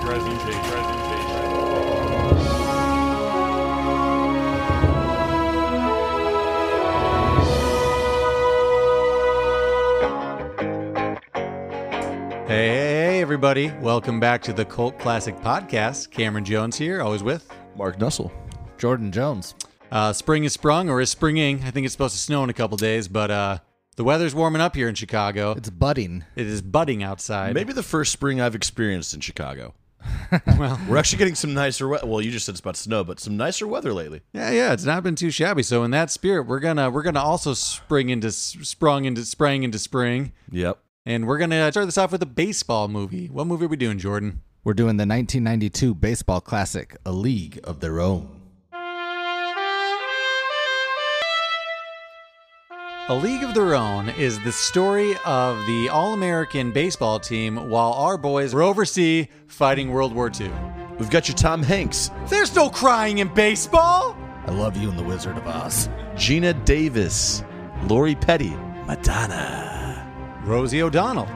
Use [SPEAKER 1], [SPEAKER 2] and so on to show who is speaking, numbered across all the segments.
[SPEAKER 1] presentation.
[SPEAKER 2] Hey, everybody. Welcome back to the Cult Classic Podcast. Cameron Jones here, always with.
[SPEAKER 3] Mark Nussel.
[SPEAKER 4] Jordan Jones.
[SPEAKER 2] Uh, spring is sprung or is springing. I think it's supposed to snow in a couple days, but uh, the weather's warming up here in Chicago.
[SPEAKER 4] It's budding.
[SPEAKER 2] It is budding outside.
[SPEAKER 3] Maybe the first spring I've experienced in Chicago. well, we're actually getting some nicer weather. Well, you just said it's about snow, but some nicer weather lately.
[SPEAKER 2] Yeah, yeah, it's not been too shabby. So in that spirit, we're gonna we're gonna also spring into sprung into sprang into spring,
[SPEAKER 3] Yep.
[SPEAKER 2] and we're gonna start this off with a baseball movie. What movie are we doing, Jordan?
[SPEAKER 4] We're doing the 1992 baseball classic, A League of Their Own.
[SPEAKER 2] A League of Their Own is the story of the All American baseball team while our boys were overseas fighting World War II.
[SPEAKER 3] We've got your Tom Hanks,
[SPEAKER 2] There's no crying in baseball!
[SPEAKER 4] I love you and the Wizard of Oz.
[SPEAKER 3] Gina Davis, Lori Petty, Madonna,
[SPEAKER 2] Rosie O'Donnell,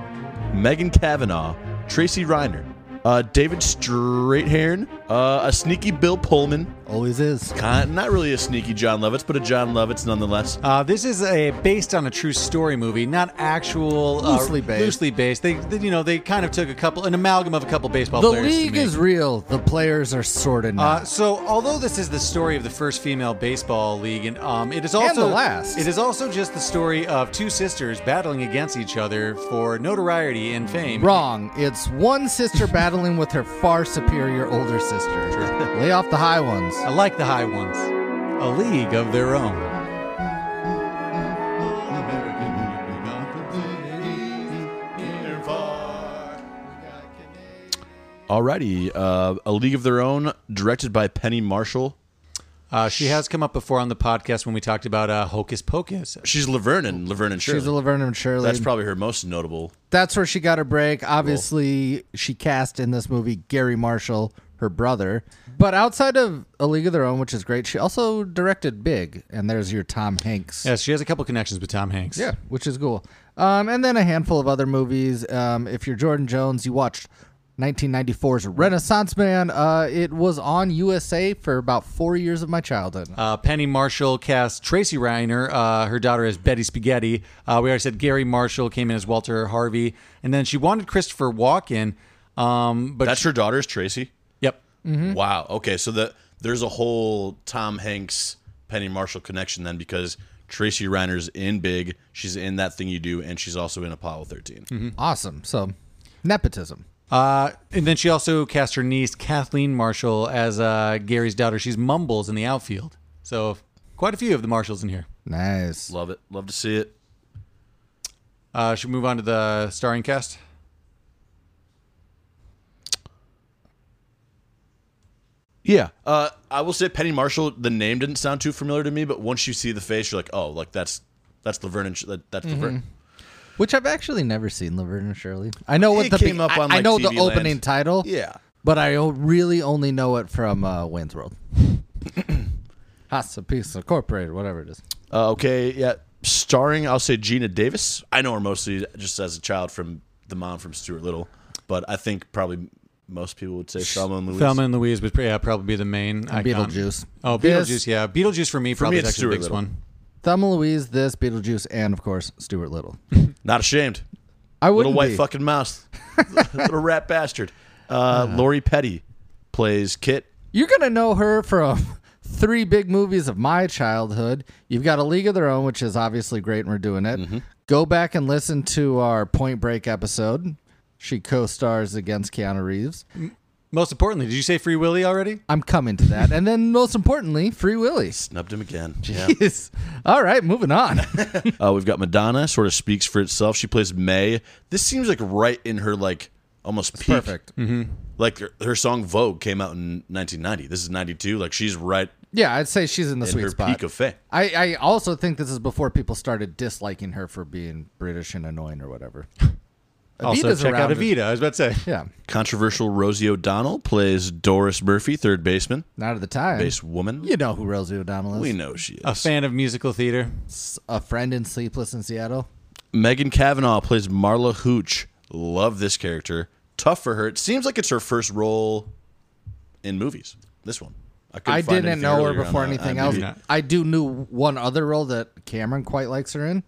[SPEAKER 3] Megan Kavanaugh, Tracy Reiner, uh, David Straithairn, uh, a sneaky Bill Pullman,
[SPEAKER 4] Always is.
[SPEAKER 3] kind- not really a sneaky John Lovitz, but a John Lovitz nonetheless.
[SPEAKER 2] Uh, this is a based on a true story movie, not actual. uh,
[SPEAKER 4] Loosely based.
[SPEAKER 2] Loosely based. They, they- you know, they kind of took a couple, an amalgam of a couple baseball
[SPEAKER 4] The
[SPEAKER 2] players. to
[SPEAKER 4] league
[SPEAKER 2] make-
[SPEAKER 4] is real. The players are sorted now.
[SPEAKER 2] Uh, so, although this is the story of the first female baseball league, and um, it is also
[SPEAKER 4] the last.
[SPEAKER 2] It is also just the story of two sisters battling against each other for notoriety and fame.
[SPEAKER 4] Wrong. It's one sister battling with her far superior older sister. Lay off the high ones.
[SPEAKER 2] I like the high ones. A league of their own.
[SPEAKER 3] Alrighty, uh, A League of Their Own, directed by Penny Marshall.
[SPEAKER 2] Uh, she has come up before on the podcast when we talked about uh, Hocus Pocus.
[SPEAKER 3] She's Laverne and Laverne and Shirley.
[SPEAKER 4] She's a Laverne and Shirley.
[SPEAKER 3] That's probably her most notable.
[SPEAKER 4] That's where she got her break. Obviously, she cast in this movie Gary Marshall, her brother. But outside of A League of Their Own, which is great, she also directed Big, and there's your Tom Hanks.
[SPEAKER 2] Yes, she has a couple connections with Tom Hanks.
[SPEAKER 4] Yeah, which is cool. Um, and then a handful of other movies. Um, if you're Jordan Jones, you watched 1994's Renaissance Man. Uh, it was on USA for about four years of my childhood.
[SPEAKER 3] Um,
[SPEAKER 2] Uh, Penny Marshall cast Tracy Reiner, uh, her daughter as Betty Spaghetti. Uh, we already said Gary Marshall came in as Walter Harvey, and then she wanted Christopher Walken, um, but
[SPEAKER 3] That's her daughter's Tracy.
[SPEAKER 2] yep,
[SPEAKER 3] Wow. Okay, so the, there's a whole Tom Hanks Penny Marshall connection then because Tracy Reiner's in Big, she's in That Thing You Do, and she's also in Apollo 13.
[SPEAKER 4] Mm-hmm. Awesome. So, nepotism.
[SPEAKER 2] Uh, and then she also cast her niece Kathleen Marshall as uh, Gary's daughter. She's Mumbles in the outfield. So quite a few of the Marshalls in here.
[SPEAKER 4] Nice.
[SPEAKER 3] Love it. Love to see it.
[SPEAKER 2] Uh, should we move on to the starring cast?
[SPEAKER 3] Yeah. Uh, I will say Penny Marshall. The name didn't sound too familiar to me, but once you see the face, you're like, oh, like that's that's Laverne and Sh- that, that's Laverne.
[SPEAKER 4] Which I've actually never seen Laverne and Shirley. I know what
[SPEAKER 3] It
[SPEAKER 4] the
[SPEAKER 3] came up
[SPEAKER 4] I-
[SPEAKER 3] on,
[SPEAKER 4] I,
[SPEAKER 3] like,
[SPEAKER 4] know
[SPEAKER 3] TV
[SPEAKER 4] the
[SPEAKER 3] Land.
[SPEAKER 4] opening title.
[SPEAKER 3] Yeah.
[SPEAKER 4] But I o- really only know it from uh, Wayne's World. Hots a piece incorporated, whatever it is.
[SPEAKER 3] Uh, okay. Yeah. Starring, I'll say Gina Davis. I know her mostly just as a child from the mom from Stuart Little, but I think probably most people would say Thelma and Louise.
[SPEAKER 2] Thelma and Louise would pr- yeah, probably be the main icon.
[SPEAKER 4] Beetlejuice.
[SPEAKER 2] Oh, Beetlejuice.
[SPEAKER 4] This-
[SPEAKER 2] yeah, Beetlejuice for me probably
[SPEAKER 3] me,
[SPEAKER 2] is
[SPEAKER 3] it's
[SPEAKER 2] actually the biggest
[SPEAKER 3] Stuart Little.
[SPEAKER 2] one.
[SPEAKER 4] Thelma Louise, this, Beetlejuice, and of course, Stuart Little.
[SPEAKER 3] Not ashamed.
[SPEAKER 4] I would
[SPEAKER 3] Little white
[SPEAKER 4] be.
[SPEAKER 3] fucking mouse. Little rat bastard. Uh,
[SPEAKER 4] Uh-huh.
[SPEAKER 3] Lori Petty plays Kit.
[SPEAKER 4] You're gonna know her from three big movies of my childhood. You've got A League of Their Own, which is obviously great, and we're doing it.
[SPEAKER 3] Mm-hmm.
[SPEAKER 4] Go back and listen to our Point Break episode. She co-stars against Keanu Reeves.
[SPEAKER 2] Most importantly, did you say Free Willy already?
[SPEAKER 4] I'm coming to that, and then most importantly, Free Willy.
[SPEAKER 3] Snubbed him again. Yeah.
[SPEAKER 4] Jeez. All right, moving on.
[SPEAKER 3] Uh, we've got Madonna, sort of speaks for itself. She plays May. This seems like right in her like almost peak. Hmm.
[SPEAKER 4] Perfect.
[SPEAKER 3] Like her, her song Vogue came out in 1990. This is 92. Like she's right
[SPEAKER 4] Yeah, I'd say she's in the
[SPEAKER 3] in
[SPEAKER 4] sweet
[SPEAKER 3] her
[SPEAKER 4] spot.
[SPEAKER 3] peak of fame.
[SPEAKER 4] I, I also think this is before people started disliking her for being British and annoying or whatever.
[SPEAKER 2] also,
[SPEAKER 4] Evita's
[SPEAKER 2] check out
[SPEAKER 4] around.
[SPEAKER 2] Evita. I was about to say.
[SPEAKER 4] Yeah,
[SPEAKER 3] Controversial Rosie O'Donnell plays Doris Murphy, third baseman,
[SPEAKER 4] not at the time.
[SPEAKER 3] base woman.
[SPEAKER 4] You know who Rosie O'Donnell is.
[SPEAKER 3] We know she is.
[SPEAKER 2] A fan of musical theater.
[SPEAKER 4] a friend in Sleepless in Seattle.
[SPEAKER 3] Megan Kavanaugh plays Marla Hooch. Love this character. tough for her. It seems like it's her first role in movies. This one. couldn't
[SPEAKER 4] I
[SPEAKER 3] find
[SPEAKER 4] didn't
[SPEAKER 3] anything
[SPEAKER 4] know her
[SPEAKER 3] earlier on
[SPEAKER 4] before
[SPEAKER 3] I-
[SPEAKER 4] anything
[SPEAKER 3] IMDb.
[SPEAKER 4] else.
[SPEAKER 2] Yeah.
[SPEAKER 4] I do knew one other role that Cameron quite likes her in.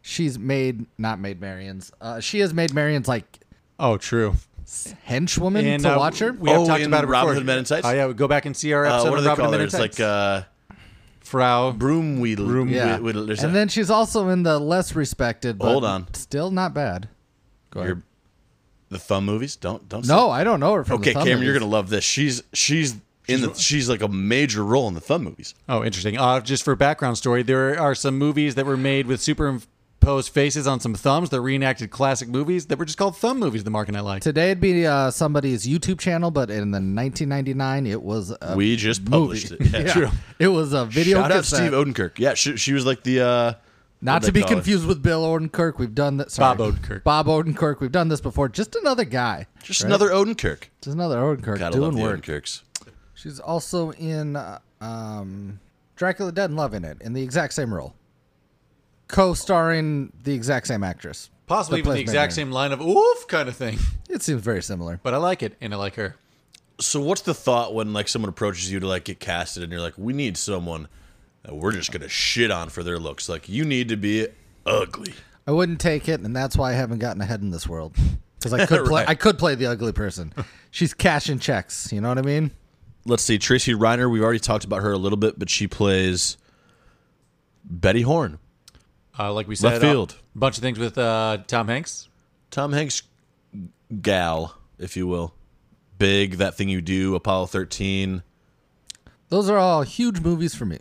[SPEAKER 4] She's made not made Marion's. Uh, she has made Marion's like
[SPEAKER 2] Oh, true.
[SPEAKER 4] henchwoman
[SPEAKER 2] And
[SPEAKER 4] to
[SPEAKER 2] uh,
[SPEAKER 4] watch her.
[SPEAKER 2] we have
[SPEAKER 3] Oh,
[SPEAKER 2] talked
[SPEAKER 3] in
[SPEAKER 2] about it before.
[SPEAKER 3] Robin Hood Men in Tights?
[SPEAKER 2] Oh yeah, we go back and see our
[SPEAKER 3] Uh,
[SPEAKER 2] episode
[SPEAKER 3] what do
[SPEAKER 2] of
[SPEAKER 3] they
[SPEAKER 2] Robin
[SPEAKER 3] call
[SPEAKER 2] Hood
[SPEAKER 3] it?
[SPEAKER 2] Men in
[SPEAKER 3] It's like
[SPEAKER 2] Tights.
[SPEAKER 3] uh,
[SPEAKER 2] Frau.
[SPEAKER 3] broom wheel. Broom
[SPEAKER 4] yeah,
[SPEAKER 3] wheel- there's
[SPEAKER 4] and
[SPEAKER 3] that.
[SPEAKER 4] then she's also in the less respected. But
[SPEAKER 3] Hold on.
[SPEAKER 4] still not bad. Go ahead.
[SPEAKER 3] Your- the thumb movies. Don't don't.
[SPEAKER 4] No, I don't know her from.
[SPEAKER 3] Okay,
[SPEAKER 4] the thumb
[SPEAKER 3] Cameron, you're
[SPEAKER 4] movies.
[SPEAKER 3] gonna love this. She's she's in the she's like a major role in the thumb movies.
[SPEAKER 2] Oh, interesting. Uh, just for background story, there are some movies that were made with superimposed faces on some thumbs that reenacted classic movies that were just called thumb movies. The Mark and I like.
[SPEAKER 4] Today it'd be uh, somebody's YouTube channel, but in the 1999, it was a
[SPEAKER 3] We just
[SPEAKER 4] movie.
[SPEAKER 3] published it. Yeah,
[SPEAKER 4] Uh, Yeah.
[SPEAKER 3] true.
[SPEAKER 4] It was a video
[SPEAKER 3] Shout out
[SPEAKER 4] cassette.
[SPEAKER 3] Steve Odenkirk. Yeah, she, she was like the uh,
[SPEAKER 4] Not
[SPEAKER 3] what'd
[SPEAKER 4] to
[SPEAKER 3] they
[SPEAKER 4] be
[SPEAKER 3] call it?
[SPEAKER 4] confused with Bill Odenkirk. We've done that. Sorry.
[SPEAKER 2] Bob Odenkirk.
[SPEAKER 4] Bob Odenkirk. We've done this before. Just another guy.
[SPEAKER 3] Just another Odenkirk.
[SPEAKER 4] Just another Odenkirk
[SPEAKER 3] Gotta love
[SPEAKER 4] doing
[SPEAKER 3] the
[SPEAKER 4] work.
[SPEAKER 3] Odenkirks.
[SPEAKER 4] She's also in uh, um, Dracula Dead and Loving It in the exact same role, co-starring the exact same actress.
[SPEAKER 2] Possibly
[SPEAKER 4] that
[SPEAKER 2] even the
[SPEAKER 4] plays
[SPEAKER 2] exact
[SPEAKER 4] Marion.
[SPEAKER 2] same line of oof kind of thing.
[SPEAKER 4] It seems very similar.
[SPEAKER 2] But I like it, and I like her.
[SPEAKER 3] So what's the thought when like someone approaches you to like get casted and you're like, we need someone that we're just gonna shit on for their looks. Like you need to be ugly.
[SPEAKER 4] I wouldn't take it, and that's why I haven't gotten ahead in this world. Because I could play,
[SPEAKER 3] Right.
[SPEAKER 4] I could play the ugly person. She's cashing checks. You know what I mean?
[SPEAKER 3] Let's see, Tracy Reiner. We've already talked about her a little bit, but she plays Betty Horn.
[SPEAKER 2] Uh, like we said,
[SPEAKER 3] Left field.
[SPEAKER 2] a bunch of things with uh, Tom Hanks.
[SPEAKER 3] Tom Hanks gal, if you will. Big, That Thing You Do, Apollo 13.
[SPEAKER 4] Those are all huge movies for me.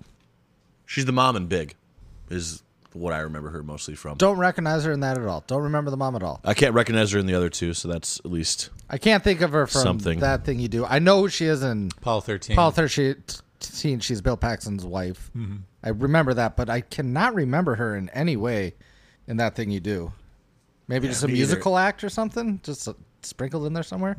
[SPEAKER 3] She's the mom in Big, is what I remember her mostly from.
[SPEAKER 4] Don't recognize her in that at all. Don't remember the mom at all.
[SPEAKER 3] I can't recognize her in the other two, so that's at least.
[SPEAKER 4] I can't think of her from
[SPEAKER 3] Something.
[SPEAKER 4] that thing you do. I know who she is in
[SPEAKER 2] Paul thirteen.
[SPEAKER 4] Paul Thirteen. She's Bill Paxton's wife.
[SPEAKER 3] Mm-hmm.
[SPEAKER 4] I remember that, but I cannot remember her in any way in that thing you do. Maybe just a
[SPEAKER 3] me either.
[SPEAKER 4] musical act or something, just uh, sprinkled in there somewhere.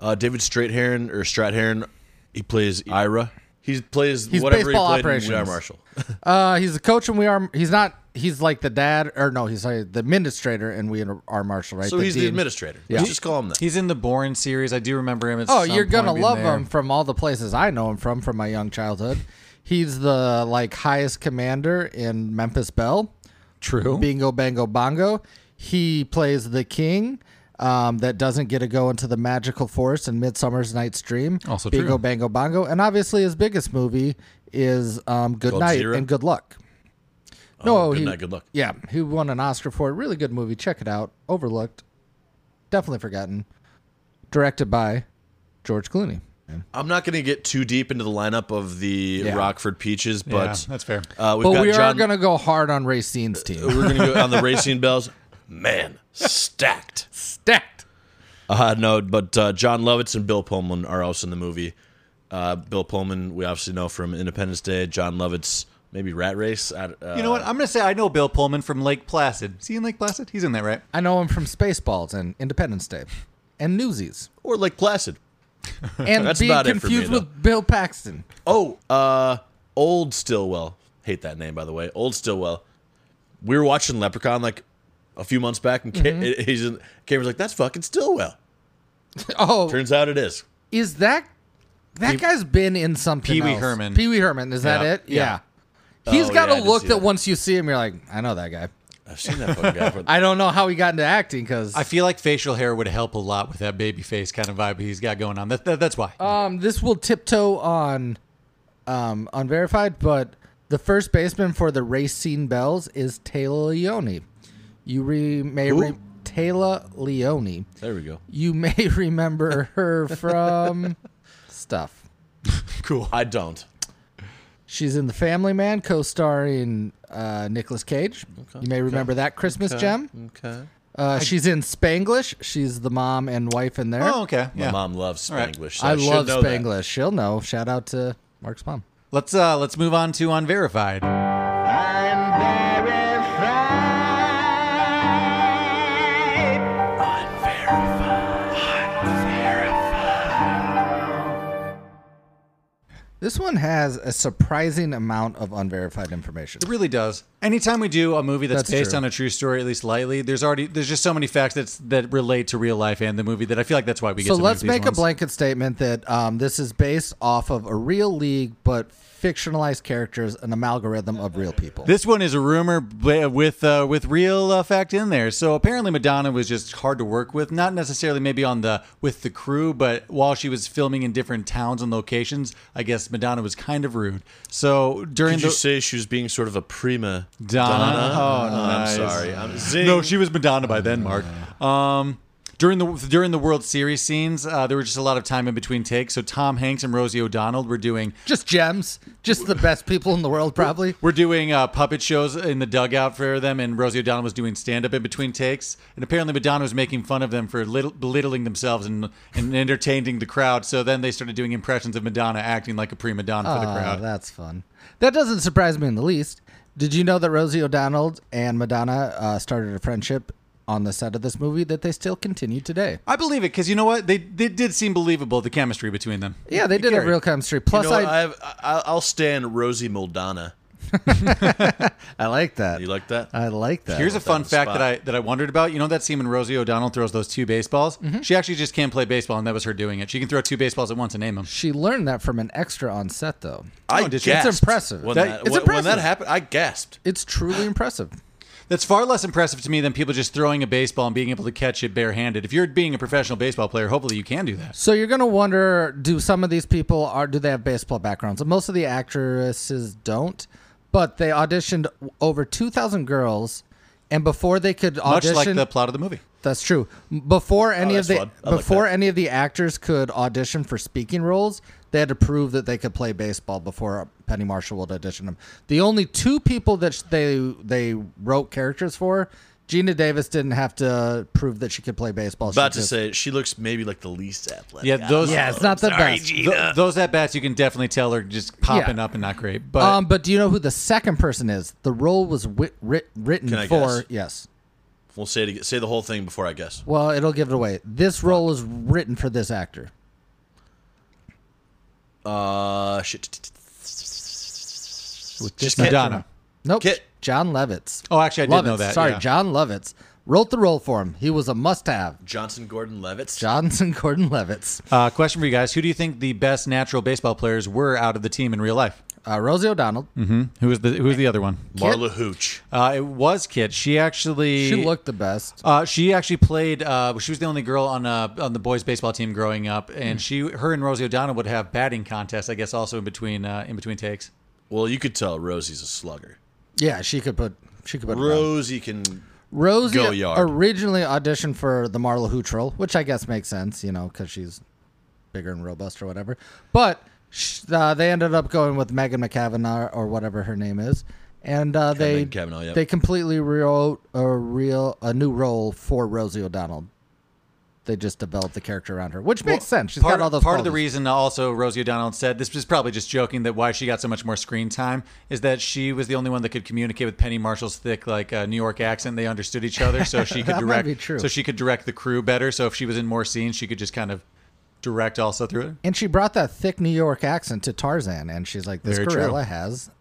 [SPEAKER 3] Uh, David Strathairn, or Strathairn, he plays Ira. He plays
[SPEAKER 4] He's
[SPEAKER 3] whatever
[SPEAKER 4] baseball
[SPEAKER 3] he played in We Are
[SPEAKER 4] operations.
[SPEAKER 3] Marshall.
[SPEAKER 4] Uh, he's the coach, and we are. He's not. He's like the dad, or no, he's like the administrator, and we are Marshall, right?
[SPEAKER 3] So he's the
[SPEAKER 4] dean.
[SPEAKER 3] administrator.
[SPEAKER 4] Yeah.
[SPEAKER 3] Let's just call him that.
[SPEAKER 2] He's in the Bourne series. I do remember him. At
[SPEAKER 4] Oh,
[SPEAKER 2] some
[SPEAKER 4] you're gonna
[SPEAKER 2] point being
[SPEAKER 4] love
[SPEAKER 2] there.
[SPEAKER 4] him from all the places I know him from from my young childhood. He's the like highest commander in Memphis Belle.
[SPEAKER 2] True.
[SPEAKER 4] Bingo Bango Bongo. He plays the king um, that doesn't get to go into the magical forest in Midsummer's Night's Dream.
[SPEAKER 2] Also
[SPEAKER 4] Bingo
[SPEAKER 2] true.
[SPEAKER 4] Bango Bongo, and obviously his biggest movie is um, Good
[SPEAKER 3] Called
[SPEAKER 4] Night
[SPEAKER 3] Zero?
[SPEAKER 4] and Good Luck.
[SPEAKER 3] Oh,
[SPEAKER 4] no,
[SPEAKER 3] Good
[SPEAKER 4] he,
[SPEAKER 3] Night, Good Luck.
[SPEAKER 4] Yeah, he won an Oscar for it. Really good movie. Check it out. Overlooked, definitely forgotten. Directed by George Clooney.
[SPEAKER 3] I'm not going to get too deep into the lineup of the
[SPEAKER 4] Yeah.
[SPEAKER 3] Rockford Peaches,
[SPEAKER 2] Yeah,
[SPEAKER 3] but
[SPEAKER 2] that's fair.
[SPEAKER 3] uh, we've
[SPEAKER 4] But
[SPEAKER 3] got
[SPEAKER 4] we are
[SPEAKER 3] John.
[SPEAKER 4] going to go hard on Racine's team.
[SPEAKER 3] We're going to go on the Racing Bells. Man, stacked.
[SPEAKER 4] Stacked.
[SPEAKER 3] Uh, no, but uh, John Lovitz and Bill Pullman are also in the movie. Uh, Bill Pullman, we obviously know from Independence Day. John Lovitz, maybe Rat Race. I, uh,
[SPEAKER 2] You know what? I'm gonna say I know Bill Pullman from Lake Placid. Is he in Lake Placid? He's in that, right?
[SPEAKER 4] I know him from Spaceballs and Independence Day and Newsies.
[SPEAKER 3] Or Lake Placid.
[SPEAKER 4] and
[SPEAKER 3] That's
[SPEAKER 4] being
[SPEAKER 3] about it for
[SPEAKER 4] confused
[SPEAKER 3] me, though.
[SPEAKER 4] with Bill Paxton.
[SPEAKER 3] Oh, uh, Old Stillwell. Hate that name, by the way. Old Stillwell. We were watching Leprechaun like a few months back, and Ca-
[SPEAKER 2] Mm-hmm.
[SPEAKER 3] he's in, Cameron's like, "That's fucking Stillwell."
[SPEAKER 4] Oh,
[SPEAKER 3] Turns out it is.
[SPEAKER 4] is that that guy's been in something?
[SPEAKER 2] Pee Wee
[SPEAKER 4] else.
[SPEAKER 2] Herman.
[SPEAKER 4] Pee Wee Herman. Is that
[SPEAKER 2] Yeah.
[SPEAKER 4] it?
[SPEAKER 2] Yeah.
[SPEAKER 4] Yeah. He's
[SPEAKER 3] Oh,
[SPEAKER 4] got
[SPEAKER 3] yeah, I
[SPEAKER 4] a
[SPEAKER 3] did
[SPEAKER 4] look
[SPEAKER 3] see
[SPEAKER 4] that,
[SPEAKER 3] that.
[SPEAKER 4] once you see him, you're like, I know that guy.
[SPEAKER 3] I've seen that fucking guy. before.
[SPEAKER 4] I don't know how he got into acting because
[SPEAKER 2] I feel like facial hair would help a lot with that baby face kind of vibe he's got going on. That, that, that's why.
[SPEAKER 4] um this will tiptoe on um unverified, but the first baseman for the Racine Bells is Taylor Leone. You re- may
[SPEAKER 3] Who?
[SPEAKER 4] re- Taylor Leone.
[SPEAKER 3] there we go.
[SPEAKER 4] You may remember her from stuff.
[SPEAKER 2] cool.
[SPEAKER 3] I don't.
[SPEAKER 4] She's in The Family Man, co-starring uh, Nicolas Cage. You may remember that Christmas gem.
[SPEAKER 2] Mm.
[SPEAKER 3] Okay.
[SPEAKER 4] Uh, she's in Spanglish. She's the mom and wife in there.
[SPEAKER 2] Oh, okay.
[SPEAKER 3] My
[SPEAKER 2] Yeah.
[SPEAKER 3] mom loves
[SPEAKER 2] All right.
[SPEAKER 3] Spanglish. so
[SPEAKER 4] I,
[SPEAKER 3] should
[SPEAKER 4] love
[SPEAKER 3] know that.
[SPEAKER 4] Spanglish. She'll know. Shout out to Mark's mom.
[SPEAKER 2] Let's uh let's move on to unverified.
[SPEAKER 4] This one has a surprising amount of unverified information.
[SPEAKER 2] It really does. Anytime we do a movie that's,
[SPEAKER 4] That's
[SPEAKER 2] based
[SPEAKER 4] true.
[SPEAKER 2] on a true story, at least lightly, there's already there's just so many facts that's that relate to real life and the movie that I feel like that's why we get.
[SPEAKER 4] So
[SPEAKER 2] to
[SPEAKER 4] let's
[SPEAKER 2] make, these
[SPEAKER 4] make a
[SPEAKER 2] ones.
[SPEAKER 4] blanket statement that um, this is based off of a real league, but fictionalized characters, an amalgam of real people.
[SPEAKER 2] This one is a rumor b- with uh, with real uh, fact in there. So apparently Madonna was just hard to work with, not necessarily maybe on the with the crew, but while she was filming in different towns and locations, I guess Madonna was kind of rude. So during
[SPEAKER 3] Did you
[SPEAKER 2] the
[SPEAKER 3] say she was being sort of a prima
[SPEAKER 2] Donna? Oh, nice.
[SPEAKER 3] I'm sorry. I'm zing. Ah.
[SPEAKER 2] no, she was Madonna by then, Mark. Um, during the during the World Series scenes, uh, there were just a lot of time in between takes. So Tom Hanks and Rosie O'Donnell were doing
[SPEAKER 4] just gems, just the best people in the world, probably.
[SPEAKER 2] We're doing uh, puppet shows in the dugout for them, and Rosie O'Donnell was doing stand up in between takes. And apparently, Madonna was making fun of them for little, belittling themselves and, and entertaining the crowd. So then they started doing impressions of Madonna acting like a prima donna for the
[SPEAKER 4] Ah,
[SPEAKER 2] crowd.
[SPEAKER 4] that's fun. That doesn't surprise me in the least. Did you know that Rosie O'Donnell and Madonna uh, started a friendship on the set of this movie that they still continue today?
[SPEAKER 2] I believe it because you know what? They, they did seem believable, the chemistry between them.
[SPEAKER 4] Yeah, they did have
[SPEAKER 2] Gary.
[SPEAKER 4] real chemistry.
[SPEAKER 3] You
[SPEAKER 4] Plus,
[SPEAKER 3] know what?
[SPEAKER 4] I,
[SPEAKER 3] I have, I, I'll stand Rosie Moldana.
[SPEAKER 4] I like that.
[SPEAKER 3] You like that?
[SPEAKER 4] I like that.
[SPEAKER 2] Here's a fun
[SPEAKER 3] the
[SPEAKER 2] fact
[SPEAKER 3] spot.
[SPEAKER 2] that I that I wondered about. You know that scene when Rosie O'Donnell throws those two baseballs?
[SPEAKER 4] Mm-hmm.
[SPEAKER 2] She actually just can't play baseball, and that was her doing it. She can throw two baseballs at once and name them.
[SPEAKER 4] she learned that from an extra on set, though.
[SPEAKER 3] I
[SPEAKER 2] Oh, did
[SPEAKER 3] gasped.
[SPEAKER 2] you? It's
[SPEAKER 4] impressive.
[SPEAKER 3] When
[SPEAKER 2] That-
[SPEAKER 3] that,
[SPEAKER 2] it's
[SPEAKER 3] when, when that
[SPEAKER 4] impressive.
[SPEAKER 3] happened, I gasped.
[SPEAKER 4] It's truly impressive.
[SPEAKER 2] That's far less impressive to me than people just throwing a baseball and being able to catch it barehanded. If you're being a professional baseball player, hopefully you can do that.
[SPEAKER 4] So you're gonna wonder: Do some of these people are do they have baseball backgrounds? And most of the actresses don't, but they auditioned over two thousand girls, and before they could
[SPEAKER 2] Much
[SPEAKER 4] audition,
[SPEAKER 2] like the plot of the movie.
[SPEAKER 4] that's true. Before any
[SPEAKER 3] Oh, that's
[SPEAKER 4] of the
[SPEAKER 3] fun. I like
[SPEAKER 4] before
[SPEAKER 3] that.
[SPEAKER 4] any of the actors could audition for speaking roles, they had to prove that they could play baseball before Penny Marshall would audition them. The only two people that sh- they they wrote characters for. Gina Davis didn't have to prove that she could play baseball. She
[SPEAKER 3] About to
[SPEAKER 4] just-
[SPEAKER 3] say she looks maybe like the least athletic.
[SPEAKER 2] Yeah,
[SPEAKER 3] out
[SPEAKER 2] those-
[SPEAKER 3] of
[SPEAKER 4] Yeah, it's not the
[SPEAKER 3] them. Sorry,
[SPEAKER 4] best.
[SPEAKER 2] Th-
[SPEAKER 3] Gina.
[SPEAKER 2] those at bats you can definitely tell are just popping
[SPEAKER 4] Yeah.
[SPEAKER 2] up and not great. But
[SPEAKER 4] um, but do you know who the second person is? The role was wi- writ- written
[SPEAKER 3] Can I
[SPEAKER 4] for.
[SPEAKER 3] guess?
[SPEAKER 4] Yes.
[SPEAKER 3] We'll say it again. say the whole thing before I guess.
[SPEAKER 4] Well, it'll give it away. This role was written for this actor.
[SPEAKER 3] Uh, shit. Just
[SPEAKER 2] Madonna.
[SPEAKER 4] Nope.
[SPEAKER 3] Kit.
[SPEAKER 4] John Levitz.
[SPEAKER 2] Oh, actually, I did
[SPEAKER 4] Lovitz.
[SPEAKER 2] know that,
[SPEAKER 4] Sorry,
[SPEAKER 2] yeah.
[SPEAKER 4] John Lovitz wrote the role for him. He was a must-have.
[SPEAKER 3] Johnson Gordon Levitt.
[SPEAKER 4] Johnson Gordon Levitz.
[SPEAKER 2] uh, question for you guys: Who do you think the best natural baseball players were out of the team in real life?
[SPEAKER 4] Uh, Rosie O'Donnell.
[SPEAKER 2] Who was the Who was the other one?
[SPEAKER 3] Marla Hooch.
[SPEAKER 2] Uh, it was Kit. She actually
[SPEAKER 4] She looked the best.
[SPEAKER 2] Uh, she actually played. Uh, she was the only girl on uh, on the boys' baseball team growing up,
[SPEAKER 4] Hmm.
[SPEAKER 2] and she, her, and Rosie O'Donnell would have batting contests. I guess also in between uh, in between takes.
[SPEAKER 3] Well, you could tell Rosie's a slugger.
[SPEAKER 4] Yeah, she could put. She could put. it down.
[SPEAKER 3] Rosie can.
[SPEAKER 4] Rosie
[SPEAKER 3] Go yard.
[SPEAKER 4] originally auditioned for the Marla Hooch role, which I guess makes sense, you know, because she's bigger and robust or whatever. But sh- uh, they ended up going with Megan McCavanaugh or whatever her name is, and uh, they
[SPEAKER 3] Megan Cavanaugh, yep.
[SPEAKER 4] they completely rewrote a real a new role for Rosie O'Donnell. They just developed the character around her, which makes sense. She's
[SPEAKER 2] part
[SPEAKER 4] got all those.
[SPEAKER 2] part of the
[SPEAKER 4] qualities.
[SPEAKER 2] reason also Rosie O'Donnell said this was probably just joking that why she got so much more screen time is that she was the only one that could communicate with Penny Marshall's thick like uh, New York accent. They understood each other, so she could
[SPEAKER 4] That might
[SPEAKER 2] direct.
[SPEAKER 4] be true.
[SPEAKER 2] So she could direct the crew better. So if she was in more scenes, she could just kind of direct also through it.
[SPEAKER 4] and she brought that thick New York accent to Tarzan, and she's like, "This
[SPEAKER 2] Very true.
[SPEAKER 4] gorilla has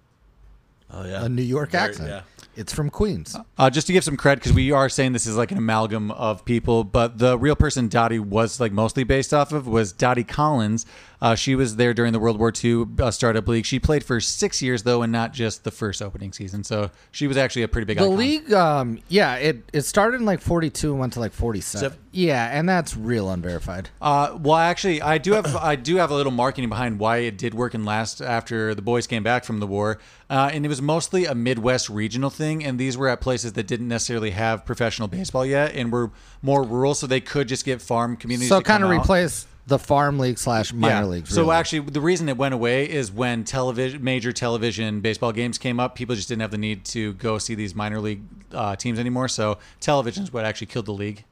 [SPEAKER 3] Oh yeah.
[SPEAKER 4] a New York
[SPEAKER 3] Very-
[SPEAKER 4] accent.
[SPEAKER 3] yeah.
[SPEAKER 4] It's from Queens."
[SPEAKER 2] Uh, just to give some credit, because we are saying this is like an amalgam of people, but the real person Dottie was like mostly based off of was Dottie Collins. Uh, she was there during the World War II uh, startup league. She played for six years though, and not just the first opening season. So she was actually a pretty big
[SPEAKER 4] The
[SPEAKER 2] icon.
[SPEAKER 4] league, um, yeah, it, it started in like 42 and went to like 47.
[SPEAKER 3] Seven.
[SPEAKER 4] Yeah, and that's real unverified.
[SPEAKER 2] Uh, well, actually, I do have I do have a little marketing behind why it did work and last after the boys came back from the war, uh, and it was mostly a Midwest regional thing, and these were at places that didn't necessarily have professional baseball yet, and were more rural, so they could just get farm communities.
[SPEAKER 4] So
[SPEAKER 2] to come
[SPEAKER 4] kind of
[SPEAKER 2] out.
[SPEAKER 4] replaced the farm league slash minor league.
[SPEAKER 2] So actually, the reason it went away is when television, major television baseball games came up, people just didn't have the need to go see these minor league uh, teams anymore. So television is what actually killed the league.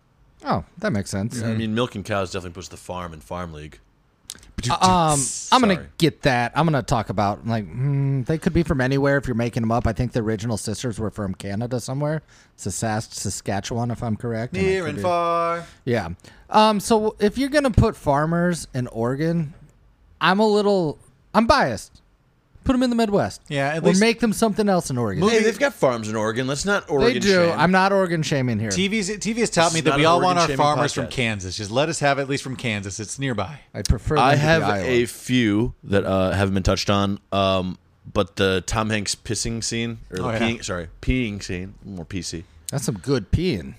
[SPEAKER 4] oh, that makes sense.
[SPEAKER 3] I mean, milking cows definitely puts the farm in farm league.
[SPEAKER 4] Um, I'm gonna
[SPEAKER 3] Sorry.
[SPEAKER 4] get that. I'm gonna talk about like hmm, they could be from anywhere if you're making them up. I think the original sisters were from Canada somewhere, Sasas- Saskatchewan, if I'm correct. and I could be-
[SPEAKER 2] far.
[SPEAKER 4] Yeah. Um, so if you're gonna put farmers in Oregon, I'm a little I'm biased. Put them in the Midwest.
[SPEAKER 2] Yeah, at
[SPEAKER 4] or
[SPEAKER 2] least-
[SPEAKER 4] make them something else in Oregon.
[SPEAKER 3] Hey, they've got farms in Oregon. Let's not Oregon.
[SPEAKER 4] they do.
[SPEAKER 3] shame.
[SPEAKER 4] I'm not Oregon shaming here.
[SPEAKER 2] TV's, TV has taught
[SPEAKER 3] is
[SPEAKER 2] me that
[SPEAKER 3] not
[SPEAKER 2] we
[SPEAKER 3] an
[SPEAKER 2] all want
[SPEAKER 3] Oregon
[SPEAKER 2] our
[SPEAKER 3] shaming
[SPEAKER 2] farmers from
[SPEAKER 3] podcast.
[SPEAKER 2] Kansas. Just let us have at least from Kansas. It's nearby.
[SPEAKER 4] I prefer. Them
[SPEAKER 3] I
[SPEAKER 4] to be
[SPEAKER 3] have
[SPEAKER 4] Iowa.
[SPEAKER 3] a few that uh, haven't been touched on, um, but the Tom Hanks pissing scene or the
[SPEAKER 2] Oh, yeah.
[SPEAKER 3] peeing, sorry, peeing scene, more PC.
[SPEAKER 4] That's some good peeing.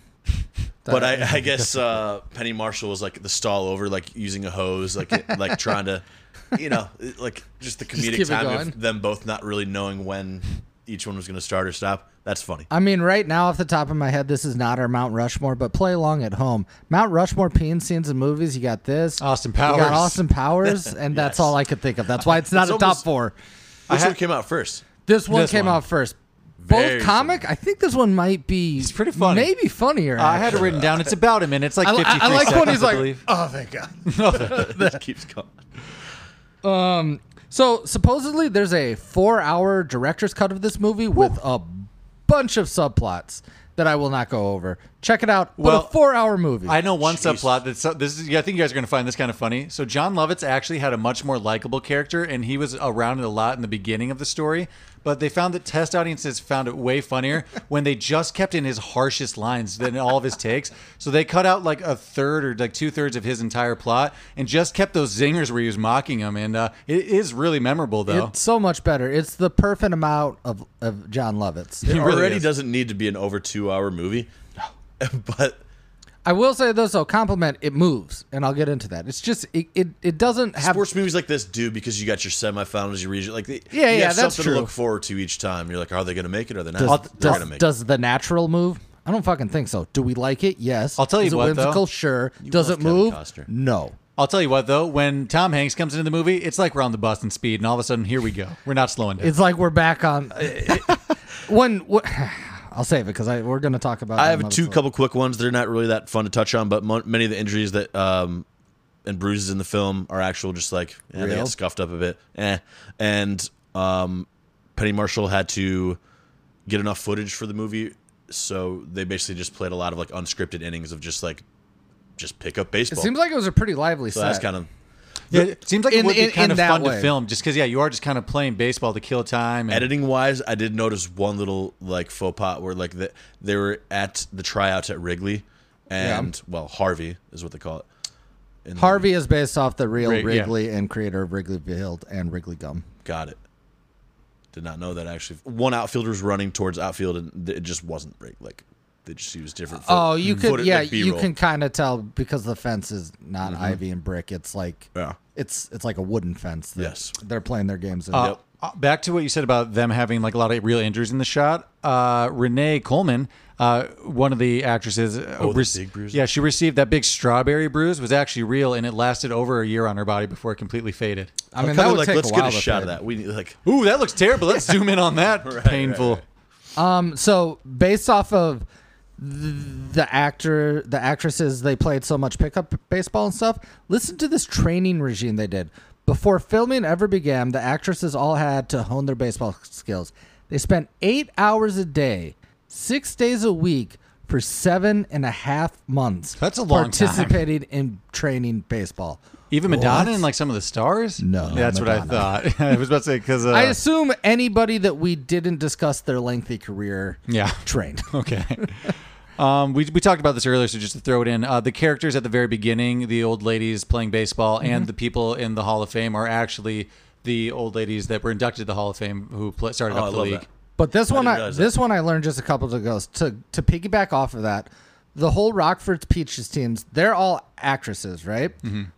[SPEAKER 3] But I, I guess uh, Penny Marshall was like the stall over, like using a hose, like it- like trying to, you know, it- like just the comedic
[SPEAKER 4] keep it
[SPEAKER 3] time
[SPEAKER 4] going.
[SPEAKER 3] of them both not really knowing when each one was going to start or stop. That's funny.
[SPEAKER 4] I mean, right now, off the top of my head, this is not our Mount Rushmore, but play along at home. Mount Rushmore peeing scenes in movies. You got this.
[SPEAKER 2] Austin
[SPEAKER 4] You got
[SPEAKER 2] Powers.
[SPEAKER 4] Austin Powers, and that's
[SPEAKER 3] Yes.
[SPEAKER 4] all I could think of. That's why it's not
[SPEAKER 3] It's
[SPEAKER 4] a
[SPEAKER 3] almost-
[SPEAKER 4] top four.
[SPEAKER 3] Which one came out first?
[SPEAKER 4] This one
[SPEAKER 2] This
[SPEAKER 4] came
[SPEAKER 2] one.
[SPEAKER 4] out first.
[SPEAKER 3] Very
[SPEAKER 4] Both comic. I think this one might be.
[SPEAKER 2] It's pretty funny. Uh,
[SPEAKER 4] Maybe funnier.
[SPEAKER 2] I had it written down. It's about a minute. It's like
[SPEAKER 4] I,
[SPEAKER 2] 53
[SPEAKER 4] I, I like
[SPEAKER 2] seconds,
[SPEAKER 4] when he's
[SPEAKER 2] I
[SPEAKER 4] like,
[SPEAKER 2] believe.
[SPEAKER 4] "Oh, thank God."
[SPEAKER 3] It keeps going.
[SPEAKER 4] So supposedly there's a four-hour director's cut of this movie with a bunch of subplots that I will not go over. Check it out. But
[SPEAKER 2] Well,
[SPEAKER 4] a four-hour movie.
[SPEAKER 2] I know one subplot that's this is. I think you guys are going to find this kind of funny. So John Lovitz actually had a much more likable character, and he was around it a lot in the beginning of the story. But they found that test audiences found it way funnier when they just kept in his harshest lines than all of his takes. So they cut out like a third or like two thirds of his entire plot and just kept those zingers where he was mocking him. And uh, it is really memorable though.
[SPEAKER 4] It's so much better. It's the perfect amount of, of John Lovitz.
[SPEAKER 3] It
[SPEAKER 2] really
[SPEAKER 3] already
[SPEAKER 2] is.
[SPEAKER 3] doesn't need to be an over two hour movie, but
[SPEAKER 4] I will say this though, compliment it moves, and I'll get into that. It's just it it, it doesn't have
[SPEAKER 3] sports movies like this do because you got your semifinals, you reach it. Like, the,
[SPEAKER 4] Yeah,
[SPEAKER 3] you
[SPEAKER 4] yeah,
[SPEAKER 3] have
[SPEAKER 4] that's
[SPEAKER 3] something
[SPEAKER 4] true.
[SPEAKER 3] to look forward to each time. You're like, are they going to make it? Or are they not?
[SPEAKER 4] does,
[SPEAKER 3] They're
[SPEAKER 4] does,
[SPEAKER 3] going to make
[SPEAKER 4] does the natural move? I don't fucking think so. Do we like it? Yes.
[SPEAKER 2] I'll tell you
[SPEAKER 4] Is
[SPEAKER 2] what,
[SPEAKER 4] it whimsical?
[SPEAKER 2] though.
[SPEAKER 4] Sure. does
[SPEAKER 3] love
[SPEAKER 4] it
[SPEAKER 3] Kevin
[SPEAKER 4] move?
[SPEAKER 3] Costner.
[SPEAKER 4] No.
[SPEAKER 2] I'll tell you what though, when Tom Hanks comes into the movie, it's like we're on the bus in speed, and all of a sudden here we go. We're not slowing down.
[SPEAKER 4] It's like we're back on. uh, when what, I'll save it because I we're gonna talk about.
[SPEAKER 3] I
[SPEAKER 4] John
[SPEAKER 3] have
[SPEAKER 4] Lovitz
[SPEAKER 3] two
[SPEAKER 4] later.
[SPEAKER 3] couple quick ones. They're not really that fun to touch on, but mon- many of the injuries that um, and bruises in the film are actual, just like yeah, they
[SPEAKER 4] Real?
[SPEAKER 3] got scuffed up a bit. Eh. And um, Penny Marshall had to get enough footage for the movie, so they basically just played a lot of like unscripted innings of just like just pick up
[SPEAKER 4] It
[SPEAKER 3] baseball.
[SPEAKER 4] seems like it was a pretty lively
[SPEAKER 3] so
[SPEAKER 4] set.
[SPEAKER 3] that's kind of
[SPEAKER 2] Yeah, it seems like it
[SPEAKER 4] in-
[SPEAKER 2] would be
[SPEAKER 4] in-
[SPEAKER 2] kind
[SPEAKER 4] in
[SPEAKER 2] of
[SPEAKER 4] that
[SPEAKER 2] fun to
[SPEAKER 4] way.
[SPEAKER 2] film, just because yeah, you are just kind of playing baseball to kill time. And
[SPEAKER 3] editing wise. I did notice one little like faux pas where like the, they were at the tryouts at Wrigley, and well Harvey is what they call it. in the-
[SPEAKER 4] Harvey is based off the real
[SPEAKER 2] Right, yeah.
[SPEAKER 4] Wrigley and creator of Wrigley Field and Wrigley Gum.
[SPEAKER 3] Got it. Did not know that actually. One outfielder was running towards outfield, and th- it just wasn't right. Like they just used different. Foot,
[SPEAKER 4] Oh, you could,
[SPEAKER 3] footage,
[SPEAKER 4] yeah,
[SPEAKER 3] like,
[SPEAKER 4] you
[SPEAKER 3] B-roll. Mm-hmm.
[SPEAKER 4] can kind of tell because the fence is not ivy and brick. It's like,
[SPEAKER 3] Yeah.
[SPEAKER 4] it's it's like a wooden fence. That
[SPEAKER 3] Yes.
[SPEAKER 4] they're playing their games. In.
[SPEAKER 2] uh,
[SPEAKER 3] Yep.
[SPEAKER 2] uh, back to what you said about them having like a lot of real injuries in the shot. Uh, Renee Coleman, uh, one of the actresses, uh,
[SPEAKER 3] Oh, the
[SPEAKER 2] rec-
[SPEAKER 3] big bruise?
[SPEAKER 2] yeah, she received that big strawberry bruise was actually real, and it lasted over a year on her body before it completely faded.
[SPEAKER 4] I mean,
[SPEAKER 3] Kinda
[SPEAKER 4] that would
[SPEAKER 3] like
[SPEAKER 4] take
[SPEAKER 3] let's
[SPEAKER 4] a while
[SPEAKER 3] get a
[SPEAKER 4] to
[SPEAKER 3] shot of
[SPEAKER 4] fade.
[SPEAKER 3] that. We need like
[SPEAKER 2] Ooh, that looks terrible. Let's zoom in on that. Painful.
[SPEAKER 4] Um, so based off of th- the actor, the actresses they played so much pickup baseball and stuff. Listen to this training regime they did before filming ever began. The actresses all had to hone their baseball skills. They spent eight hours a day, six days a week for seven and a half months.
[SPEAKER 2] That's a long time.
[SPEAKER 4] participating in training baseball.
[SPEAKER 2] Even Madonna
[SPEAKER 4] What?
[SPEAKER 2] and like some of the stars.
[SPEAKER 4] No,
[SPEAKER 2] Yeah, that's what I
[SPEAKER 4] Madonna.
[SPEAKER 2] thought. I was about to say because uh,
[SPEAKER 4] I assume anybody that we didn't discuss their lengthy career
[SPEAKER 2] yeah.
[SPEAKER 4] trained.
[SPEAKER 2] Okay. Um, we, we talked about this earlier, so just to throw it in, uh, the characters at the very beginning, the old ladies playing baseball,
[SPEAKER 3] Mm-hmm.
[SPEAKER 2] and the people in the Hall of Fame are actually the old ladies that were inducted to the Hall of Fame who pla started
[SPEAKER 3] Oh, I
[SPEAKER 2] up the
[SPEAKER 3] love
[SPEAKER 2] league.
[SPEAKER 3] that.
[SPEAKER 4] But this one, I,
[SPEAKER 3] realize that.
[SPEAKER 4] this one I learned just a couple of ago. To to piggyback off of that, the whole Rockford Peaches teams, they're all actresses, right?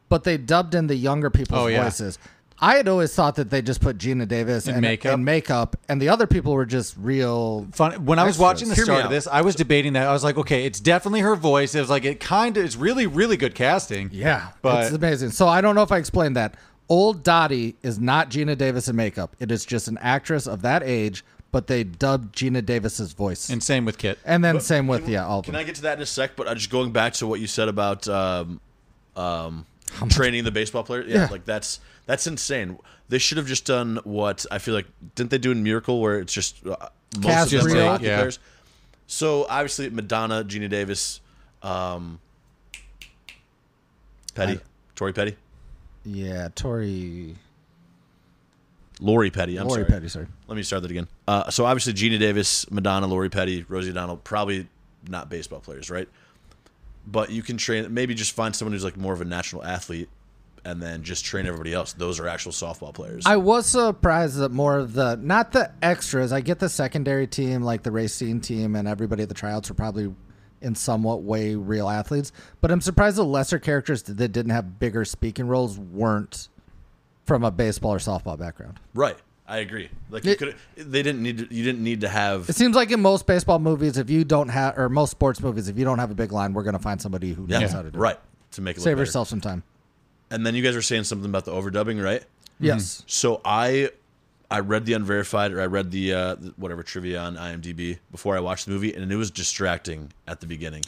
[SPEAKER 4] But they dubbed in the younger people's
[SPEAKER 2] Oh, yeah.
[SPEAKER 4] voices. I had always thought that they just put Gina Davis and
[SPEAKER 2] makeup.
[SPEAKER 4] and makeup, and the other people were just real.
[SPEAKER 2] Fun. When I was
[SPEAKER 4] Extras.
[SPEAKER 2] watching the
[SPEAKER 3] Hear me
[SPEAKER 2] start of
[SPEAKER 3] out.
[SPEAKER 2] this, I was debating that. I was like, okay, it's definitely her voice. It was like it kind of, it's really, really good casting.
[SPEAKER 4] Yeah,
[SPEAKER 2] but
[SPEAKER 4] it's amazing. So I don't know if I explained that. Old Dottie is not Gina Davis in makeup. It is just an actress of that age, but they dubbed Gina Davis's voice. And,
[SPEAKER 2] and same with Kit.
[SPEAKER 4] then same with yeah, all of
[SPEAKER 3] Can
[SPEAKER 4] them.
[SPEAKER 3] I get to that in a sec? But I'm just going back to what you said about um, um, training the baseball player. Yeah,
[SPEAKER 4] Yeah.
[SPEAKER 3] like that's that's insane. They should have just done what I feel like. Didn't they do in Miracle where it's just uh, most
[SPEAKER 4] Cast
[SPEAKER 3] of them are
[SPEAKER 4] reel.
[SPEAKER 3] hockey
[SPEAKER 2] Yeah.
[SPEAKER 3] players? So obviously Madonna, Gina Davis, um, Petty, Tori Petty.
[SPEAKER 4] Yeah, Tori.
[SPEAKER 3] Lori Petty. I'm
[SPEAKER 4] Lori
[SPEAKER 3] sorry.
[SPEAKER 4] Petty, sorry.
[SPEAKER 3] Let me start that again. Uh, so obviously Gina Davis, Madonna, Lori Petty, Rosie O'Donnell, probably not baseball players, right? But you can train maybe just find someone who's like more of a national athlete and then just train everybody else. Those are actual softball players.
[SPEAKER 4] I was surprised that more of the not the extras. I get the secondary team, like the Racine team, and everybody at the tryouts were probably in somewhat way real athletes. But I'm surprised the lesser characters that didn't have bigger speaking roles weren't from a baseball or softball background.
[SPEAKER 3] right. I agree. Like you
[SPEAKER 4] It-
[SPEAKER 3] could they didn't need to, you didn't need to have
[SPEAKER 4] It seems like in most baseball movies, if you don't have or most sports movies, if you don't have a big line, we're gonna find somebody who knows how to do it.
[SPEAKER 3] right to make it look
[SPEAKER 4] Save
[SPEAKER 3] better.
[SPEAKER 4] yourself some time.
[SPEAKER 3] And then you guys were saying something about the overdubbing, right?
[SPEAKER 4] Yes.
[SPEAKER 3] So I I read the unverified or I read the uh, the- whatever trivia on IMDb before I watched the movie, and it was distracting at the beginning.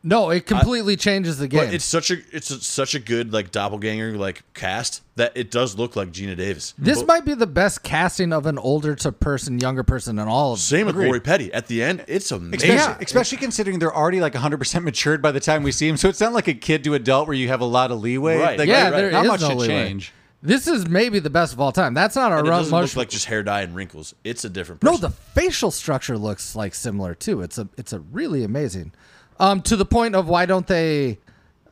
[SPEAKER 4] No, it completely changes the game.
[SPEAKER 3] But it's such a it's a, such a good like doppelganger like cast that it does look like Gina Davis.
[SPEAKER 4] this
[SPEAKER 3] But
[SPEAKER 4] might be the best casting of an older to person, younger person in all of
[SPEAKER 3] same with
[SPEAKER 2] Agreed.
[SPEAKER 3] Lori Petty at the end. It's amazing.
[SPEAKER 2] Especially,
[SPEAKER 4] Yeah.
[SPEAKER 2] especially considering they're already like 100% matured by the time we see them. So it's not like a kid to adult where you have a lot of leeway.
[SPEAKER 3] Right.
[SPEAKER 2] Like,
[SPEAKER 4] Yeah,
[SPEAKER 2] not
[SPEAKER 4] there is
[SPEAKER 2] much
[SPEAKER 4] no
[SPEAKER 2] to
[SPEAKER 4] leeway.
[SPEAKER 2] change.
[SPEAKER 4] This is maybe the best of all time. That's not a
[SPEAKER 3] And it
[SPEAKER 4] run
[SPEAKER 3] doesn't
[SPEAKER 4] much.
[SPEAKER 3] look like just hair dye and wrinkles. It's a different person.
[SPEAKER 4] no, the facial structure looks like similar too. It's a it's a really amazing. Um, to the point of why don't they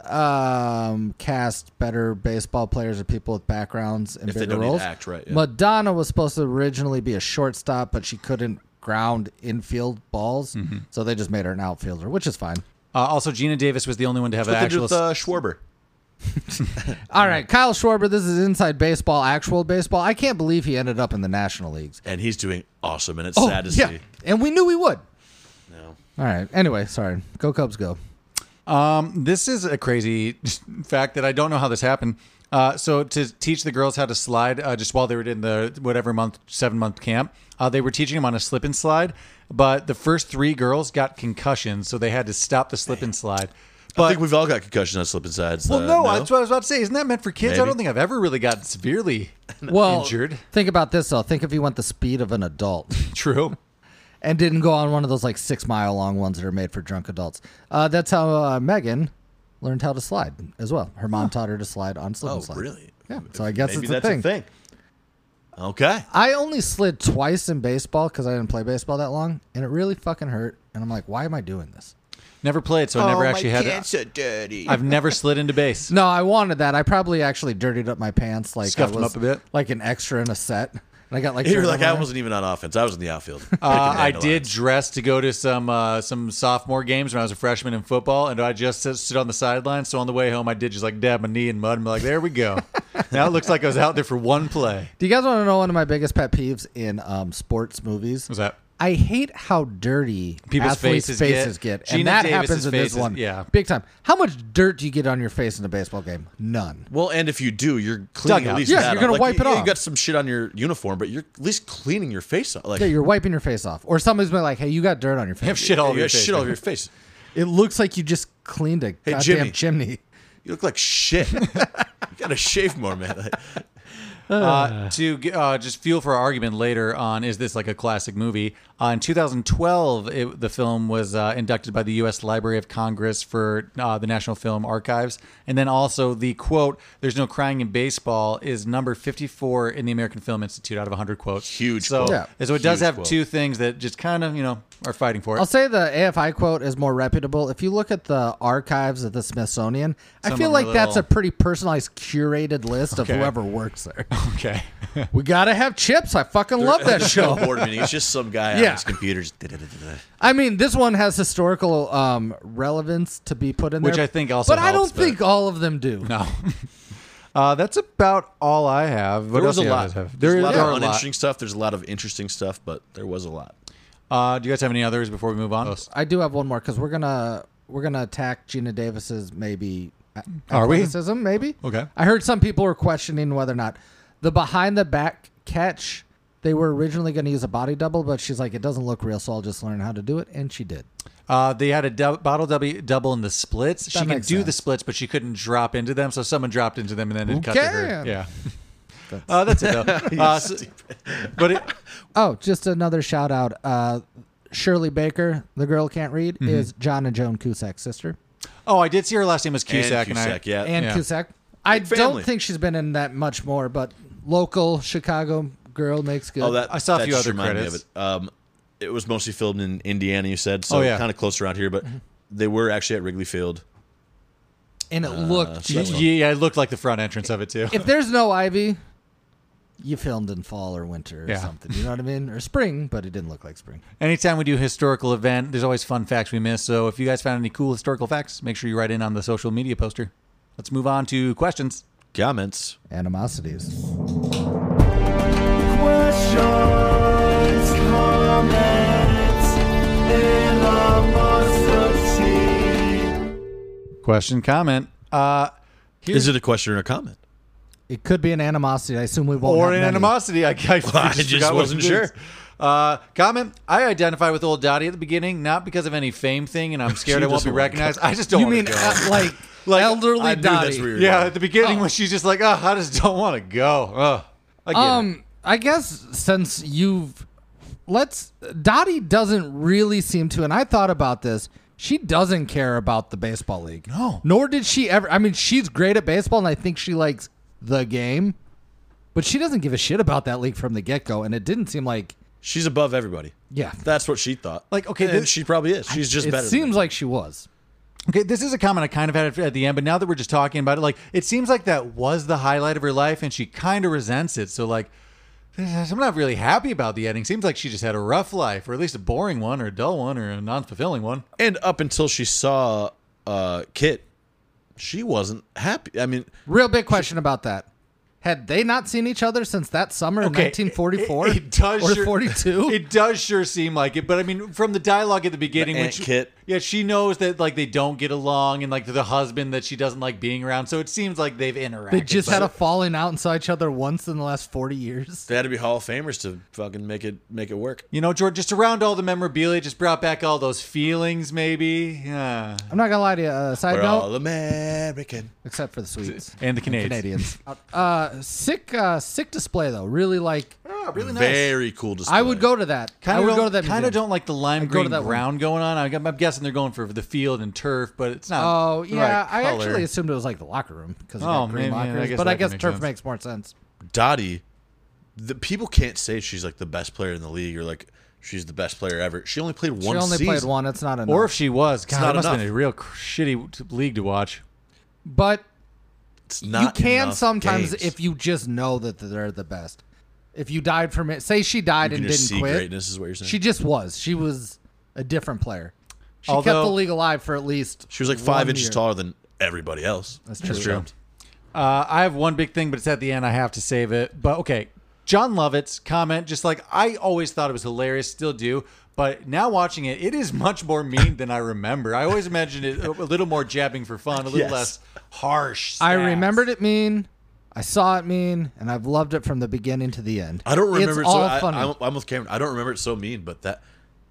[SPEAKER 4] um cast better baseball players or people with backgrounds and
[SPEAKER 3] If they
[SPEAKER 4] bigger
[SPEAKER 3] don't need to
[SPEAKER 4] roles?
[SPEAKER 3] act, right, yeah.
[SPEAKER 4] Madonna was supposed to originally be a shortstop, but she couldn't ground infield balls,
[SPEAKER 3] Mm-hmm.
[SPEAKER 4] so they just made her an outfielder, which is fine.
[SPEAKER 2] Uh, also, Gina Davis was the only one to have an
[SPEAKER 3] what they
[SPEAKER 2] actual.
[SPEAKER 3] did with uh, Schwarber.
[SPEAKER 4] All right, Kyle Schwarber, this is inside baseball, actual baseball. I can't believe he ended up in the National Leagues.
[SPEAKER 3] and he's doing awesome, and it's
[SPEAKER 4] Oh,
[SPEAKER 3] sad to
[SPEAKER 4] yeah.
[SPEAKER 3] see.
[SPEAKER 4] And we knew we would.
[SPEAKER 3] No.
[SPEAKER 4] All right. Anyway, sorry. Go Cubs, go.
[SPEAKER 2] Um, this is a crazy fact that I don't know how this happened. Uh, so to teach the girls how to slide, uh, just while they were in the whatever month, seven month camp, uh, they were teaching them on a slip and slide. But the first three girls got concussions, so they had to stop the slip and slide.
[SPEAKER 3] I
[SPEAKER 2] But
[SPEAKER 3] think we've all got concussion on slip and sides.
[SPEAKER 2] well,
[SPEAKER 3] uh,
[SPEAKER 2] no, that's what I was about to say. Isn't that meant for kids? I
[SPEAKER 3] Maybe.
[SPEAKER 2] don't think I've ever really gotten severely
[SPEAKER 4] Well,
[SPEAKER 2] injured.
[SPEAKER 4] think about this though. Think if you went the speed of an adult
[SPEAKER 2] True.
[SPEAKER 4] and didn't go on one of those like six mile long ones that are made for drunk adults. Uh, that's how uh, Megan learned how to slide as well. Her mom taught her to slide on slip
[SPEAKER 3] Oh,
[SPEAKER 4] and slide.
[SPEAKER 3] really?
[SPEAKER 4] Yeah. So I guess
[SPEAKER 3] Maybe
[SPEAKER 4] it's a
[SPEAKER 3] that's
[SPEAKER 4] thing.
[SPEAKER 3] a thing. Okay.
[SPEAKER 4] I only slid twice in baseball because I didn't play baseball that long, and it really fucking hurt. And I'm like, why am I doing this?
[SPEAKER 2] Never played, so I
[SPEAKER 3] Oh,
[SPEAKER 2] never actually had it.
[SPEAKER 3] so dirty.
[SPEAKER 2] I've never slid into base.
[SPEAKER 4] No, I wanted that. I probably actually dirtied up my pants, like
[SPEAKER 2] Scuffed
[SPEAKER 4] I
[SPEAKER 2] them
[SPEAKER 4] was
[SPEAKER 2] up a bit?
[SPEAKER 4] like an extra in a set. And I got like
[SPEAKER 3] you were
[SPEAKER 4] dirt
[SPEAKER 3] like,
[SPEAKER 4] on my-
[SPEAKER 3] I wasn't even on offense. I was in the outfield.
[SPEAKER 2] Uh,
[SPEAKER 3] picking
[SPEAKER 2] I did
[SPEAKER 3] dandelions.
[SPEAKER 2] dress to go to some uh, some sophomore games when I was a freshman in football, and I just sit- stood on the sideline. So on the way home, I did just like dab my knee in mud and be like, "There we go." now it looks like I was out there for one play.
[SPEAKER 4] Do you guys want to know one of my biggest pet peeves in um, sports movies?
[SPEAKER 2] What's that?
[SPEAKER 4] I hate how dirty
[SPEAKER 2] People's
[SPEAKER 4] athletes'
[SPEAKER 2] faces
[SPEAKER 4] faces,
[SPEAKER 2] get-
[SPEAKER 4] get,
[SPEAKER 2] Gina
[SPEAKER 4] and that
[SPEAKER 2] Davis's
[SPEAKER 4] happens in
[SPEAKER 2] faces,
[SPEAKER 4] this one,
[SPEAKER 2] yeah.
[SPEAKER 4] big time. How much dirt do you get on your face in a baseball game? None.
[SPEAKER 3] Well, and if you do, you're cleaning
[SPEAKER 2] Dugout.
[SPEAKER 3] at least
[SPEAKER 4] Yeah,
[SPEAKER 3] that
[SPEAKER 4] you're
[SPEAKER 3] up.
[SPEAKER 4] gonna
[SPEAKER 3] Like,
[SPEAKER 4] wipe it
[SPEAKER 3] yeah, You
[SPEAKER 4] off.
[SPEAKER 3] got some shit on your uniform, but you're at least cleaning your face off. Like,
[SPEAKER 4] Yeah, you're wiping your face off, or somebody's been like, "Hey, you got dirt on your
[SPEAKER 2] I have
[SPEAKER 4] face.
[SPEAKER 2] shit all
[SPEAKER 3] yeah,
[SPEAKER 2] over
[SPEAKER 3] you
[SPEAKER 2] your
[SPEAKER 3] got
[SPEAKER 2] face.
[SPEAKER 3] shit all over your face.
[SPEAKER 4] It looks like you just cleaned a goddamn
[SPEAKER 3] Jimmy.
[SPEAKER 4] chimney."
[SPEAKER 3] You look like shit. you gotta shave more, man. Like,
[SPEAKER 2] Uh, to g- uh, just fuel for our argument later on, is this like a classic movie? Uh, in 2012, it, the film was uh, inducted by the U.S. Library of Congress for uh, the National Film Archives. And then also the quote, there's no crying in baseball, is number 54 in the American Film Institute out of 100 quotes.
[SPEAKER 3] Huge
[SPEAKER 2] So,
[SPEAKER 3] quote.
[SPEAKER 2] so it does
[SPEAKER 3] Huge
[SPEAKER 2] have
[SPEAKER 3] quote.
[SPEAKER 2] two things that just kind of, you know, are fighting for it.
[SPEAKER 4] I'll say the AFI quote is more reputable. If you look at the archives of the Smithsonian, I
[SPEAKER 2] Some
[SPEAKER 4] feel
[SPEAKER 2] of 'em
[SPEAKER 4] like
[SPEAKER 2] are
[SPEAKER 4] that's
[SPEAKER 2] little-
[SPEAKER 4] a pretty personalized, curated list of
[SPEAKER 2] Okay.
[SPEAKER 4] whoever works there.
[SPEAKER 2] okay.
[SPEAKER 4] we gotta have chips. I fucking love that
[SPEAKER 3] no
[SPEAKER 4] show.
[SPEAKER 3] board meeting. It's just some guy
[SPEAKER 4] Yeah.
[SPEAKER 3] on his computer. Just da-da-da-da-da.
[SPEAKER 4] I mean, this one has historical um, relevance to be put in there,
[SPEAKER 2] Which I think also
[SPEAKER 4] But I don't
[SPEAKER 2] helps, but-
[SPEAKER 4] think all of them do.
[SPEAKER 2] no. Uh, that's about all I have. What
[SPEAKER 3] There
[SPEAKER 2] else
[SPEAKER 3] was a
[SPEAKER 2] do you
[SPEAKER 3] lot.
[SPEAKER 2] guys have?
[SPEAKER 3] There's
[SPEAKER 2] There,
[SPEAKER 3] a lot
[SPEAKER 2] there
[SPEAKER 3] of
[SPEAKER 2] are a lot.
[SPEAKER 3] uninteresting stuff. There's a lot of interesting stuff, but there was a lot.
[SPEAKER 2] Uh, do you guys have any others before we move on?
[SPEAKER 4] I do have one more because we're gonna we're gonna attack Gina Davis's maybe a-
[SPEAKER 2] Are we?
[SPEAKER 4] athleticism, maybe.
[SPEAKER 2] Okay.
[SPEAKER 4] I heard some people were questioning whether or not the behind the back catch they were originally going to use a body double, but she's like, it doesn't look real, so I'll just learn how to do it, and she did.
[SPEAKER 2] Uh, they had a dou- bottle dub- double in the splits. she can
[SPEAKER 4] makes
[SPEAKER 2] do the
[SPEAKER 4] sense.
[SPEAKER 2] splits, but she couldn't drop into them. So someone dropped into them and then it cut to her.
[SPEAKER 4] can?
[SPEAKER 2] Yeah. Uh, that's it though. Uh, so- but it,
[SPEAKER 4] Oh, just another shout out. Uh, Shirley Baker, the girl can't read,
[SPEAKER 2] Mm-hmm.
[SPEAKER 4] is John and Joan Cusack's sister,
[SPEAKER 2] oh, I did see her last name was
[SPEAKER 3] And
[SPEAKER 2] Cusack, and,
[SPEAKER 3] Cusack,
[SPEAKER 2] I,
[SPEAKER 3] yeah.
[SPEAKER 4] and
[SPEAKER 2] Uh, Yeah.
[SPEAKER 4] Cusack. I
[SPEAKER 3] family.
[SPEAKER 4] don't think she's been in that much more, but local Chicago Girl makes good.
[SPEAKER 3] Oh, that
[SPEAKER 2] I saw a
[SPEAKER 3] that
[SPEAKER 2] few
[SPEAKER 3] just
[SPEAKER 2] other
[SPEAKER 3] reminded me of
[SPEAKER 2] credits.
[SPEAKER 3] it. Um, it was mostly filmed in Indiana, you said, so
[SPEAKER 2] Oh, yeah.
[SPEAKER 3] kind of close around here, but they were actually at Wrigley Field.
[SPEAKER 4] and
[SPEAKER 3] uh,
[SPEAKER 4] it looked.
[SPEAKER 3] so-
[SPEAKER 4] just-
[SPEAKER 2] yeah, it looked like the front entrance of it too.
[SPEAKER 4] if there's no ivy, you filmed in fall or winter or
[SPEAKER 2] Yeah.
[SPEAKER 4] something. You know what I mean? Or spring, but it didn't look like spring.
[SPEAKER 2] Anytime we do a historical event, there's always fun facts we miss. So if you guys found any cool historical facts, make sure you write in on the social media poster. Let's move on to questions.
[SPEAKER 3] Comments.
[SPEAKER 4] Animosities.
[SPEAKER 1] Questions, comments, and animosity.
[SPEAKER 2] Question, comment. Uh, here's
[SPEAKER 3] Is it a question or a comment?
[SPEAKER 4] It could be an animosity. I assume we won't.
[SPEAKER 2] or
[SPEAKER 4] have
[SPEAKER 2] an
[SPEAKER 4] Oh, many.
[SPEAKER 2] animosity. I, I,
[SPEAKER 3] I
[SPEAKER 2] just
[SPEAKER 3] just
[SPEAKER 2] forgot what
[SPEAKER 3] wasn't
[SPEAKER 2] it is.
[SPEAKER 3] sure.
[SPEAKER 2] Uh, comment: I identify with old Dottie at the beginning, not because of any fame thing, and I'm scared
[SPEAKER 3] She
[SPEAKER 2] I won't be
[SPEAKER 3] doesn't wanna
[SPEAKER 2] recognized. I just don't.
[SPEAKER 4] You
[SPEAKER 2] want
[SPEAKER 4] mean
[SPEAKER 2] to go.
[SPEAKER 4] uh, like,
[SPEAKER 2] Like,
[SPEAKER 4] elderly
[SPEAKER 3] I knew that's
[SPEAKER 4] Dottie.
[SPEAKER 3] where you were
[SPEAKER 2] yeah?
[SPEAKER 3] going.
[SPEAKER 2] At the beginning, when she's just like, "Oh, I just don't want to go." Ugh. I get it.
[SPEAKER 4] Um, I guess since you've let's Dottie doesn't really seem to, and I thought about this. She doesn't care about the baseball league.
[SPEAKER 2] No.
[SPEAKER 4] Nor did she ever. I mean, she's great at baseball, and I think she likes the game, but she doesn't give a shit about that league from the get go. And it didn't seem like.
[SPEAKER 3] She's above everybody.
[SPEAKER 4] Yeah.
[SPEAKER 3] That's what she thought.
[SPEAKER 2] Like, okay,
[SPEAKER 3] and
[SPEAKER 2] this-
[SPEAKER 3] she probably is. She's just
[SPEAKER 4] it
[SPEAKER 3] better.
[SPEAKER 4] seems like she was.
[SPEAKER 2] Okay, this is a comment I kind of had at the end, but now that we're just talking about it, like it seems like that was the highlight of her life, and she kind of resents it. So like, I'm not really happy about the ending. Seems like she just had a rough life, or at least a boring one, or a dull one, or a non-fulfilling one.
[SPEAKER 3] than and up until she saw uh, Kit, she wasn't happy. I mean,
[SPEAKER 4] Real big question about that. Had they not seen each other since that summer
[SPEAKER 2] Okay,
[SPEAKER 4] in 1944
[SPEAKER 2] it, it does
[SPEAKER 4] or
[SPEAKER 2] sure-
[SPEAKER 4] 42?
[SPEAKER 2] It does sure seem like it, but I mean, from the dialogue at the beginning,
[SPEAKER 3] The
[SPEAKER 2] when
[SPEAKER 3] Aunt
[SPEAKER 2] she,
[SPEAKER 3] Kit.
[SPEAKER 2] yeah, she knows that like they don't get along, and like the husband that she doesn't like being around. So it seems like they've interacted.
[SPEAKER 4] They just
[SPEAKER 2] but-
[SPEAKER 4] had a falling out and saw each other once in the last 40 years.
[SPEAKER 3] they had to be Hall of Famers to fucking make it make it work.
[SPEAKER 2] You know, George, just around all the memorabilia, just brought back all those feelings, maybe. Yeah.
[SPEAKER 4] I'm not going to lie to you. Uh, side
[SPEAKER 3] We're
[SPEAKER 4] note,
[SPEAKER 3] all American.
[SPEAKER 4] except for the Swedes.
[SPEAKER 2] And the Canadians.
[SPEAKER 4] Canadians. uh, sick, uh, sick display, though. Really like,
[SPEAKER 3] Oh,
[SPEAKER 2] really
[SPEAKER 3] Very cool display.
[SPEAKER 4] I would go to that.
[SPEAKER 2] Kind
[SPEAKER 4] I
[SPEAKER 2] of
[SPEAKER 4] would
[SPEAKER 2] don't,
[SPEAKER 4] go to that.
[SPEAKER 2] kind of
[SPEAKER 4] museum.
[SPEAKER 2] don't like the lime
[SPEAKER 4] go to
[SPEAKER 2] green
[SPEAKER 4] that one.
[SPEAKER 2] ground going on. I- I'm guessing they're going for the field and turf, but it's not.
[SPEAKER 4] Oh,
[SPEAKER 2] the
[SPEAKER 4] yeah.
[SPEAKER 2] right
[SPEAKER 4] I
[SPEAKER 2] color.
[SPEAKER 4] actually assumed it was like the locker room because
[SPEAKER 2] Oh,
[SPEAKER 4] got green
[SPEAKER 2] maybe, yeah, I
[SPEAKER 4] lockers.
[SPEAKER 2] guess
[SPEAKER 4] but
[SPEAKER 2] that
[SPEAKER 4] I
[SPEAKER 2] could
[SPEAKER 4] guess
[SPEAKER 2] make
[SPEAKER 4] turf
[SPEAKER 2] sense.
[SPEAKER 4] makes more sense.
[SPEAKER 3] Dottie, the people can't say she's like the best player in the league or like she's the best player ever. She only played one
[SPEAKER 4] She only
[SPEAKER 3] season.
[SPEAKER 4] played one. It's not enough.
[SPEAKER 2] Or if she was,
[SPEAKER 3] not
[SPEAKER 2] God, it must have
[SPEAKER 3] enough.
[SPEAKER 2] been a real cr- shitty t- league to watch.
[SPEAKER 4] but
[SPEAKER 3] It's not
[SPEAKER 4] you can
[SPEAKER 3] enough
[SPEAKER 4] sometimes
[SPEAKER 3] games.
[SPEAKER 4] if you just know that they're the best. If you died from it, say she died
[SPEAKER 3] You
[SPEAKER 4] and
[SPEAKER 3] can just
[SPEAKER 4] didn't
[SPEAKER 3] see
[SPEAKER 4] quit.
[SPEAKER 3] greatness is what you're saying.
[SPEAKER 4] She
[SPEAKER 3] She,
[SPEAKER 4] just was. She was a different player. She
[SPEAKER 2] Although-
[SPEAKER 4] kept the league alive for at least.
[SPEAKER 3] was like five
[SPEAKER 4] one
[SPEAKER 3] inches
[SPEAKER 4] year.
[SPEAKER 3] taller than everybody else. That's
[SPEAKER 4] true. That's true.
[SPEAKER 2] Uh, I have one big thing, but it's at the end. I have to save it. But okay, John Lovett's comment, just like I always thought it was hilarious, still do. But now watching it, it is much more mean than I remember. I always imagined it a a little more jabbing for fun, a little
[SPEAKER 3] Yes.
[SPEAKER 2] less harsh.
[SPEAKER 4] I
[SPEAKER 2] stabs.
[SPEAKER 4] remembered it mean. I saw it mean, and I've loved it from the beginning to the end.
[SPEAKER 3] I don't remember
[SPEAKER 4] It's
[SPEAKER 3] it
[SPEAKER 4] all
[SPEAKER 3] so
[SPEAKER 4] funny.
[SPEAKER 3] I, I'm, I'm with Cameron. I don't remember it so mean, but that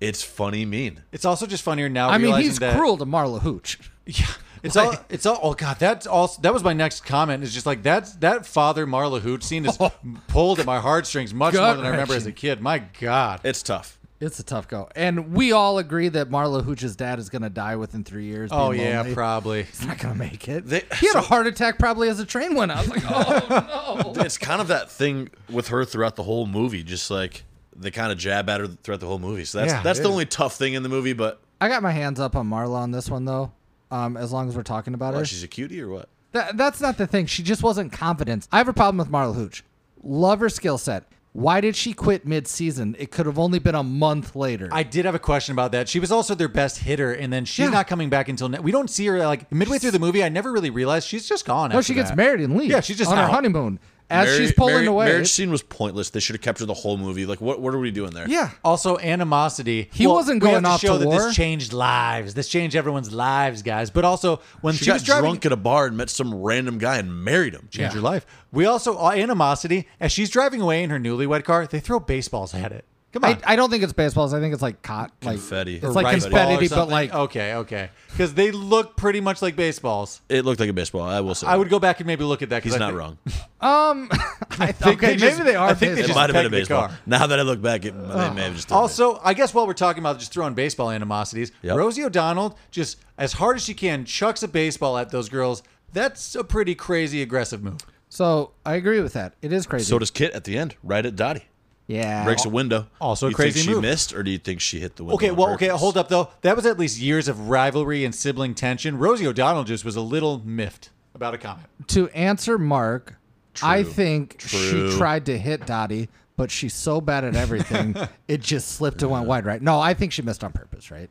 [SPEAKER 3] it's funny mean.
[SPEAKER 2] It's also just funnier now.
[SPEAKER 4] I mean,
[SPEAKER 2] realizing
[SPEAKER 4] he's
[SPEAKER 2] that,
[SPEAKER 4] cruel to Marla Hooch.
[SPEAKER 2] Yeah, it's all. It's all. Oh god, that's also. That was my next comment. Is just like that's that father Marla Hoot scene
[SPEAKER 4] Oh.
[SPEAKER 2] is pulled at my heartstrings much more than I remember as a
[SPEAKER 4] Gut-wrenching.
[SPEAKER 2] kid. My god.
[SPEAKER 3] It's tough.
[SPEAKER 4] It's a tough go, and we all agree that Marla Hooch's dad is going to die within three years.
[SPEAKER 2] Oh
[SPEAKER 4] being
[SPEAKER 2] yeah,
[SPEAKER 4] lonely.
[SPEAKER 2] probably.
[SPEAKER 4] he's not going to make it.
[SPEAKER 3] They-
[SPEAKER 4] he had
[SPEAKER 3] so-
[SPEAKER 4] a heart attack probably as the train went. I was like, oh no.
[SPEAKER 3] It's kind of that thing with her throughout the whole movie, just like they kind of jab at her throughout the whole movie. So that's
[SPEAKER 2] Yeah,
[SPEAKER 3] that's
[SPEAKER 2] it
[SPEAKER 3] the
[SPEAKER 2] is.
[SPEAKER 3] only tough thing in the movie. But
[SPEAKER 4] I got my hands up on Marla on this one though. Um, as long as we're talking about
[SPEAKER 3] oh,
[SPEAKER 4] her,
[SPEAKER 3] she's a cutie or what?
[SPEAKER 4] That, that's not the thing. She just wasn't confident. I have a problem with Marla Hooch. Love her skill set. Why did she quit mid-season? It could have only been a month later.
[SPEAKER 2] I did have a question about that. She was also their best hitter, and then she's
[SPEAKER 4] Yeah.
[SPEAKER 2] not coming back until ne- we don't see her like midway through the movie. I never really realized she's just gone.
[SPEAKER 4] no,
[SPEAKER 2] after
[SPEAKER 4] she gets
[SPEAKER 2] that.
[SPEAKER 4] married and leaves.
[SPEAKER 2] Yeah, she's just
[SPEAKER 4] on her
[SPEAKER 2] out.
[SPEAKER 4] honeymoon as
[SPEAKER 3] Marri-
[SPEAKER 4] she's pulling
[SPEAKER 3] marri-
[SPEAKER 4] away.
[SPEAKER 3] Marriage scene was pointless. They should have kept her the whole movie. Like, what what are we doing there?
[SPEAKER 4] yeah,
[SPEAKER 2] Also, animosity.
[SPEAKER 4] He
[SPEAKER 2] Well,
[SPEAKER 4] wasn't
[SPEAKER 2] we have
[SPEAKER 4] going off
[SPEAKER 2] to show
[SPEAKER 4] to
[SPEAKER 2] that
[SPEAKER 4] war.
[SPEAKER 2] this changed lives. This changed everyone's lives, guys. But also, when she,
[SPEAKER 3] She, got
[SPEAKER 2] was driving,
[SPEAKER 3] drunk at a bar and met some random guy and married him.
[SPEAKER 2] change your life. We also uh, animosity as she's driving away in her newlywed car. They throw baseballs at it. Come on,
[SPEAKER 4] I, I don't think it's baseballs. I think it's like cot, like
[SPEAKER 3] Confetti.
[SPEAKER 4] It's like
[SPEAKER 2] Rice ball or
[SPEAKER 4] confetti, but
[SPEAKER 2] something?
[SPEAKER 4] like
[SPEAKER 2] okay, okay, because they look pretty much like baseballs.
[SPEAKER 3] It looked like a baseball. I will say.
[SPEAKER 2] I would go back and maybe look at that. 'cause
[SPEAKER 3] He's
[SPEAKER 2] I
[SPEAKER 3] not
[SPEAKER 2] thi-
[SPEAKER 3] wrong.
[SPEAKER 4] I think okay,
[SPEAKER 2] they just-
[SPEAKER 4] maybe they are.
[SPEAKER 2] I think they
[SPEAKER 3] It
[SPEAKER 4] baseballs.
[SPEAKER 2] just
[SPEAKER 3] might have been a
[SPEAKER 2] pegged the
[SPEAKER 3] baseball.
[SPEAKER 2] car.
[SPEAKER 3] Now that I look back, it, they may have just done it.
[SPEAKER 2] Also, I guess while we're talking about just throwing baseball animosities,
[SPEAKER 3] Yep.
[SPEAKER 2] Rosie O'Donnell just as hard as she can chucks a baseball at those girls. That's a pretty crazy aggressive move.
[SPEAKER 4] so I agree with that. It is crazy.
[SPEAKER 3] So does Kit at the end, right at Dottie.
[SPEAKER 4] Yeah.
[SPEAKER 3] breaks a window.
[SPEAKER 2] Also a
[SPEAKER 3] you
[SPEAKER 2] crazy
[SPEAKER 3] think she
[SPEAKER 2] move.
[SPEAKER 3] missed, or do you think she hit the window?
[SPEAKER 2] Okay,
[SPEAKER 3] on
[SPEAKER 2] well, okay,
[SPEAKER 3] purpose?
[SPEAKER 2] hold up though. That was at least years of rivalry and sibling tension. Rosie O'Donnell just was a little miffed about a comment.
[SPEAKER 4] to answer Mark, I
[SPEAKER 3] True.
[SPEAKER 4] think
[SPEAKER 3] True.
[SPEAKER 4] she tried to hit Dottie, but she's so bad at everything, it just slipped and went wide right. No, I think she missed on purpose, right?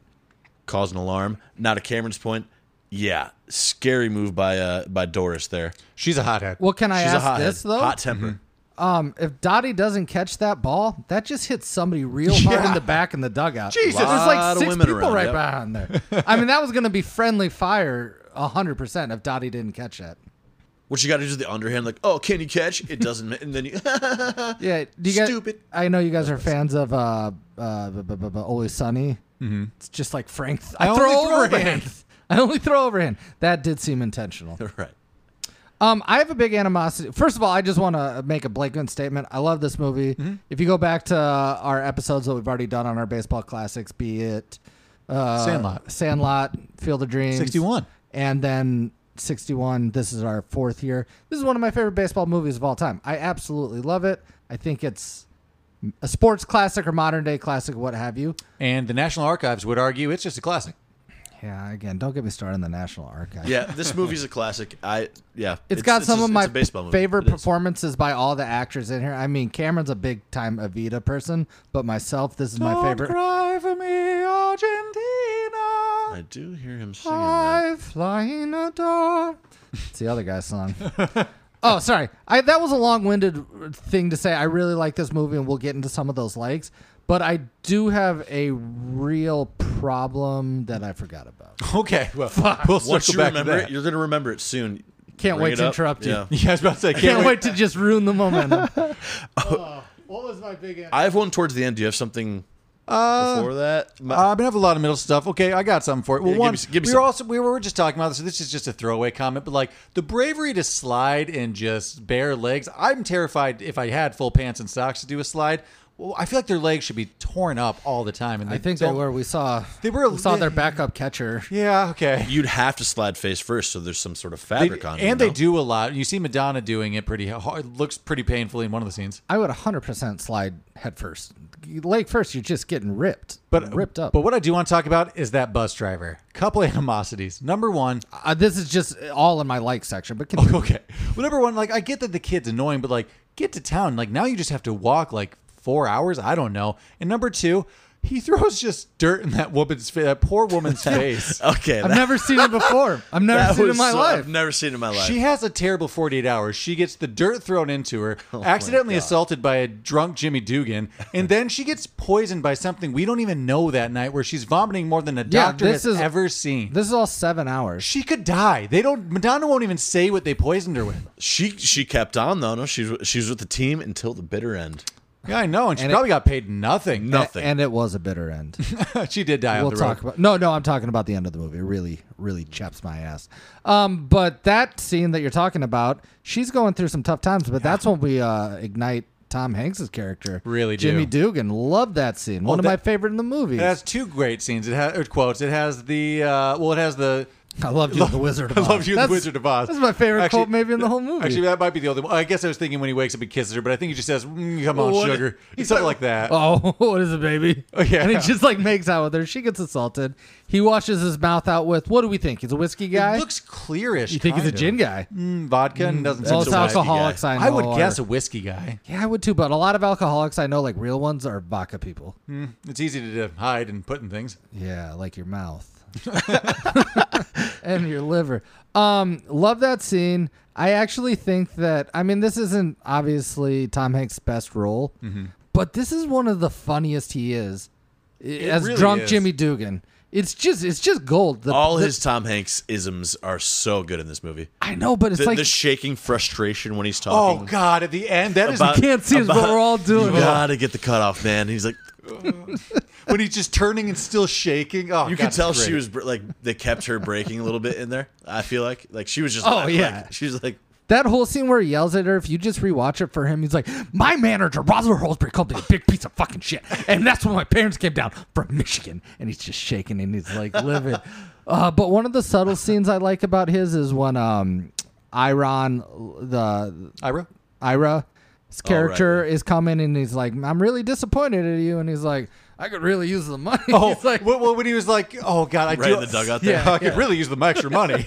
[SPEAKER 3] Cause an alarm. Not a Cameron's point. Yeah, scary move by uh by Doris there.
[SPEAKER 2] She's a hothead.
[SPEAKER 4] Well, can I
[SPEAKER 3] She's a
[SPEAKER 4] ask
[SPEAKER 3] hot
[SPEAKER 4] this though?
[SPEAKER 3] hot temper.
[SPEAKER 2] Mm-hmm.
[SPEAKER 4] Um, if Dottie doesn't catch that ball, that just hits somebody real hard in the back in the dugout.
[SPEAKER 2] Jesus.
[SPEAKER 4] there's like
[SPEAKER 3] Lot of
[SPEAKER 4] six
[SPEAKER 3] women
[SPEAKER 4] people
[SPEAKER 3] around,
[SPEAKER 4] right
[SPEAKER 3] yep.
[SPEAKER 4] behind there. I mean, that was going to be friendly fire, hundred percent, if Dottie didn't catch it.
[SPEAKER 3] What you got to do is the underhand, like, oh, can you catch? It doesn't, ma- and then you.
[SPEAKER 4] Yeah, do you guys-
[SPEAKER 3] Stupid.
[SPEAKER 4] I know you guys are fans of uh, uh, b- b- b- Always Sunny. Mm-hmm. It's just like Frank. I,
[SPEAKER 2] only
[SPEAKER 4] throw
[SPEAKER 2] throw
[SPEAKER 4] overhand.
[SPEAKER 2] overhand.
[SPEAKER 4] I only throw overhand. That did seem intentional.
[SPEAKER 3] right.
[SPEAKER 4] Um, I have a big animosity. First of all, I just want to make a blatant statement. I love this movie. If you go back to uh, our episodes that we've already done on our baseball classics, be it uh,
[SPEAKER 2] Sandlot.
[SPEAKER 4] Sandlot, Field of Dreams,
[SPEAKER 2] 61.
[SPEAKER 4] and then 61. This is our fourth year. This is one of my favorite baseball movies of all time. I absolutely love it. I think it's a sports classic or modern day classic, what have you.
[SPEAKER 2] And the National Archives would argue it's just a classic.
[SPEAKER 4] Yeah, again, don't get me started on the National Archives.
[SPEAKER 3] Yeah, this movie's a classic. I yeah,
[SPEAKER 4] it's got some
[SPEAKER 3] a-
[SPEAKER 4] of my
[SPEAKER 3] it's a baseball movie.
[SPEAKER 4] favorite
[SPEAKER 3] It is.
[SPEAKER 4] performances by all the actors in here. I mean, Cameron's a big time Evita person, but myself, this is my favorite.
[SPEAKER 2] cry for me, Argentina.
[SPEAKER 3] I do hear him singing that.
[SPEAKER 4] I flying adore. It's the other guy's song. oh, sorry. I that was a long-winded thing to say. I really like this movie, and we'll get into some of those likes. But I do have a real problem that I forgot about.
[SPEAKER 2] Okay, well, we'll
[SPEAKER 3] Once
[SPEAKER 2] circle
[SPEAKER 3] you
[SPEAKER 2] back to
[SPEAKER 3] remember
[SPEAKER 2] that.
[SPEAKER 3] it, you're gonna remember it soon.
[SPEAKER 4] Can't
[SPEAKER 3] Bring
[SPEAKER 4] wait
[SPEAKER 3] it
[SPEAKER 4] to
[SPEAKER 3] up.
[SPEAKER 4] interrupt you.
[SPEAKER 3] Yeah.
[SPEAKER 2] yeah, I was about to say, can't,
[SPEAKER 4] Can't
[SPEAKER 2] wait.
[SPEAKER 4] wait to just ruin the momentum. Oh, what was my big?
[SPEAKER 3] I have one towards the end. Do you have something before that? My-
[SPEAKER 2] Uh, I've been having a lot of middle stuff. Okay, I got something for it. Well,
[SPEAKER 3] Yeah, give
[SPEAKER 2] one,
[SPEAKER 3] me s- give me
[SPEAKER 2] we were
[SPEAKER 3] something.
[SPEAKER 2] also we were just talking about this. So this is just a throwaway comment, but like the bravery to slide in just bare legs. I'm terrified if I had full pants and socks to do a slide. Well, I feel like their legs should be torn up all the time. And
[SPEAKER 4] I think they
[SPEAKER 2] don't-
[SPEAKER 4] were. We saw.
[SPEAKER 2] They were-
[SPEAKER 4] We saw their backup catcher.
[SPEAKER 2] Yeah. Okay.
[SPEAKER 3] You'd have to slide face first, so there's some sort of
[SPEAKER 2] They-
[SPEAKER 3] fabric on. it,
[SPEAKER 2] and
[SPEAKER 3] you
[SPEAKER 2] they
[SPEAKER 3] know?
[SPEAKER 2] do a lot. You see Madonna doing it pretty hard. It looks pretty painfully in one of the scenes.
[SPEAKER 4] I would 100% slide head first. Leg first, you're just getting ripped.
[SPEAKER 2] But
[SPEAKER 4] ripped up.
[SPEAKER 2] But what I do want to talk about is that bus driver. Couple animosities. Number one,
[SPEAKER 4] uh, this is just all in my like section. But continue.
[SPEAKER 2] Okay. Well, number one, like I get that the kid's annoying, but like get to town. Like now you just have to walk like four hours. I don't know. And number two, he throws just dirt in that woman's fa- that poor woman's
[SPEAKER 4] Oh
[SPEAKER 2] face.
[SPEAKER 3] Okay,
[SPEAKER 4] I've
[SPEAKER 3] that-
[SPEAKER 4] never seen it before. I've never
[SPEAKER 3] that
[SPEAKER 4] seen it in
[SPEAKER 3] was
[SPEAKER 4] my
[SPEAKER 3] so-
[SPEAKER 4] life.
[SPEAKER 3] I've never seen it in my life.
[SPEAKER 2] She has a terrible 48 hours. She gets the dirt thrown into her,
[SPEAKER 4] Oh
[SPEAKER 2] accidentally assaulted by a drunk Jimmy Dugan, and then she gets poisoned by something we don't even know that night where she's vomiting more than a
[SPEAKER 4] Yeah,
[SPEAKER 2] doctor
[SPEAKER 4] this
[SPEAKER 2] has
[SPEAKER 4] is-
[SPEAKER 2] ever seen.
[SPEAKER 4] This is all seven hours.
[SPEAKER 2] she could die. They don't Madonna won't even say what they poisoned her with.
[SPEAKER 3] she she kept on though. No, she she was with the team until the bitter end.
[SPEAKER 2] Yeah, I know, and she
[SPEAKER 4] And it-
[SPEAKER 2] probably got paid nothing.
[SPEAKER 3] Nothing.
[SPEAKER 4] And it was a bitter end.
[SPEAKER 2] she did die
[SPEAKER 4] we'll
[SPEAKER 2] on the road.
[SPEAKER 4] talk about. No, no, I'm talking about the end of the movie. It really, really chaps my ass. Um, but that scene that you're talking about, she's going through some tough times. But that's when we uh, ignite Tom Hanks's character.
[SPEAKER 2] Really do.
[SPEAKER 4] Jimmy Dugan. Love that scene. One of
[SPEAKER 2] that-
[SPEAKER 4] my favorite in the movie.
[SPEAKER 2] It has two great scenes. It has or quotes. It has the uh, well. It has the
[SPEAKER 4] I love you, the Wizard. Of
[SPEAKER 2] I
[SPEAKER 4] Oz.
[SPEAKER 2] love you, the
[SPEAKER 4] That's-
[SPEAKER 2] Wizard of Oz.
[SPEAKER 4] That's my favorite
[SPEAKER 2] Actually-
[SPEAKER 4] quote, maybe in the whole movie.
[SPEAKER 2] Actually, that might be the only one. I guess I was thinking when he wakes up and kisses her, but I think he just says, mm, "Come on,
[SPEAKER 3] What?
[SPEAKER 2] sugar,"
[SPEAKER 3] He's
[SPEAKER 2] something
[SPEAKER 3] like-
[SPEAKER 2] like that.
[SPEAKER 4] oh, what is it, baby?
[SPEAKER 2] Oh, yeah.
[SPEAKER 4] and he just like makes out with her. She gets assaulted. He washes his mouth out with what do we think? He's a whiskey guy.
[SPEAKER 2] It looks clearish.
[SPEAKER 4] you think he's a
[SPEAKER 2] kind of.
[SPEAKER 4] gin guy?
[SPEAKER 2] Mm, vodka and doesn't.
[SPEAKER 4] Well,
[SPEAKER 2] seem
[SPEAKER 4] it's
[SPEAKER 2] so
[SPEAKER 3] whiskey
[SPEAKER 4] alcoholics.
[SPEAKER 3] guy.
[SPEAKER 4] I know.
[SPEAKER 2] I would
[SPEAKER 4] are-
[SPEAKER 2] guess a whiskey guy.
[SPEAKER 4] Yeah, I would too. But a lot of alcoholics I know, like real ones, are vodka people.
[SPEAKER 2] It's easy to hide and put in things.
[SPEAKER 4] Yeah, like your mouth and your liver. Um, love that scene. I actually think that I mean this isn't obviously Tom Hanks' best role,
[SPEAKER 3] Mm-hmm.
[SPEAKER 4] but this is one of the funniest he is i- as
[SPEAKER 2] really
[SPEAKER 4] drunk
[SPEAKER 2] is.
[SPEAKER 4] Jimmy Dugan. It's just it's just gold. The-
[SPEAKER 3] All
[SPEAKER 4] the-
[SPEAKER 3] his Tom Hanks isms are so good in this movie.
[SPEAKER 4] I know, but it's
[SPEAKER 3] The,
[SPEAKER 4] like
[SPEAKER 3] the shaking frustration when he's
[SPEAKER 2] Oh
[SPEAKER 3] talking.
[SPEAKER 2] God! At the end, that is
[SPEAKER 3] About-
[SPEAKER 4] can't see us, but
[SPEAKER 3] about-
[SPEAKER 4] we're all doing
[SPEAKER 3] You
[SPEAKER 4] it.
[SPEAKER 3] gotta get the cutoff, man. He's like,
[SPEAKER 2] when he's just turning and still shaking. Oh,
[SPEAKER 3] you
[SPEAKER 2] God,
[SPEAKER 3] could
[SPEAKER 2] it's
[SPEAKER 3] tell she
[SPEAKER 2] great.
[SPEAKER 3] was br- like they kept her breaking a little bit in there. I feel like like she was just
[SPEAKER 4] Oh,
[SPEAKER 3] like-
[SPEAKER 4] yeah.
[SPEAKER 3] like, she was like
[SPEAKER 4] That whole scene where he yells at her, if you just rewatch it for him, he's like, My manager, Roswell Holsbury, called me a big piece of fucking shit. And that's when my parents came down from Michigan. And he's just shaking and he's like livid. Uh, but one of the subtle scenes I like about his is when um, Iron, the
[SPEAKER 2] Ira.
[SPEAKER 4] Ira, His character is coming and he's like, "I'm really disappointed at you," and he's like, "I could really use the money."
[SPEAKER 2] Oh,
[SPEAKER 4] He's like,
[SPEAKER 2] well, well, when he was like, "Oh God, I
[SPEAKER 3] Right
[SPEAKER 2] do
[SPEAKER 3] in the dugout
[SPEAKER 2] Yeah,
[SPEAKER 3] there.
[SPEAKER 2] I could really use the extra money.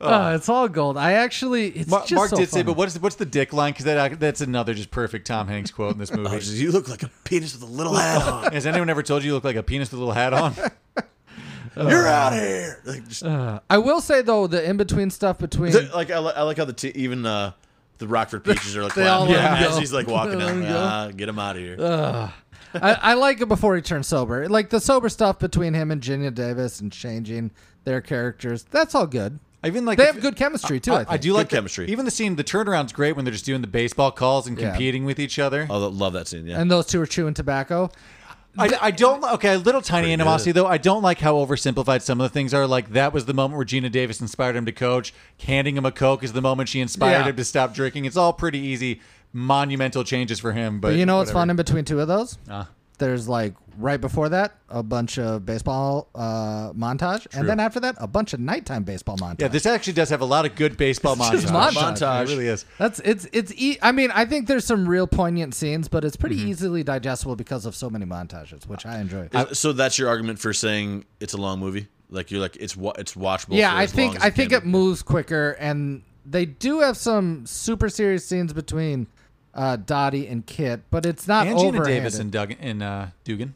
[SPEAKER 4] "Oh, it's all gold." I actually, it's
[SPEAKER 2] Mar-
[SPEAKER 4] just
[SPEAKER 2] uh. Mark
[SPEAKER 4] so
[SPEAKER 2] did say,
[SPEAKER 4] funny.
[SPEAKER 2] but what's what's the dick line? Because that that's another just perfect Tom Hanks quote in this
[SPEAKER 4] Oh,
[SPEAKER 2] movie.
[SPEAKER 3] you look like a penis with a little hat on.
[SPEAKER 2] Has anyone ever told you you look like a penis with a little hat on?
[SPEAKER 4] Uh,
[SPEAKER 3] You're out of here. Like, just,
[SPEAKER 4] I will say though, the in between stuff between
[SPEAKER 3] Th- like I, li- I like how the t- even uh, the Rockford Peaches are like
[SPEAKER 4] They all
[SPEAKER 3] laughing
[SPEAKER 4] let him
[SPEAKER 3] as
[SPEAKER 4] go.
[SPEAKER 3] he's like walking
[SPEAKER 4] They let
[SPEAKER 3] out.
[SPEAKER 4] him
[SPEAKER 3] like,
[SPEAKER 4] go. Uh.
[SPEAKER 3] "Ah, get him out of here.
[SPEAKER 4] I, I like it before he turned sober. Like the sober stuff between him and Ginia Davis and changing their characters. That's all good.
[SPEAKER 2] I even like
[SPEAKER 4] They
[SPEAKER 2] the-
[SPEAKER 4] have good chemistry too. I,
[SPEAKER 2] I, I
[SPEAKER 4] think.
[SPEAKER 2] do like
[SPEAKER 3] Good
[SPEAKER 2] the-
[SPEAKER 3] chemistry.
[SPEAKER 2] Even the scene, the turnaround's great when they're just doing the baseball calls and
[SPEAKER 4] Yeah.
[SPEAKER 2] competing with each other.
[SPEAKER 3] oh, love that scene. Yeah,
[SPEAKER 4] And those two are chewing tobacco.
[SPEAKER 2] I, I don't li- okay. A little tiny
[SPEAKER 3] Pretty
[SPEAKER 2] animosity though. I don't like how oversimplified some of the things are. Like that was the moment where Gina Davis inspired him to coach. Handing him a coke is the moment she inspired
[SPEAKER 4] Yeah.
[SPEAKER 2] him to stop drinking. It's all pretty easy, monumental changes for him. But
[SPEAKER 4] But you know what's
[SPEAKER 2] whatever.
[SPEAKER 4] fun in between two of those?
[SPEAKER 2] Uh,
[SPEAKER 4] There's like right before that a bunch of baseball uh, montage, and then after that a bunch of nighttime baseball montage.
[SPEAKER 2] yeah, this actually does have a lot of good baseball montage.
[SPEAKER 4] just montage.
[SPEAKER 2] It really is.
[SPEAKER 4] That's it's it's. E- I mean, I think there's some real poignant scenes, but it's
[SPEAKER 2] Mm-hmm.
[SPEAKER 4] pretty easily digestible because of so many montages, which I enjoy.
[SPEAKER 3] Is- so that's your argument for saying it's a long movie. Like you're like it's wa- it's watchable.
[SPEAKER 4] yeah
[SPEAKER 3] for
[SPEAKER 4] i
[SPEAKER 3] as long
[SPEAKER 4] think
[SPEAKER 3] as
[SPEAKER 4] i think
[SPEAKER 3] can
[SPEAKER 4] it
[SPEAKER 3] be.
[SPEAKER 4] moves quicker and they do have some super serious scenes between uh, dottie and kit but it's not
[SPEAKER 2] And Gina
[SPEAKER 4] overhanded.
[SPEAKER 2] Davis and Doug and uh, Dugan.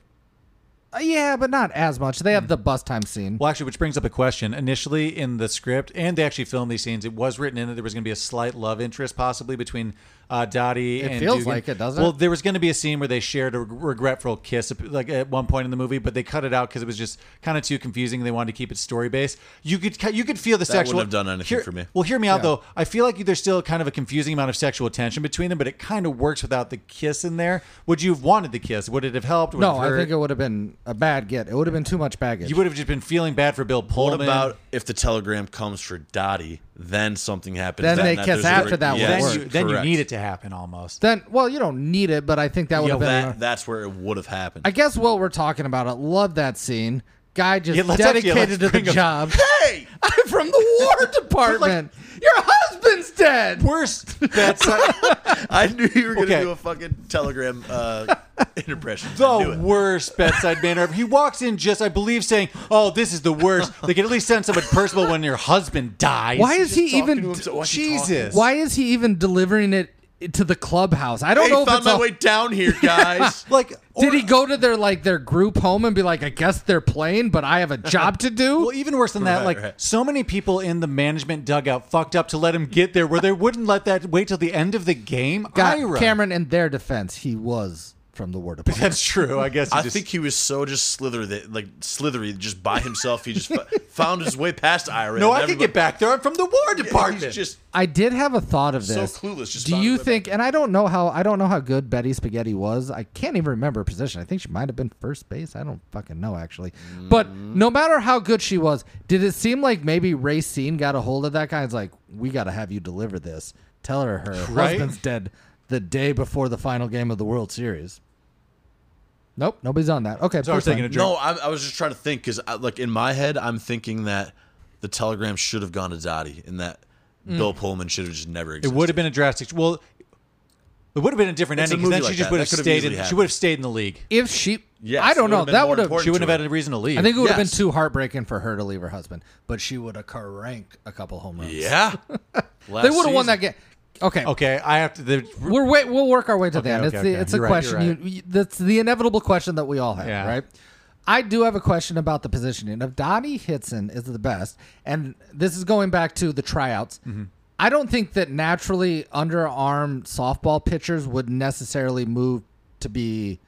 [SPEAKER 4] Uh, yeah but not as much they
[SPEAKER 2] Hmm.
[SPEAKER 4] have the bus time scene
[SPEAKER 2] Well, actually, which brings up a question. Initially in the script, and they actually filmed these scenes, it was written in that there was going to be a slight love interest possibly between uh, Dottie
[SPEAKER 4] It
[SPEAKER 2] and
[SPEAKER 4] feels
[SPEAKER 2] Dugan.
[SPEAKER 4] like it, doesn't
[SPEAKER 2] Well,
[SPEAKER 4] it?
[SPEAKER 2] there was going to be a scene where they shared a regretful kiss like at one point in the movie, but they cut it out because it was just kind of too confusing. They wanted to keep it story-based. You could ca- you could feel the sexual...
[SPEAKER 3] wouldn't have done anything
[SPEAKER 2] Hear-
[SPEAKER 3] for me.
[SPEAKER 2] Well, hear me out, though. I feel like there's still kind of a confusing amount of sexual tension between them, but it kind of works without the kiss in there. Would you have wanted the kiss? Would it have helped? Would it
[SPEAKER 4] no
[SPEAKER 2] have
[SPEAKER 4] i
[SPEAKER 2] hurt?
[SPEAKER 4] think it would have been a bad get it would have been too much baggage
[SPEAKER 2] You would have just been feeling bad for Bill Pullman.
[SPEAKER 3] What about if the telegram comes for Dottie, then something happens?
[SPEAKER 4] Then they
[SPEAKER 3] that-
[SPEAKER 4] kiss
[SPEAKER 3] there's a
[SPEAKER 4] after
[SPEAKER 3] direct-
[SPEAKER 4] that would
[SPEAKER 3] Yes,
[SPEAKER 4] work.
[SPEAKER 2] then you, then you
[SPEAKER 3] correct.
[SPEAKER 2] need it to happen almost.
[SPEAKER 4] then well you don't need it but i think that would
[SPEAKER 3] Yeah,
[SPEAKER 4] have been
[SPEAKER 3] that, that's where it would have happened.
[SPEAKER 4] i guess what we're talking about i love that scene guy just
[SPEAKER 2] Yeah, let's actually- let's
[SPEAKER 4] dedicated to the
[SPEAKER 2] bring him-
[SPEAKER 4] job hey i'm from the war department your husband's dead
[SPEAKER 2] Worst. That's
[SPEAKER 3] I knew you were going to
[SPEAKER 2] Okay.
[SPEAKER 3] do a fucking telegram uh, impression. I knew
[SPEAKER 2] the
[SPEAKER 3] it.
[SPEAKER 2] worst bedside manner. He walks in just, I believe, saying, "Oh, this is the worst." They can at least send someone personal when your husband dies.
[SPEAKER 4] Why is he
[SPEAKER 3] talking to
[SPEAKER 4] even?
[SPEAKER 3] him, so why's he talking?
[SPEAKER 2] Jesus?
[SPEAKER 4] Why is he even delivering it to the clubhouse? I don't
[SPEAKER 3] Hey,
[SPEAKER 4] know if
[SPEAKER 3] found
[SPEAKER 4] it's
[SPEAKER 3] my
[SPEAKER 4] a-
[SPEAKER 3] way down here, guys.
[SPEAKER 2] Like,
[SPEAKER 4] Did
[SPEAKER 2] or-
[SPEAKER 4] he go to their like their group home and be like, I guess they're playing, but I have a job to do?
[SPEAKER 2] Well, even worse than that,
[SPEAKER 3] Right,
[SPEAKER 2] like
[SPEAKER 3] right.
[SPEAKER 2] so many people in the management dugout fucked up to let him get there, where they wouldn't let that wait till the end of the game.
[SPEAKER 4] God,
[SPEAKER 2] Ira.
[SPEAKER 4] Cameron, in their defense, he was from the War Department.
[SPEAKER 2] That's true. I guess. you
[SPEAKER 3] I
[SPEAKER 2] just-
[SPEAKER 3] think he was so just slithery that like slithery just by himself. He just fu- found his way past Ira.
[SPEAKER 2] No,
[SPEAKER 3] and
[SPEAKER 2] I can get
[SPEAKER 3] everybody-
[SPEAKER 2] back there. I'm from the War Department.
[SPEAKER 3] He's just
[SPEAKER 4] I did have a thought of
[SPEAKER 3] So
[SPEAKER 4] this.
[SPEAKER 3] clueless, just
[SPEAKER 4] do
[SPEAKER 3] found
[SPEAKER 4] you
[SPEAKER 3] his way
[SPEAKER 4] think? And I don't know how. I don't know how good Betty Spaghetti was. I can't even remember her position. I think she might have been first base. I don't fucking know actually. But
[SPEAKER 3] Mm-hmm.
[SPEAKER 4] no matter how good she was, did it seem like maybe Racine got a hold of that guy? It's like we got to have you deliver this. Tell her her
[SPEAKER 2] Right?
[SPEAKER 4] husband's dead the day before the final game of the World Series. Nope, nobody's on that. Okay,
[SPEAKER 2] So I was
[SPEAKER 4] that's fine.
[SPEAKER 2] taking a drink.
[SPEAKER 3] no. I, I was just trying to think because like in my head, I'm thinking that the telegram should have gone to Dottie and that
[SPEAKER 4] Mm.
[SPEAKER 3] Bill Pullman should have just never
[SPEAKER 2] It
[SPEAKER 3] existed.
[SPEAKER 2] would have been a drastic. Well, it would have been a different
[SPEAKER 3] It's a
[SPEAKER 2] ending. 'cause
[SPEAKER 3] movie
[SPEAKER 2] then
[SPEAKER 3] like
[SPEAKER 2] she just
[SPEAKER 3] that.
[SPEAKER 2] would
[SPEAKER 3] That
[SPEAKER 2] have
[SPEAKER 3] could've
[SPEAKER 2] stayed.
[SPEAKER 3] easily
[SPEAKER 2] In, she
[SPEAKER 3] happened.
[SPEAKER 2] would have stayed in the league.
[SPEAKER 4] if she,
[SPEAKER 3] Yes,
[SPEAKER 4] I don't
[SPEAKER 3] it would've
[SPEAKER 4] know.
[SPEAKER 3] been
[SPEAKER 4] That
[SPEAKER 3] more
[SPEAKER 4] would have
[SPEAKER 3] important.
[SPEAKER 2] She wouldn't
[SPEAKER 3] to
[SPEAKER 2] have
[SPEAKER 3] it.
[SPEAKER 2] had a reason to leave.
[SPEAKER 4] I think it would have
[SPEAKER 3] Yes.
[SPEAKER 4] been too heartbreaking for her to leave her husband, but she would have crank a couple home runs.
[SPEAKER 3] Yeah,
[SPEAKER 4] they would have won that game. Okay,
[SPEAKER 2] Okay, I have to. the-
[SPEAKER 4] we're wait, we'll work our way to the
[SPEAKER 2] okay,
[SPEAKER 4] end. it's the,
[SPEAKER 2] okay.
[SPEAKER 4] it's a
[SPEAKER 2] You're right,
[SPEAKER 4] question.
[SPEAKER 2] you're right.
[SPEAKER 4] You, you- that's the inevitable question that we all have,
[SPEAKER 2] Yeah.
[SPEAKER 4] right? I do have a question about the positioning. If Donnie Hitson is the best, and this is going back to the tryouts,
[SPEAKER 2] Mm-hmm.
[SPEAKER 4] I don't think that naturally underarm softball pitchers would necessarily move to be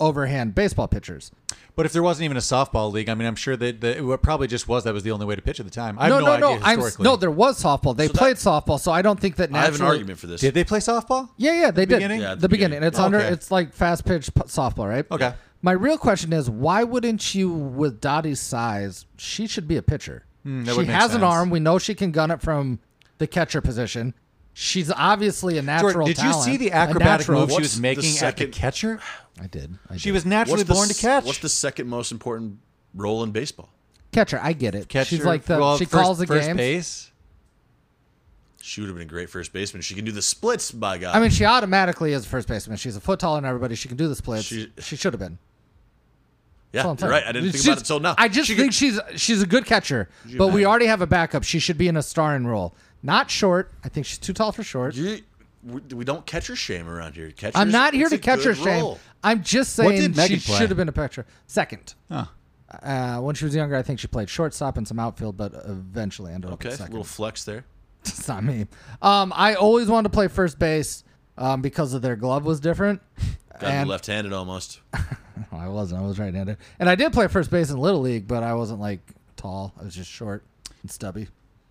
[SPEAKER 4] overhand baseball pitchers.
[SPEAKER 2] but if there wasn't even a softball league, I mean, I'm sure that, that it probably just was that was the only way to pitch at the time. I have no, idea
[SPEAKER 4] I'm,
[SPEAKER 2] historically.
[SPEAKER 4] no, there was softball. They played softball, so I don't think that
[SPEAKER 3] I
[SPEAKER 4] naturally.
[SPEAKER 3] have an argument for this.
[SPEAKER 2] Did they play softball?
[SPEAKER 4] Yeah, yeah, they did.
[SPEAKER 2] beginning?
[SPEAKER 4] The,
[SPEAKER 2] Yeah,
[SPEAKER 3] at the
[SPEAKER 4] beginning.
[SPEAKER 3] beginning.
[SPEAKER 4] It's under.
[SPEAKER 2] Okay.
[SPEAKER 4] It's like fast pitch p- softball, right?
[SPEAKER 2] Okay.
[SPEAKER 4] My real question is, why wouldn't you, with Dottie's size, she should be a pitcher.
[SPEAKER 2] Hmm, that
[SPEAKER 4] she
[SPEAKER 2] would make
[SPEAKER 4] has an
[SPEAKER 2] sense.
[SPEAKER 4] arm. We know she can gun it from the catcher position. She's obviously a natural
[SPEAKER 2] Jordan, did you
[SPEAKER 4] talent,
[SPEAKER 2] see the
[SPEAKER 4] a
[SPEAKER 2] acrobatic
[SPEAKER 4] natural-
[SPEAKER 2] move she
[SPEAKER 3] What's
[SPEAKER 2] was
[SPEAKER 3] the
[SPEAKER 2] making at the
[SPEAKER 3] second-
[SPEAKER 2] catcher?
[SPEAKER 4] I did. I
[SPEAKER 2] She
[SPEAKER 4] did.
[SPEAKER 2] was naturally
[SPEAKER 3] the
[SPEAKER 2] born
[SPEAKER 3] s-
[SPEAKER 2] to catch.
[SPEAKER 3] What's the second most important role in baseball?
[SPEAKER 4] catcher. I get it.
[SPEAKER 2] catcher?
[SPEAKER 4] She's like the.
[SPEAKER 2] well,
[SPEAKER 4] she
[SPEAKER 2] first-
[SPEAKER 4] calls the
[SPEAKER 2] first
[SPEAKER 4] games.
[SPEAKER 2] base.
[SPEAKER 3] She would have been a great first baseman. She can do the splits, by God.
[SPEAKER 4] I mean, she automatically is a first baseman. She's a foot taller than everybody. She can do the splits. She,
[SPEAKER 3] She-
[SPEAKER 4] should have been.
[SPEAKER 3] yeah,
[SPEAKER 4] That's all I'm
[SPEAKER 3] you're
[SPEAKER 4] saying.
[SPEAKER 3] right. I didn't think
[SPEAKER 4] She's-
[SPEAKER 3] about it until now.
[SPEAKER 4] I just
[SPEAKER 3] She could-
[SPEAKER 4] think she's she's a good catcher, but we already have a backup. She should be in a starring role, not short. I think she's too tall for short.
[SPEAKER 3] You- we, we don't catcher shame around here. Catchers,
[SPEAKER 4] I'm not here
[SPEAKER 3] it's
[SPEAKER 4] to
[SPEAKER 3] a
[SPEAKER 4] catch her
[SPEAKER 3] good
[SPEAKER 4] shame.
[SPEAKER 3] role.
[SPEAKER 4] I'm just
[SPEAKER 2] What
[SPEAKER 4] saying
[SPEAKER 2] did Megan
[SPEAKER 4] she
[SPEAKER 2] play?
[SPEAKER 4] should have been a pitcher. Second.
[SPEAKER 2] Oh.
[SPEAKER 4] Uh, when she was younger, I think she played shortstop and some outfield, but eventually ended up
[SPEAKER 3] Okay,
[SPEAKER 4] at
[SPEAKER 3] a
[SPEAKER 4] second.
[SPEAKER 3] little flex there.
[SPEAKER 4] It's not me. Um, I always wanted to play first base um, because of their glove was different.
[SPEAKER 3] Got to
[SPEAKER 4] And-
[SPEAKER 3] be left-handed almost.
[SPEAKER 4] No, I wasn't. I was right-handed, and I did play first base in little league, but I wasn't like tall. I was just short and stubby.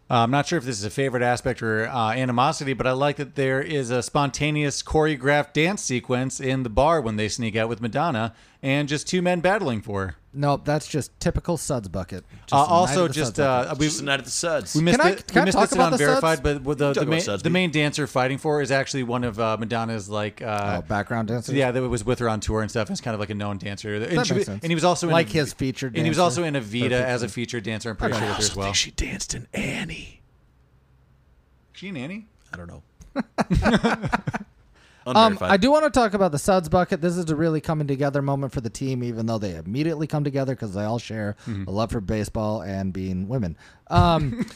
[SPEAKER 2] Uh, I'm not sure if this is a favorite aspect or uh, animosity, but I like that there is a spontaneous choreographed dance sequence in the bar when they sneak out with Madonna and just two men battling for her.
[SPEAKER 4] Nope, that's just typical suds bucket. Just
[SPEAKER 2] Uh,
[SPEAKER 4] a night
[SPEAKER 2] also,
[SPEAKER 4] at the
[SPEAKER 2] just
[SPEAKER 4] Suds Bucket.
[SPEAKER 2] uh, we,
[SPEAKER 3] Just a night at the Suds.
[SPEAKER 2] we missed
[SPEAKER 4] Can I-
[SPEAKER 2] it.
[SPEAKER 4] can I
[SPEAKER 2] we missed
[SPEAKER 4] talk
[SPEAKER 2] this
[SPEAKER 4] about
[SPEAKER 2] on
[SPEAKER 4] the Suds?
[SPEAKER 2] verified, but with the
[SPEAKER 3] can talk
[SPEAKER 2] the
[SPEAKER 3] about
[SPEAKER 2] main,
[SPEAKER 3] Suds,
[SPEAKER 2] the
[SPEAKER 3] we-
[SPEAKER 2] main dancer fighting for is actually one of uh, Madonna's like uh,
[SPEAKER 4] Oh, background dancers.
[SPEAKER 2] Yeah, that was with her on tour and stuff. It's kind of like a known dancer, and,
[SPEAKER 4] That
[SPEAKER 2] she-
[SPEAKER 4] makes sense.
[SPEAKER 2] and he was also in
[SPEAKER 4] Like his featured
[SPEAKER 2] And he was
[SPEAKER 4] dancer.
[SPEAKER 2] also in
[SPEAKER 4] Or
[SPEAKER 2] Evita
[SPEAKER 4] featured-
[SPEAKER 2] as a featured dancer. I'm pretty sure with her as well. She,
[SPEAKER 3] danced in Annie.
[SPEAKER 2] and Annie.
[SPEAKER 3] I don't know.
[SPEAKER 4] Um,
[SPEAKER 3] Unverified.
[SPEAKER 4] I do want to talk about the Suds bucket. This is a really coming together moment for the team, even though they immediately come together because they all share
[SPEAKER 2] Mm-hmm.
[SPEAKER 4] a love for baseball and being women. Um,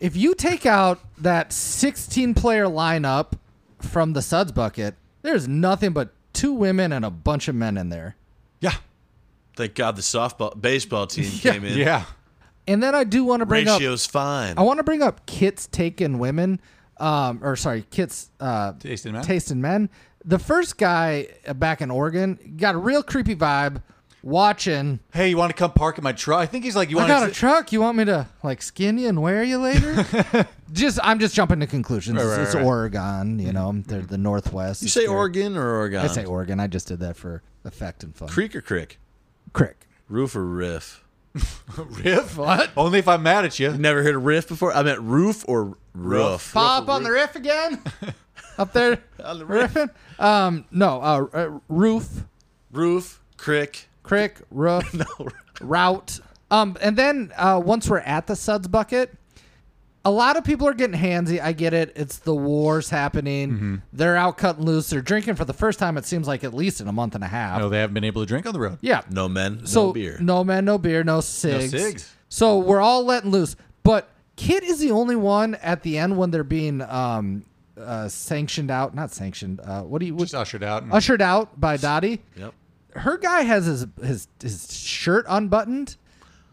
[SPEAKER 4] if you take out that 16 player lineup from the Suds bucket, there's nothing but two women and a bunch of men in there.
[SPEAKER 2] Yeah,
[SPEAKER 3] Thank God the softball baseball team came in.
[SPEAKER 2] yeah.
[SPEAKER 4] And then I do want to bring up
[SPEAKER 3] Ratio's fine.
[SPEAKER 4] I want to bring up Kit's taken women, um, or sorry, Kit's uh,
[SPEAKER 2] Taste in Men?
[SPEAKER 4] Taste in men. The first guy uh, back in Oregon got a real creepy vibe watching.
[SPEAKER 2] Hey, you want to come park in my truck? I think he's like, you
[SPEAKER 4] I
[SPEAKER 2] want
[SPEAKER 4] got
[SPEAKER 2] to.
[SPEAKER 4] a truck. You want me to like skin you and wear you later? just I'm just jumping to conclusions.
[SPEAKER 2] right,
[SPEAKER 4] it's
[SPEAKER 2] right. Mm-hmm,
[SPEAKER 4] Oregon, you know. They're the Northwest.
[SPEAKER 3] you say Oregon or Oregon?
[SPEAKER 4] I say Oregon. I just did that for effect and fun.
[SPEAKER 3] Creek or Crick?
[SPEAKER 4] Crick.
[SPEAKER 3] Roof or riff?
[SPEAKER 2] riff? What? Only if I'm mad at you.
[SPEAKER 3] Never heard a riff before? I meant roof or roof.
[SPEAKER 4] Pop on the riff again. Up there.
[SPEAKER 3] On the riff.
[SPEAKER 4] riffing. Um, no, uh, uh, roof.
[SPEAKER 3] Roof, Crick.
[SPEAKER 4] Crick, Roof, Route. Um, and then uh, once we're at the Suds bucket, a lot of people are getting handsy. I get it. It's the wars happening.
[SPEAKER 2] Mm-hmm.
[SPEAKER 4] They're out cutting loose. They're drinking for the first time. It seems like at least in a month and a half.
[SPEAKER 2] No, they haven't been able to drink on the road.
[SPEAKER 4] Yeah.
[SPEAKER 3] No men,
[SPEAKER 4] so
[SPEAKER 3] no beer.
[SPEAKER 4] no man, no beer, no cigs.
[SPEAKER 2] cigs.
[SPEAKER 4] So we're all letting loose. But Kit is the only one at the end when they're being um, uh, sanctioned out. Not sanctioned. Uh, what do you? What,
[SPEAKER 2] Just ushered out. And,
[SPEAKER 4] ushered out by Dottie
[SPEAKER 3] Yep.
[SPEAKER 4] her guy has his his his shirt unbuttoned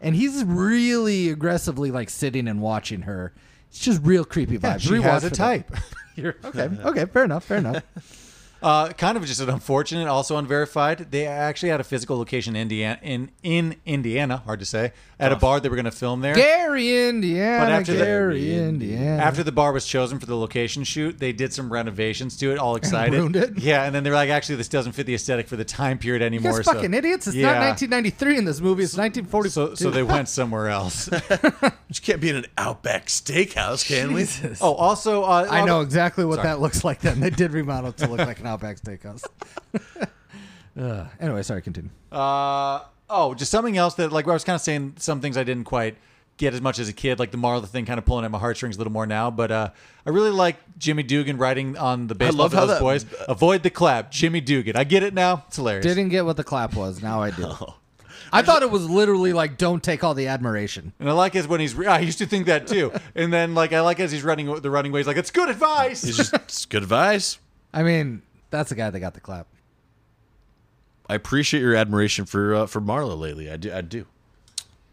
[SPEAKER 4] and he's really aggressively like sitting and watching her it's just real creepy vibes
[SPEAKER 2] she
[SPEAKER 4] Rewatch
[SPEAKER 2] has
[SPEAKER 4] for
[SPEAKER 2] a
[SPEAKER 4] that.
[SPEAKER 2] type.
[SPEAKER 4] You're- okay okay fair enough fair enough
[SPEAKER 2] Uh, kind of just an unfortunate, also unverified. They actually had a physical location in Indiana, in, in Indiana, hard to say, at a bar they were going to film there.
[SPEAKER 4] gary indiana
[SPEAKER 2] But after the-
[SPEAKER 4] gary indiana
[SPEAKER 2] After the bar was chosen for the location shoot, they did some renovations to it, all excited.
[SPEAKER 4] ruined it?
[SPEAKER 2] Yeah, and then they were like, actually, this doesn't fit the aesthetic for the time period
[SPEAKER 4] you
[SPEAKER 2] anymore.
[SPEAKER 4] guys
[SPEAKER 2] so-
[SPEAKER 4] fucking idiots it's
[SPEAKER 2] Yeah.
[SPEAKER 4] not 1993 in this movie it's 1940
[SPEAKER 2] So, so they went somewhere else.
[SPEAKER 3] Which can't be in an Outback Steakhouse, can we?
[SPEAKER 2] oh, also, uh,
[SPEAKER 4] I know exactly what that looks like then. They did remodel it to look like an Outback Steakhouse. uh, anyway, sorry, continue.
[SPEAKER 2] Uh, oh, just something else that, like, I was kind of saying some things I didn't quite get as much as a kid, like the Marla thing, kind of pulling at my heartstrings a little more now. But uh, I really like Jimmy Dugan writing on the baseball
[SPEAKER 3] love
[SPEAKER 2] for
[SPEAKER 3] how
[SPEAKER 2] those
[SPEAKER 3] that- uh,
[SPEAKER 2] boys. Avoid the clap, Jimmy Dugan. I get it now. It's hilarious.
[SPEAKER 4] Didn't get what the clap was. Now I do.
[SPEAKER 3] Oh.
[SPEAKER 4] I thought it was literally like, don't take all the admiration.
[SPEAKER 2] And I like is when he's. I used to think that too. and then like I like as he's running the running ways. Like it's good advice.
[SPEAKER 3] It's just it's good advice.
[SPEAKER 4] I mean, that's the guy that got the clap.
[SPEAKER 3] I appreciate your admiration for uh, for Marlo lately. I do. I do.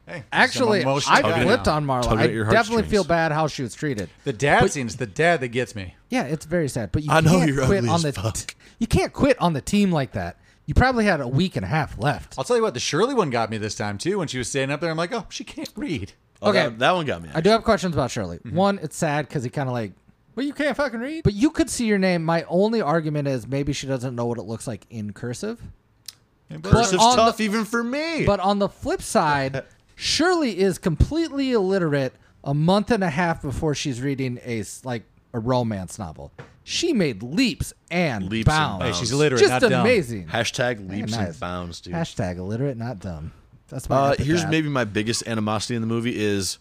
[SPEAKER 2] Hey,
[SPEAKER 4] Actually,
[SPEAKER 2] I'm emotional
[SPEAKER 3] Oh,
[SPEAKER 4] I
[SPEAKER 2] right
[SPEAKER 4] flipped
[SPEAKER 2] now.
[SPEAKER 4] on Marla.
[SPEAKER 3] Tugging
[SPEAKER 4] I
[SPEAKER 3] at your
[SPEAKER 4] definitely
[SPEAKER 3] heartstrings.
[SPEAKER 4] feel bad how she was treated.
[SPEAKER 2] the dad scene. It's the dad that gets me.
[SPEAKER 4] Yeah, it's very sad. But you
[SPEAKER 3] I know
[SPEAKER 4] can't
[SPEAKER 3] you're
[SPEAKER 4] quit
[SPEAKER 3] ugly
[SPEAKER 4] on
[SPEAKER 3] as
[SPEAKER 4] the
[SPEAKER 3] fuck.
[SPEAKER 4] you can't quit on the team like that. You probably had a week and a half left.
[SPEAKER 2] I'll tell you what. The Shirley one got me this time too. When she was standing up there, I'm like, oh, she can't read.
[SPEAKER 3] Oh,
[SPEAKER 4] Okay.
[SPEAKER 3] that, that one got me.
[SPEAKER 4] I do have questions about Shirley.
[SPEAKER 3] Mm-hmm.
[SPEAKER 4] One, it's sad because he kind of like, well, you can't fucking read. But you could see your name. My only argument is maybe she doesn't know what it looks like in cursive.
[SPEAKER 3] Cursive's
[SPEAKER 4] on the-
[SPEAKER 3] tough even for me.
[SPEAKER 4] But on the flip side, Shirley is completely illiterate a month and a half before she's reading a s- like a romance novel. She made leaps and
[SPEAKER 3] Leaps and
[SPEAKER 4] bounds.
[SPEAKER 2] Hey, she's
[SPEAKER 3] Sounds
[SPEAKER 2] illiterate,
[SPEAKER 4] Just
[SPEAKER 2] not dumb.
[SPEAKER 4] amazing.
[SPEAKER 3] Hashtag leaps
[SPEAKER 4] nice.
[SPEAKER 3] and bounds, dude.
[SPEAKER 4] Hashtag illiterate, not dumb. That's my.
[SPEAKER 3] Uh,
[SPEAKER 4] epic
[SPEAKER 3] here's
[SPEAKER 4] ad.
[SPEAKER 3] maybe my biggest animosity in the movie is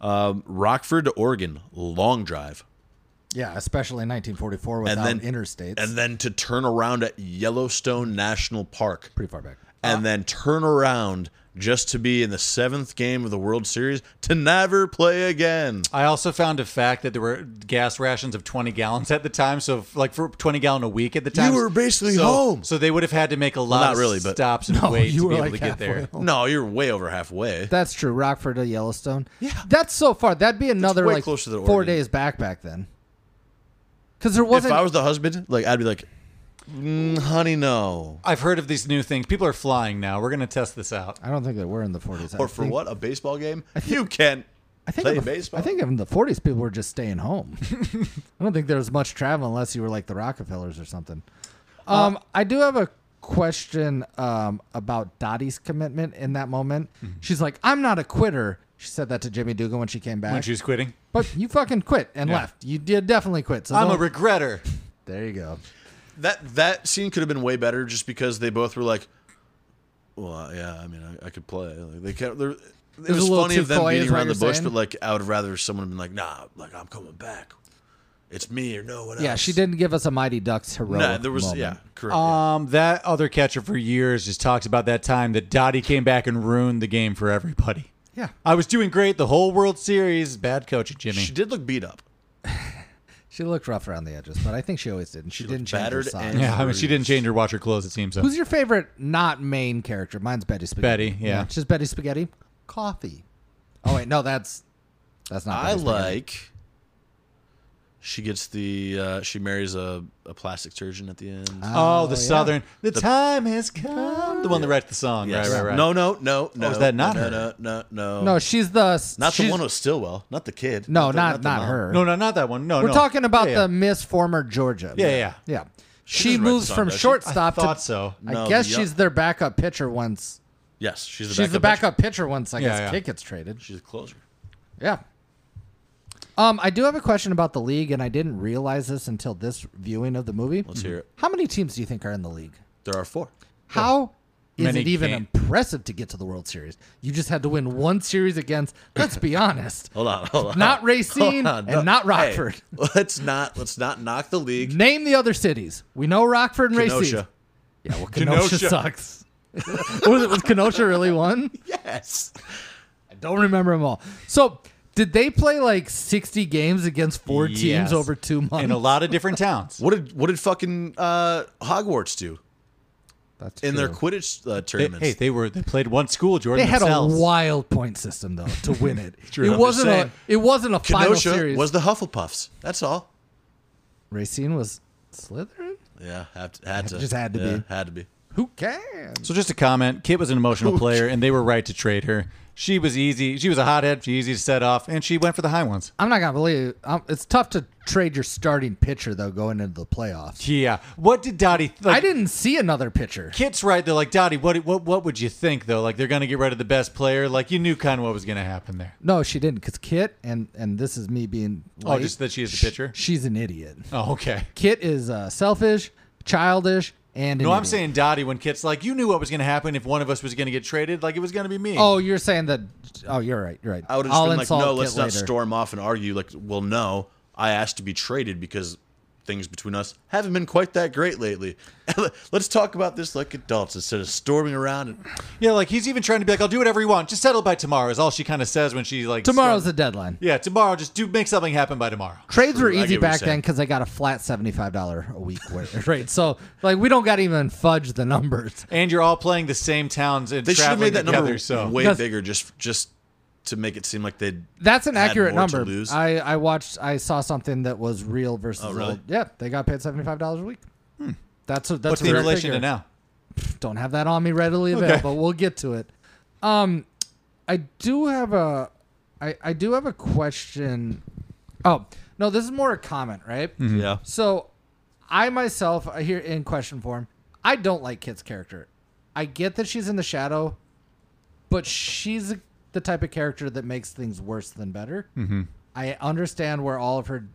[SPEAKER 3] um, Rockford to Oregon long drive.
[SPEAKER 4] Yeah, especially 1944 without
[SPEAKER 3] and then
[SPEAKER 4] interstates.
[SPEAKER 3] and then to turn around at Yellowstone National Park,
[SPEAKER 4] pretty far back.
[SPEAKER 3] and then turn around just to be in the seventh game of the World Series to never play again.
[SPEAKER 2] I also found a fact that there were gas rations of 20 gallons at the time. So, if- like for 20 gallon a week at the time,
[SPEAKER 3] were basically
[SPEAKER 2] so,
[SPEAKER 3] home.
[SPEAKER 2] So they would have had to make a lot
[SPEAKER 3] not
[SPEAKER 2] of
[SPEAKER 3] really, but-
[SPEAKER 2] stops and wait
[SPEAKER 4] you
[SPEAKER 2] to
[SPEAKER 4] were
[SPEAKER 2] be able
[SPEAKER 4] like
[SPEAKER 2] to get there.
[SPEAKER 4] halfway.
[SPEAKER 3] No, you're way over halfway.
[SPEAKER 4] That's true. Rockford to Yellowstone.
[SPEAKER 3] Yeah.
[SPEAKER 4] That's so far. That'd be another
[SPEAKER 3] way
[SPEAKER 4] like
[SPEAKER 3] closer to
[SPEAKER 4] four
[SPEAKER 3] Oregon.
[SPEAKER 4] days back back then. Because there
[SPEAKER 3] if
[SPEAKER 4] wasn't.
[SPEAKER 3] I was the husband, like I'd be like, "Mm, honey, no.
[SPEAKER 2] I've heard of these new things. People are flying now. We're gonna test this out.
[SPEAKER 4] I don't think they were in the 40s. I
[SPEAKER 3] Or for
[SPEAKER 4] think-
[SPEAKER 3] what? A baseball game? You can't
[SPEAKER 4] I think
[SPEAKER 3] play
[SPEAKER 4] in the,
[SPEAKER 3] baseball.
[SPEAKER 4] I think in the 40s people were just staying home. I don't think there was much travel unless you were like the Rockefellers or something.
[SPEAKER 2] Uh,
[SPEAKER 4] Um, I do have a question um, about Dottie's commitment in that moment.
[SPEAKER 2] Mm-hmm.
[SPEAKER 4] She's like, "I'm not a quitter." She said that to Jimmy Dugan when she came back.
[SPEAKER 2] When she's quitting,
[SPEAKER 4] but you fucking quit and
[SPEAKER 2] Yeah.
[SPEAKER 4] left. You did definitely quit. So
[SPEAKER 2] I'm a
[SPEAKER 4] don't-
[SPEAKER 2] regretter.
[SPEAKER 4] there you go.
[SPEAKER 3] that that scene could have been way better just because they both were like, well, yeah, I mean, I, I could play. Like, they can't. They're, it
[SPEAKER 4] was
[SPEAKER 3] was
[SPEAKER 4] a little
[SPEAKER 3] funny of them
[SPEAKER 4] Chick-fil-A is
[SPEAKER 3] beating
[SPEAKER 4] what
[SPEAKER 3] around the
[SPEAKER 4] you're
[SPEAKER 3] bush,
[SPEAKER 4] saying?
[SPEAKER 3] but like, I would rather someone have been like, nah, like I'm coming back. It's me or no one else.
[SPEAKER 4] Yeah, she didn't give us a Mighty Ducks heroic.
[SPEAKER 3] Uh, Nah, there was
[SPEAKER 4] moment.
[SPEAKER 3] yeah, correct. yeah.
[SPEAKER 2] Um, that other catcher for years just talks about that time that Dottie came back and ruined the game for everybody.
[SPEAKER 4] yeah.
[SPEAKER 2] I was doing great the whole World Series. Bad coaching, Jimmy.
[SPEAKER 3] She did look beat up.
[SPEAKER 4] She looked rough around the edges, but I think she always did. And she, didn't
[SPEAKER 3] looked
[SPEAKER 4] change her
[SPEAKER 3] battered
[SPEAKER 4] size.
[SPEAKER 3] and-
[SPEAKER 2] yeah, I mean, she didn't change her watch her clothes. It seems so.
[SPEAKER 4] Who's your favorite not main character? Mine's Betty Spaghetti.
[SPEAKER 2] Betty, yeah.
[SPEAKER 4] She's Betty Spaghetti. Coffee. Oh wait, no, that's that's not.
[SPEAKER 3] I
[SPEAKER 4] Betty Spaghetti.
[SPEAKER 3] like. She gets the. Uh, she marries a, a plastic surgeon at the end.
[SPEAKER 2] Oh, the
[SPEAKER 4] yeah.
[SPEAKER 2] Southern. The, time has come. The one that writes the song.
[SPEAKER 3] Yes.
[SPEAKER 2] Right, right, right.
[SPEAKER 3] No, no, no, no.
[SPEAKER 2] is that not
[SPEAKER 3] no,
[SPEAKER 2] her?
[SPEAKER 3] No, no, no.
[SPEAKER 4] No, she's the
[SPEAKER 3] not
[SPEAKER 4] she's-
[SPEAKER 3] the one with Stillwell. Not the kid.
[SPEAKER 4] No,
[SPEAKER 3] the-
[SPEAKER 4] not
[SPEAKER 3] the
[SPEAKER 4] not
[SPEAKER 3] mom.
[SPEAKER 4] her.
[SPEAKER 2] no, no, not that one. No,
[SPEAKER 4] We're
[SPEAKER 2] no.
[SPEAKER 4] talking about
[SPEAKER 2] Yeah, yeah.
[SPEAKER 4] the Miss former Georgia.
[SPEAKER 2] Yeah, yeah.
[SPEAKER 4] yeah.
[SPEAKER 3] She
[SPEAKER 4] She
[SPEAKER 3] doesn't write the
[SPEAKER 4] moves
[SPEAKER 3] song,
[SPEAKER 4] from
[SPEAKER 3] does she?
[SPEAKER 4] shortstop
[SPEAKER 2] I thought
[SPEAKER 4] to.
[SPEAKER 2] so.
[SPEAKER 3] No,
[SPEAKER 4] I guess
[SPEAKER 3] the young-
[SPEAKER 4] she's their backup pitcher once.
[SPEAKER 3] Yes, she's the
[SPEAKER 4] She's
[SPEAKER 3] backup
[SPEAKER 4] the
[SPEAKER 3] pitcher.
[SPEAKER 4] backup pitcher once I
[SPEAKER 2] Yeah,
[SPEAKER 4] guess
[SPEAKER 2] yeah.
[SPEAKER 4] Kit gets traded.
[SPEAKER 3] She's a closer.
[SPEAKER 4] Yeah. Um, I do have a question about the league, and I didn't realize this until this viewing of the movie.
[SPEAKER 2] Mm-hmm.
[SPEAKER 3] Let's hear it.
[SPEAKER 4] How many teams do you think are in the league?
[SPEAKER 3] There are four.
[SPEAKER 4] How is
[SPEAKER 2] Many
[SPEAKER 4] it even
[SPEAKER 2] can't.
[SPEAKER 4] impressive to get to the World Series? You just had to win one series against, let's be honest,
[SPEAKER 3] Hold on, hold on.
[SPEAKER 4] Not Racine
[SPEAKER 3] Hold on,
[SPEAKER 4] and not
[SPEAKER 3] Hey,
[SPEAKER 4] Rockford.
[SPEAKER 3] let's not let's not knock the league.
[SPEAKER 4] name the other cities. We know Rockford and Racine.
[SPEAKER 3] Kenosha.
[SPEAKER 4] Yeah, well, Kenosha,
[SPEAKER 2] Kenosha.
[SPEAKER 4] sucks. was, it, was Kenosha really one?
[SPEAKER 3] Yes.
[SPEAKER 4] I don't remember them all. So, did they play like 60 games against four
[SPEAKER 2] Yes.
[SPEAKER 4] teams over two months?
[SPEAKER 2] In a lot of different towns.
[SPEAKER 3] What did what did fucking uh, Hogwarts do
[SPEAKER 4] That's
[SPEAKER 3] in their
[SPEAKER 4] true.
[SPEAKER 3] Quidditch uh,
[SPEAKER 2] They-
[SPEAKER 3] tournaments?
[SPEAKER 2] hey, they were they played one school, Jordan.
[SPEAKER 4] They had
[SPEAKER 2] themselves.
[SPEAKER 4] a wild point system though to win it.
[SPEAKER 2] True. I'm
[SPEAKER 4] It
[SPEAKER 2] just
[SPEAKER 4] wasn't a.
[SPEAKER 3] saying.
[SPEAKER 4] It wasn't a final
[SPEAKER 3] Kenosha
[SPEAKER 4] series.
[SPEAKER 3] was the Hufflepuffs. That's all.
[SPEAKER 4] Racine was Slytherin.
[SPEAKER 3] Yeah, had to, had to
[SPEAKER 4] Just had to
[SPEAKER 3] yeah,
[SPEAKER 4] be.
[SPEAKER 3] had to be.
[SPEAKER 4] Who can?
[SPEAKER 2] So just a comment. Kit was an emotional player, and they were right to trade her. She was easy. She was a hothead. She was easy to set off, and she went for the high ones.
[SPEAKER 4] I'm not gonna believe um, it's tough to trade your starting pitcher though going into the playoffs.
[SPEAKER 2] Yeah. What did Dottie? Like,
[SPEAKER 4] I didn't see another pitcher.
[SPEAKER 2] Kit's right. They're like Dottie. What what what would you think though? Like they're gonna get rid of the best player. Like you knew kind of what was gonna happen there.
[SPEAKER 4] No, she didn't because Kit and and this is me being.
[SPEAKER 2] Oh,
[SPEAKER 4] late.
[SPEAKER 2] just that she is the pitcher?
[SPEAKER 4] She's an idiot.
[SPEAKER 2] Oh, okay.
[SPEAKER 4] Kit is uh, selfish, childish, and an
[SPEAKER 2] No, I'm
[SPEAKER 4] idiot.
[SPEAKER 2] saying Dottie when Kit's like, you knew what was going to happen if one of us was going to get traded. Like, it was going to be me.
[SPEAKER 4] Oh, you're saying that. Oh, you're right. You're right.
[SPEAKER 3] I would have
[SPEAKER 4] I'll
[SPEAKER 3] just been like,
[SPEAKER 4] insult
[SPEAKER 3] no,
[SPEAKER 4] Kit
[SPEAKER 3] let's not
[SPEAKER 4] later.
[SPEAKER 3] storm off and argue. Like, well, no, I asked to be traded because things between us haven't been quite that great lately. let's talk about this like adults instead of storming around. And,
[SPEAKER 2] Yeah, like, he's even trying to be like, I'll do whatever you want. Just settle by tomorrow is all she kind of says when she, like...
[SPEAKER 4] Tomorrow's the
[SPEAKER 2] starts-
[SPEAKER 4] deadline.
[SPEAKER 2] Yeah, tomorrow. Just do make something happen by tomorrow.
[SPEAKER 4] Trades were
[SPEAKER 3] True, I get what
[SPEAKER 4] easy
[SPEAKER 3] you're
[SPEAKER 4] back then
[SPEAKER 3] saying.
[SPEAKER 4] because I got a flat seventy-five dollar a week wa- rate. So like we don't got to even fudge the numbers.
[SPEAKER 2] And you're all playing the same towns and
[SPEAKER 3] they should have
[SPEAKER 2] traveling
[SPEAKER 3] made that
[SPEAKER 2] together,
[SPEAKER 3] number
[SPEAKER 2] so...
[SPEAKER 3] way
[SPEAKER 4] That's-
[SPEAKER 3] bigger just just to make it seem like they
[SPEAKER 4] That's an
[SPEAKER 3] had
[SPEAKER 4] accurate
[SPEAKER 3] more to
[SPEAKER 4] number.
[SPEAKER 3] lose.
[SPEAKER 4] I I watched. I saw something that was real versus
[SPEAKER 3] Oh, really? Hmm.
[SPEAKER 4] old. Yeah, they got paid seventy-five dollars a week. That's a, that's
[SPEAKER 2] What's
[SPEAKER 4] a
[SPEAKER 2] the
[SPEAKER 4] real
[SPEAKER 2] relation to
[SPEAKER 4] figure.
[SPEAKER 2] now?
[SPEAKER 4] Don't have that on me readily available. But we'll get to it. Um, I do have a, I I do have a question. Oh no, this is more a comment, right?
[SPEAKER 3] yeah.
[SPEAKER 4] So, I myself I here in question form, I don't like Kit's character. I get that she's in the shadow, but she's the type of character that makes things worse than better. Mm-hmm. I understand where all of her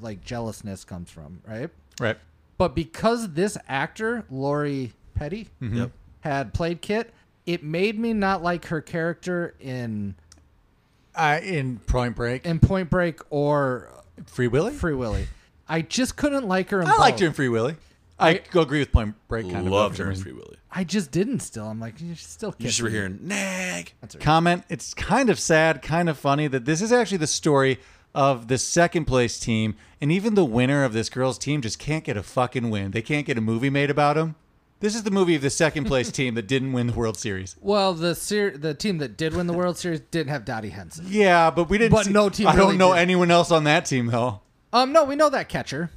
[SPEAKER 4] like jealousness comes from, right?
[SPEAKER 2] Right.
[SPEAKER 4] But because this actor, Lori Petty, had played Kit, it made me not like her character in
[SPEAKER 2] I in Point Break.
[SPEAKER 4] in Point Break or
[SPEAKER 2] Free Willy?
[SPEAKER 4] Free Willy. I just couldn't like her. In
[SPEAKER 2] I
[SPEAKER 4] both.
[SPEAKER 2] liked her in Free Willy. I, go agree with Point Break. Kind of
[SPEAKER 3] Loved
[SPEAKER 2] for some
[SPEAKER 3] her in
[SPEAKER 2] reason.
[SPEAKER 3] Free Willy.
[SPEAKER 4] I just didn't. Still, I'm like, you still.
[SPEAKER 3] You just were hearing nag.
[SPEAKER 2] comment. It's kind of sad, kind of funny that this is actually the story of the second place team, and even the winner of this girls' team just can't get a fucking win. They can't get a movie made about them. This is the movie of the second place team that didn't win the World Series.
[SPEAKER 4] Well, the ser- the team that did win the World Series didn't have Dottie Henson.
[SPEAKER 2] Yeah, but we didn't.
[SPEAKER 4] But
[SPEAKER 2] see-
[SPEAKER 4] no team
[SPEAKER 2] I
[SPEAKER 4] really
[SPEAKER 2] don't know
[SPEAKER 4] did.
[SPEAKER 2] anyone else on that team though.
[SPEAKER 4] Um, no, we know that catcher.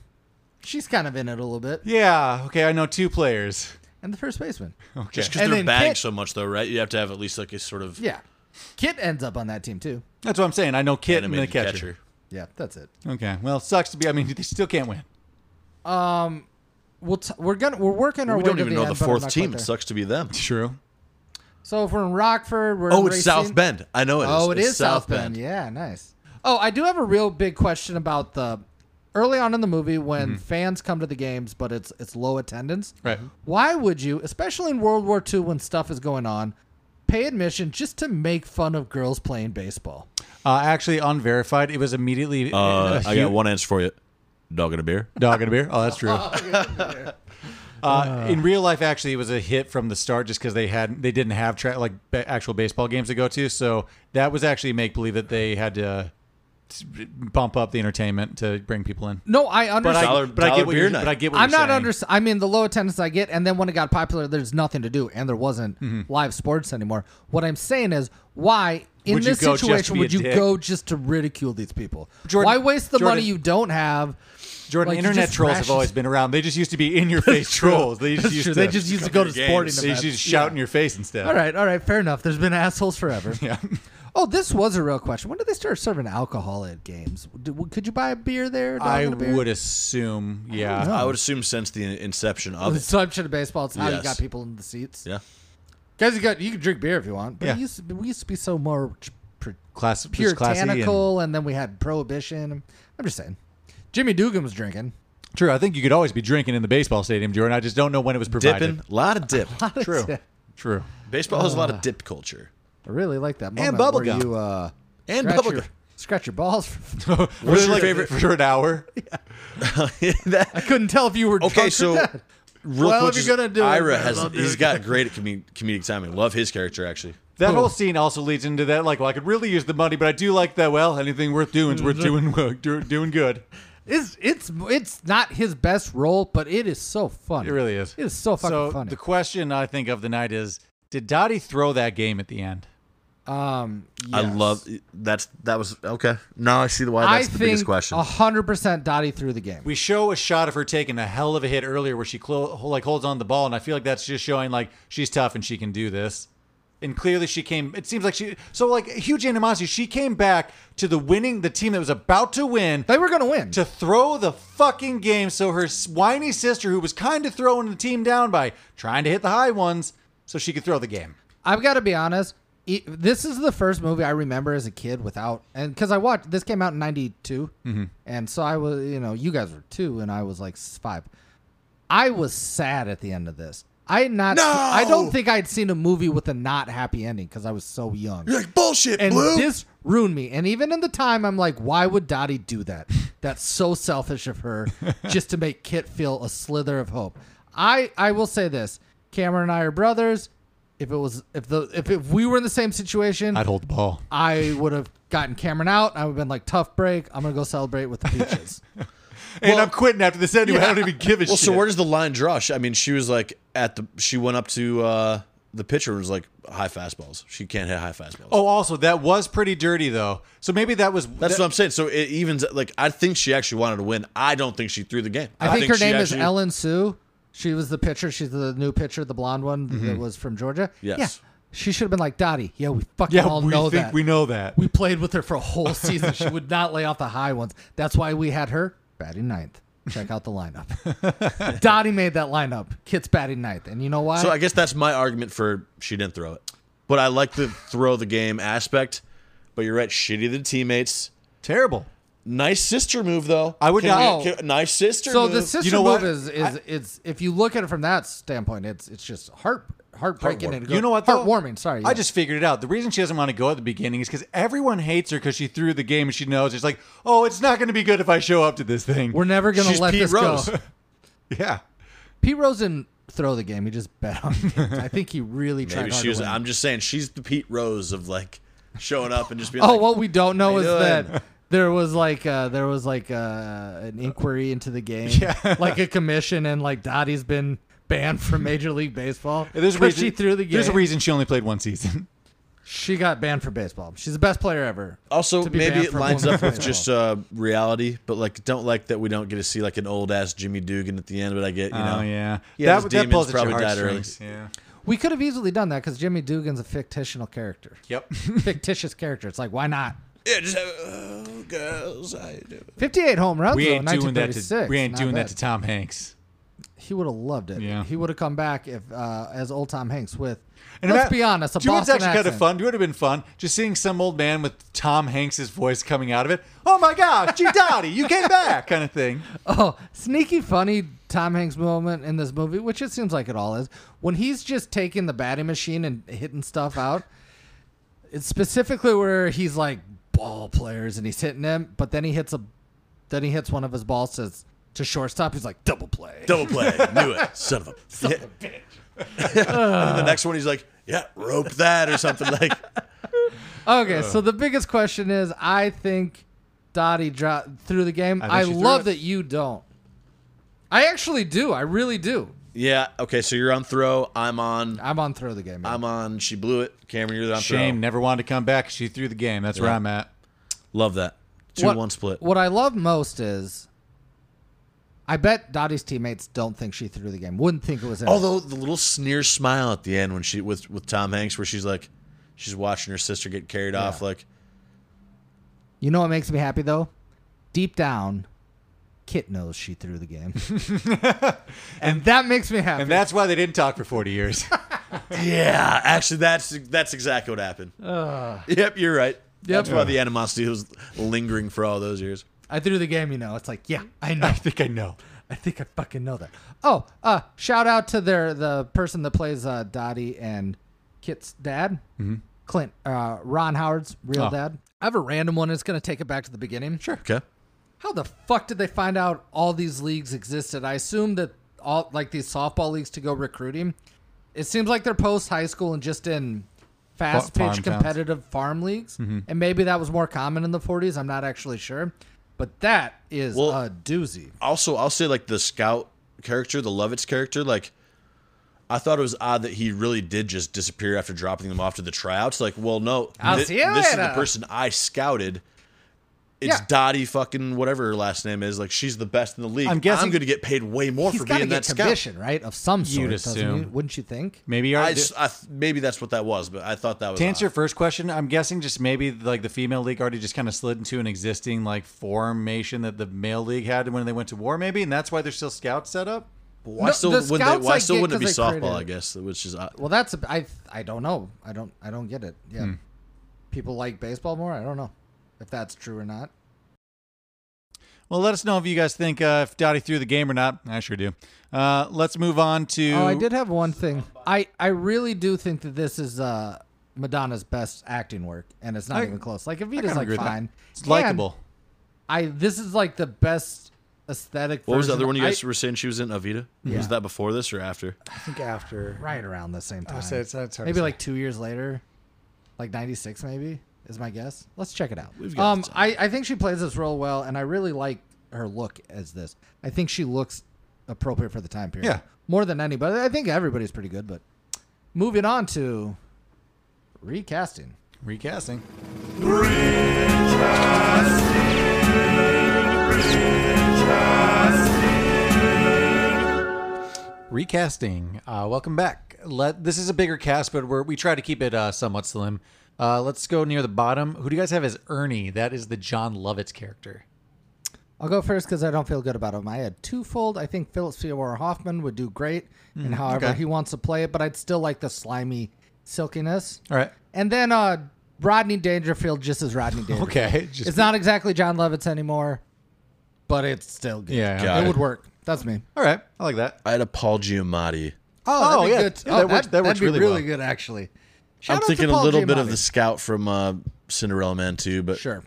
[SPEAKER 4] She's kind of in it a little bit,
[SPEAKER 2] Yeah. Okay, I know two players.
[SPEAKER 4] and the first baseman.
[SPEAKER 2] Okay.
[SPEAKER 3] Just because
[SPEAKER 4] And
[SPEAKER 3] they're
[SPEAKER 4] then
[SPEAKER 3] bagged
[SPEAKER 4] Kit-
[SPEAKER 3] so much, though, right? You have to have at least like a sort of
[SPEAKER 4] Yeah, Kit ends up on that team too.
[SPEAKER 2] That's what I'm saying. I know Kit and the
[SPEAKER 3] animated
[SPEAKER 2] catcher.
[SPEAKER 3] catcher.
[SPEAKER 4] Yeah, that's it.
[SPEAKER 2] Okay. Well, it sucks to be. I mean, they still can't win.
[SPEAKER 4] We'll t- we're gonna we're working our
[SPEAKER 3] We
[SPEAKER 4] way
[SPEAKER 3] don't
[SPEAKER 4] to
[SPEAKER 3] even know
[SPEAKER 4] the
[SPEAKER 3] the
[SPEAKER 4] end, but I'm
[SPEAKER 3] fourth
[SPEAKER 4] not quite
[SPEAKER 3] team. It
[SPEAKER 4] there.
[SPEAKER 3] sucks to be them.
[SPEAKER 2] True.
[SPEAKER 4] So if we're in Rockford, we're
[SPEAKER 3] Oh,
[SPEAKER 4] in
[SPEAKER 3] it's
[SPEAKER 4] Racine-
[SPEAKER 3] South Bend. I know it is.
[SPEAKER 4] Oh,
[SPEAKER 3] It's
[SPEAKER 4] South Bend. Yeah, nice. Oh, I do have a real big question about the early on in the movie when fans come to the games, but it's it's low attendance.
[SPEAKER 2] Right.
[SPEAKER 4] Why would you, especially in World War II when stuff is going on, pay admission just to make fun of girls playing baseball?
[SPEAKER 2] Uh, actually, unverified. It was immediately.
[SPEAKER 3] Uh,
[SPEAKER 2] a
[SPEAKER 3] I got
[SPEAKER 2] hu-
[SPEAKER 3] one answer for you. Dog and a beer.
[SPEAKER 2] Dog and a beer. Oh, that's true. Uh, in real life, actually, it was a hit from the start, just because they had they didn't have tra- like ba- actual baseball games to go to, so that was actually make believe that they had to s- bump up the entertainment to bring people in.
[SPEAKER 4] No, I
[SPEAKER 2] But
[SPEAKER 4] understand.
[SPEAKER 3] Dollar-
[SPEAKER 2] I, but I
[SPEAKER 3] dollar
[SPEAKER 2] get what
[SPEAKER 3] beer
[SPEAKER 2] you're,
[SPEAKER 3] night.
[SPEAKER 2] but I get what
[SPEAKER 4] I'm
[SPEAKER 2] you're
[SPEAKER 4] not
[SPEAKER 2] saying.
[SPEAKER 4] under. I mean, the low attendance I get, and then when it got popular, there's nothing to do, and there wasn't
[SPEAKER 2] Mm-hmm.
[SPEAKER 4] live sports anymore. What I'm saying is, why in
[SPEAKER 2] Would you
[SPEAKER 4] this
[SPEAKER 2] go just to
[SPEAKER 4] situation
[SPEAKER 2] be
[SPEAKER 4] would
[SPEAKER 2] a
[SPEAKER 4] you
[SPEAKER 2] dick?
[SPEAKER 4] go just to ridicule these people?
[SPEAKER 2] Jordan-
[SPEAKER 4] why waste the
[SPEAKER 2] Jordan-
[SPEAKER 4] money you don't have?
[SPEAKER 2] Jordan.
[SPEAKER 4] like, you
[SPEAKER 2] internet
[SPEAKER 4] just
[SPEAKER 2] trolls
[SPEAKER 4] rash-
[SPEAKER 2] have always been around. They just used to be in your face trolls. They just
[SPEAKER 4] That's
[SPEAKER 2] used
[SPEAKER 4] true.
[SPEAKER 2] to
[SPEAKER 4] They just used to go to
[SPEAKER 3] your
[SPEAKER 4] sporting
[SPEAKER 3] games.
[SPEAKER 2] they just
[SPEAKER 4] events.
[SPEAKER 2] used to shout in your face instead.
[SPEAKER 4] All right, all right, fair enough. There's been assholes forever.
[SPEAKER 2] Yeah.
[SPEAKER 4] Oh, this was a real question. When did they start serving alcohol at games? Did, could you buy a beer there? dog
[SPEAKER 2] I
[SPEAKER 4] and a beer?
[SPEAKER 2] would assume. Yeah.
[SPEAKER 3] I would assume since the inception of
[SPEAKER 4] The
[SPEAKER 3] it.
[SPEAKER 4] assumption of baseball, Oh. it's how you
[SPEAKER 3] Yes.
[SPEAKER 4] got people in the seats.
[SPEAKER 3] Yeah.
[SPEAKER 4] Guys, you got you can drink beer if you want, but
[SPEAKER 2] Yeah.
[SPEAKER 4] it used to be, we used to be so more ch- pr-
[SPEAKER 2] Class, just classy and-
[SPEAKER 4] puritanical, and, then we had prohibition. I'm just saying, Jimmy Dugan was drinking.
[SPEAKER 2] True. I think you could always be drinking in the baseball stadium, Jordan. I just don't know when it was provided.
[SPEAKER 3] Dipping. A lot of dip.
[SPEAKER 2] True. True.
[SPEAKER 3] Baseball has a
[SPEAKER 4] Ah.
[SPEAKER 3] lot of dip culture.
[SPEAKER 4] I really like that moment
[SPEAKER 2] And
[SPEAKER 4] where
[SPEAKER 2] bubblegum.
[SPEAKER 4] you uh,
[SPEAKER 3] And
[SPEAKER 4] scratch
[SPEAKER 3] bubble
[SPEAKER 4] your,
[SPEAKER 3] gum.
[SPEAKER 4] scratch your balls. For,
[SPEAKER 2] What's
[SPEAKER 3] your
[SPEAKER 2] your
[SPEAKER 3] favorite-
[SPEAKER 2] favorite for an hour?
[SPEAKER 4] I couldn't tell if you were drunk
[SPEAKER 3] Okay,
[SPEAKER 4] or
[SPEAKER 3] so
[SPEAKER 4] not.
[SPEAKER 3] real
[SPEAKER 4] Well,
[SPEAKER 3] quick,
[SPEAKER 4] if
[SPEAKER 3] just
[SPEAKER 4] you're gonna do it,
[SPEAKER 3] Ira
[SPEAKER 4] might as
[SPEAKER 3] has
[SPEAKER 4] well do
[SPEAKER 3] he's
[SPEAKER 4] it.
[SPEAKER 3] got great at comedic, comedic timing. Love his character actually.
[SPEAKER 2] That whole scene also leads into that. Like, well, I could really use the money, but I do like that. Well, anything worth doing is worth doing do- doing good.
[SPEAKER 4] It's it's it's not his best role, but it is so funny.
[SPEAKER 2] It really is.
[SPEAKER 4] It is so fucking
[SPEAKER 2] so
[SPEAKER 4] funny.
[SPEAKER 2] the question I think of the night is: Did Dottie throw that game at the end?
[SPEAKER 4] um,
[SPEAKER 3] I
[SPEAKER 4] yes.
[SPEAKER 3] love that's that was okay. Now I see why
[SPEAKER 4] I
[SPEAKER 3] that's the biggest
[SPEAKER 4] think
[SPEAKER 3] question.
[SPEAKER 4] hundred percent Dottie threw the game.
[SPEAKER 2] We show a shot of her taking a hell of a hit earlier, where she clo- like holds on to the ball, and I feel like that's just showing like she's tough and she can do this. And clearly, she came. It seems like she so like huge animosity. She came back to the winning the team that was about to win.
[SPEAKER 4] They were gonna win.
[SPEAKER 2] to throw the fucking game so her s- whiny sister, who was kind of throwing the team down by trying to hit the high ones, so she could throw the game.
[SPEAKER 4] I've got to be honest. e this is the first movie I remember as a kid without, and because I watched this came out in '92, and so I was, you know, you guys were two, and I was like s- five. I was sad at the end of this. I had not.
[SPEAKER 3] No!
[SPEAKER 4] I don't think I'd seen a movie with a not happy ending because I was so young.
[SPEAKER 3] You're like bullshit,
[SPEAKER 4] and
[SPEAKER 3] Blue.
[SPEAKER 4] this ruined me. And even in the time, I'm like, why would Dottie do that? That's so selfish of her, just to make Kit feel a slither of hope. I I will say this: Cameron and I are brothers. If it was if the if, if we were in the same situation,
[SPEAKER 2] I'd hold the ball.
[SPEAKER 4] I would have gotten Cameron out. I would have been like, tough break. I'm gonna go celebrate with the peaches.
[SPEAKER 2] and I'm quitting after this anyway. I don't even give a
[SPEAKER 3] well,
[SPEAKER 2] shit.
[SPEAKER 3] so where does the line draw? She- I mean, she was like at the she went up to uh the pitcher and was like high fastballs. She can't hit high fastballs.
[SPEAKER 2] oh, also that was pretty dirty though. So maybe that was
[SPEAKER 3] That's what I'm saying. So it evens. Like I think she actually wanted to win. I don't think she threw the game.
[SPEAKER 4] I think her
[SPEAKER 3] she
[SPEAKER 4] name is
[SPEAKER 3] actually-
[SPEAKER 4] Ellen Sue. She was the pitcher. She's the new pitcher, the blonde one that was from Georgia.
[SPEAKER 3] Yes.
[SPEAKER 4] Yeah. She should have been like Dottie. Yeah, we fucking
[SPEAKER 2] yeah.
[SPEAKER 4] all
[SPEAKER 2] we
[SPEAKER 4] know
[SPEAKER 2] think
[SPEAKER 4] that.
[SPEAKER 2] we know that.
[SPEAKER 4] We played with her for a whole season. she would not lay off the high ones. That's why we had her batting ninth. Check out the lineup. Dottie made that lineup. Kit's batting ninth. And you know why?
[SPEAKER 3] So I guess that's my argument for she didn't throw it. But I like the throw the game aspect. But you're right, shitty to the teammates.
[SPEAKER 2] Terrible.
[SPEAKER 3] Nice sister move though.
[SPEAKER 2] I would
[SPEAKER 3] Can
[SPEAKER 4] not-
[SPEAKER 3] we- can- nice sister.
[SPEAKER 4] so
[SPEAKER 3] move.
[SPEAKER 4] the sister
[SPEAKER 2] know
[SPEAKER 4] move
[SPEAKER 2] what?
[SPEAKER 4] is, is it's if you look at it from that standpoint, it's it's just heart heartbreaking
[SPEAKER 2] Heartwarming.
[SPEAKER 4] and go-
[SPEAKER 2] you know what? Though?
[SPEAKER 4] Heartwarming. Sorry, yeah.
[SPEAKER 2] I just figured it out. The reason she doesn't want to go at the beginning is because everyone hates her because she threw the game and she knows it's like, oh, it's not going to be good if I show up to this thing.
[SPEAKER 4] we're never gonna
[SPEAKER 3] She's
[SPEAKER 4] let
[SPEAKER 3] Pete
[SPEAKER 4] this
[SPEAKER 3] Rose.
[SPEAKER 4] go.
[SPEAKER 2] yeah.
[SPEAKER 4] Pete Rose didn't throw the game. He just bet on. it. I think he really tried.
[SPEAKER 3] Maybe
[SPEAKER 4] hard
[SPEAKER 3] she
[SPEAKER 4] to
[SPEAKER 3] was.
[SPEAKER 4] win.
[SPEAKER 3] I'm just saying she's the Pete Rose of like showing up and just being.
[SPEAKER 4] Oh,
[SPEAKER 3] like,
[SPEAKER 4] what we don't know is
[SPEAKER 3] you doing?
[SPEAKER 4] that there was like uh, there was like uh, an inquiry into the game, yeah. like a commission, and like Dottie's been banned from Major League Baseball.
[SPEAKER 2] There's a
[SPEAKER 4] 'cause
[SPEAKER 2] reason
[SPEAKER 4] she threw the game.
[SPEAKER 2] There's a reason she only played one season.
[SPEAKER 4] She got banned for baseball. She's the best player ever.
[SPEAKER 2] Oh.
[SPEAKER 3] Also,
[SPEAKER 4] to be
[SPEAKER 3] maybe
[SPEAKER 4] banned
[SPEAKER 3] it
[SPEAKER 4] from
[SPEAKER 3] lines
[SPEAKER 4] women's
[SPEAKER 3] up with
[SPEAKER 4] baseball.
[SPEAKER 3] just uh, reality, but like, don't like that we don't get to see like an old ass Jimmy Dugan at the end. But I get, you know,
[SPEAKER 2] Oh yeah,
[SPEAKER 3] Yeah,
[SPEAKER 2] that,
[SPEAKER 3] those
[SPEAKER 2] that
[SPEAKER 3] demons
[SPEAKER 2] pulls at your
[SPEAKER 3] probably died early.
[SPEAKER 2] heartstrings. Yeah.
[SPEAKER 4] We could have easily done that because Jimmy Dugan's a fictitional character,
[SPEAKER 2] Yep.
[SPEAKER 4] fictitious character. It's like why not?
[SPEAKER 3] yeah, just have, oh, girls, I do. it."
[SPEAKER 4] Fifty-eight home runs.
[SPEAKER 2] we
[SPEAKER 4] though,
[SPEAKER 2] ain't doing that.
[SPEAKER 4] 1936.
[SPEAKER 2] To, we ain't
[SPEAKER 4] Not
[SPEAKER 2] doing
[SPEAKER 4] bad.
[SPEAKER 2] that to Tom Hanks.
[SPEAKER 4] He would have loved it.
[SPEAKER 2] Yeah.
[SPEAKER 4] He would have come back if uh, as old Tom Hanks with.
[SPEAKER 2] And
[SPEAKER 4] let's
[SPEAKER 2] ima-
[SPEAKER 4] be honest, a
[SPEAKER 2] do you know what's actually
[SPEAKER 4] Boston
[SPEAKER 2] kind of
[SPEAKER 4] accent.
[SPEAKER 2] fun? Do you know what would have been fun just seeing some old man with Tom Hanks's voice coming out of it. Oh my gosh, G Dottie, you came back, kind of thing.
[SPEAKER 4] Oh, sneaky funny Tom Hanks moment in this movie, which it seems like it all is, when he's just taking the batting machine and hitting stuff out. It's specifically where he's like ball players and he's hitting them, but then he hits a, then he hits one of his balls to, to shortstop. He's like double play.
[SPEAKER 3] Double play, knew it, son of a, Yeah. and the next one, he's like, yeah, rope that or something like.
[SPEAKER 2] uh.
[SPEAKER 4] Okay, so the biggest question is, I think Dottie dropped through the game.
[SPEAKER 2] think
[SPEAKER 4] I,
[SPEAKER 2] she threw
[SPEAKER 4] love
[SPEAKER 2] it.
[SPEAKER 4] that you don't. I actually do. I really do.
[SPEAKER 3] Yeah, okay, so you're on throw. I'm on.
[SPEAKER 4] I'm on throw the game. man.
[SPEAKER 3] I'm on. She blew it. Cameron, you're on
[SPEAKER 2] Shame,
[SPEAKER 3] throw.
[SPEAKER 2] never wanted to come back. She threw the game. That's where
[SPEAKER 3] Yeah.
[SPEAKER 2] I'm at.
[SPEAKER 3] Love that two
[SPEAKER 4] What-
[SPEAKER 3] one split.
[SPEAKER 4] What I love most is, I bet Dottie's teammates don't think she threw the game. Wouldn't think it was. In her.
[SPEAKER 3] Although the little sneer smile at the end when she with with Tom Hanks, where she's like, she's watching her sister get carried off, like
[SPEAKER 4] you know what makes me happy though, deep down, Kit knows she threw the game, and that makes me happy.
[SPEAKER 2] And that's why they didn't talk for 40 years.
[SPEAKER 3] Yeah, actually, that's that's exactly what happened. yep, you're right. That's why the animosity was lingering for all those years.
[SPEAKER 4] I threw the game. You know, it's like yeah, I know.
[SPEAKER 2] I think I know.
[SPEAKER 4] I think I fucking know that. Oh, uh, shout out to their the person that plays uh, Dottie and Kit's dad, Clint uh, Ron Howard's real
[SPEAKER 2] Oh.
[SPEAKER 4] dad. I have a random one. It's gonna take it back to the beginning. Sure.
[SPEAKER 3] Okay.
[SPEAKER 4] How the fuck did they find out all these leagues existed? I assume that all like these softball leagues to go recruiting. It seems like they're post high school and just in fast
[SPEAKER 2] Fa- farm
[SPEAKER 4] pitch
[SPEAKER 2] towns. Mm-hmm.
[SPEAKER 4] competitive farm leagues, and maybe that was more common in the 40s. I'm not actually sure, but that is
[SPEAKER 3] Well-
[SPEAKER 4] a doozy.
[SPEAKER 3] Also, I'll say like the scout character, the Lovitz character, like I thought it was odd that he really did just disappear after dropping them off to the tryouts. Like, well, no,
[SPEAKER 4] I'll
[SPEAKER 3] thi-
[SPEAKER 4] see you
[SPEAKER 3] this is the
[SPEAKER 4] later.
[SPEAKER 3] person I scouted. It's
[SPEAKER 4] Yeah.
[SPEAKER 3] Dottie fucking whatever her last name is. Like she's the best in the league.
[SPEAKER 2] I'm guessing-
[SPEAKER 3] I'm going to get paid way more
[SPEAKER 4] He's
[SPEAKER 3] for
[SPEAKER 4] got to
[SPEAKER 3] being
[SPEAKER 4] get
[SPEAKER 3] that scout.
[SPEAKER 4] commission, right? Of some sort, doesn't
[SPEAKER 2] assume.
[SPEAKER 4] he? Wouldn't you think?
[SPEAKER 2] Maybe our,
[SPEAKER 3] I, just, I th- maybe that's what that was, but I thought that was
[SPEAKER 2] to
[SPEAKER 3] odd.
[SPEAKER 2] answer your first question, I'm guessing just maybe like the female league already just kind of slid into an existing like formation that the male league had when they went to war, maybe, and that's why there's still scouts set up.
[SPEAKER 3] Why
[SPEAKER 4] No,
[SPEAKER 3] still
[SPEAKER 4] the
[SPEAKER 3] wouldn't
[SPEAKER 4] scouts
[SPEAKER 3] they, why
[SPEAKER 4] I
[SPEAKER 3] still
[SPEAKER 4] get
[SPEAKER 3] wouldn't it be
[SPEAKER 4] 'cause they
[SPEAKER 3] softball?
[SPEAKER 4] created
[SPEAKER 3] I
[SPEAKER 4] it.
[SPEAKER 3] guess, which is uh,
[SPEAKER 4] Well, that's a, I I don't know. I don't I don't get it.
[SPEAKER 2] Hmm.
[SPEAKER 4] Yeah, people like baseball more. I don't know if that's true or not.
[SPEAKER 2] Well, let us know if you guys think uh, if Dottie threw the game or not. I sure do. Uh, let's move on to.
[SPEAKER 4] Oh, I did have one thing. I I really do think that this is uh Madonna's best acting work, and it's not
[SPEAKER 2] I-
[SPEAKER 4] even close. Like
[SPEAKER 2] I kinda
[SPEAKER 4] Evita's like
[SPEAKER 2] agree with that.
[SPEAKER 4] fine.
[SPEAKER 2] It's likable.
[SPEAKER 4] And I this is like the best aesthetic.
[SPEAKER 3] What was the
[SPEAKER 4] version.
[SPEAKER 3] other one you
[SPEAKER 4] I-
[SPEAKER 3] guys were saying she was in? Avita?
[SPEAKER 4] Yeah.
[SPEAKER 3] Was that before this or after?
[SPEAKER 5] think after.
[SPEAKER 4] right around the same time.
[SPEAKER 5] I said it's, it's hard to
[SPEAKER 4] maybe
[SPEAKER 5] say.
[SPEAKER 4] like two years later, like '96, maybe is my guess. Let's check it out.
[SPEAKER 3] We've got
[SPEAKER 4] Um,
[SPEAKER 3] the time.
[SPEAKER 4] I I think she plays this role well, and I really like her look as this. I think she looks appropriate for the time period.
[SPEAKER 2] Yeah.
[SPEAKER 4] more than anybody. I think everybody's pretty good, but moving on to recasting.
[SPEAKER 2] Recasting. Recasting. Uh, welcome back. Let this is a bigger cast, but we're, we try to keep it uh, somewhat slim. Uh, let's go near the bottom. Who do you guys have as Ernie? That is the John Lovitz character.
[SPEAKER 4] I'll go first because I don't feel good about him. I had twofold. I think Philip Seymour Hoffman would do great, and however
[SPEAKER 2] okay.
[SPEAKER 4] he wants to play it, but I'd still like the slimy silkiness.
[SPEAKER 2] All right.
[SPEAKER 4] And then uh, Rodney Dangerfield just as Rodney Dangerfield.
[SPEAKER 2] Okay. Just,
[SPEAKER 4] It's not exactly John Lovitz anymore, but it's still good.
[SPEAKER 2] Yeah.
[SPEAKER 3] Got
[SPEAKER 4] it
[SPEAKER 3] it.
[SPEAKER 4] would work. That's me.
[SPEAKER 2] All right. I like that.
[SPEAKER 3] I had a Paul Giamatti
[SPEAKER 4] Oh,
[SPEAKER 2] Oh,
[SPEAKER 4] that'd be
[SPEAKER 2] yeah.
[SPEAKER 4] good.
[SPEAKER 2] Yeah,
[SPEAKER 4] oh,
[SPEAKER 2] that works-
[SPEAKER 4] that,
[SPEAKER 2] that works
[SPEAKER 4] would be
[SPEAKER 2] really
[SPEAKER 4] really
[SPEAKER 2] well.
[SPEAKER 4] good, actually. Shout
[SPEAKER 3] I'm
[SPEAKER 4] out to
[SPEAKER 3] thinking a
[SPEAKER 4] Paul
[SPEAKER 3] little bit of
[SPEAKER 4] Giamatti.
[SPEAKER 3] the scout from uh, Cinderella Man too, but
[SPEAKER 4] Sure,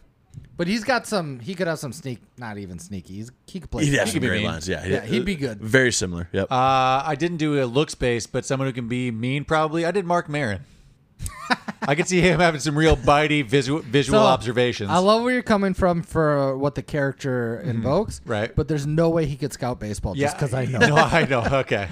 [SPEAKER 4] but he's got some. He could have some sneak. Not even sneaky. He's, he could play.
[SPEAKER 3] he'd have
[SPEAKER 4] sneaky.
[SPEAKER 3] some
[SPEAKER 2] be
[SPEAKER 3] great
[SPEAKER 2] mean.
[SPEAKER 3] lines. Yeah,
[SPEAKER 4] Yeah, he'd be good.
[SPEAKER 3] Very similar. Yep.
[SPEAKER 2] Uh, I didn't do a looks based, but someone who can be mean probably. I did Mark Maron. I could see him having some real bitey visual visual
[SPEAKER 4] So,
[SPEAKER 2] observations.
[SPEAKER 4] I love where you're coming from for what the character
[SPEAKER 3] Mm-hmm.
[SPEAKER 4] invokes.
[SPEAKER 2] Right.
[SPEAKER 4] But there's no way he could scout baseball just because I know.
[SPEAKER 2] No, I know. Okay.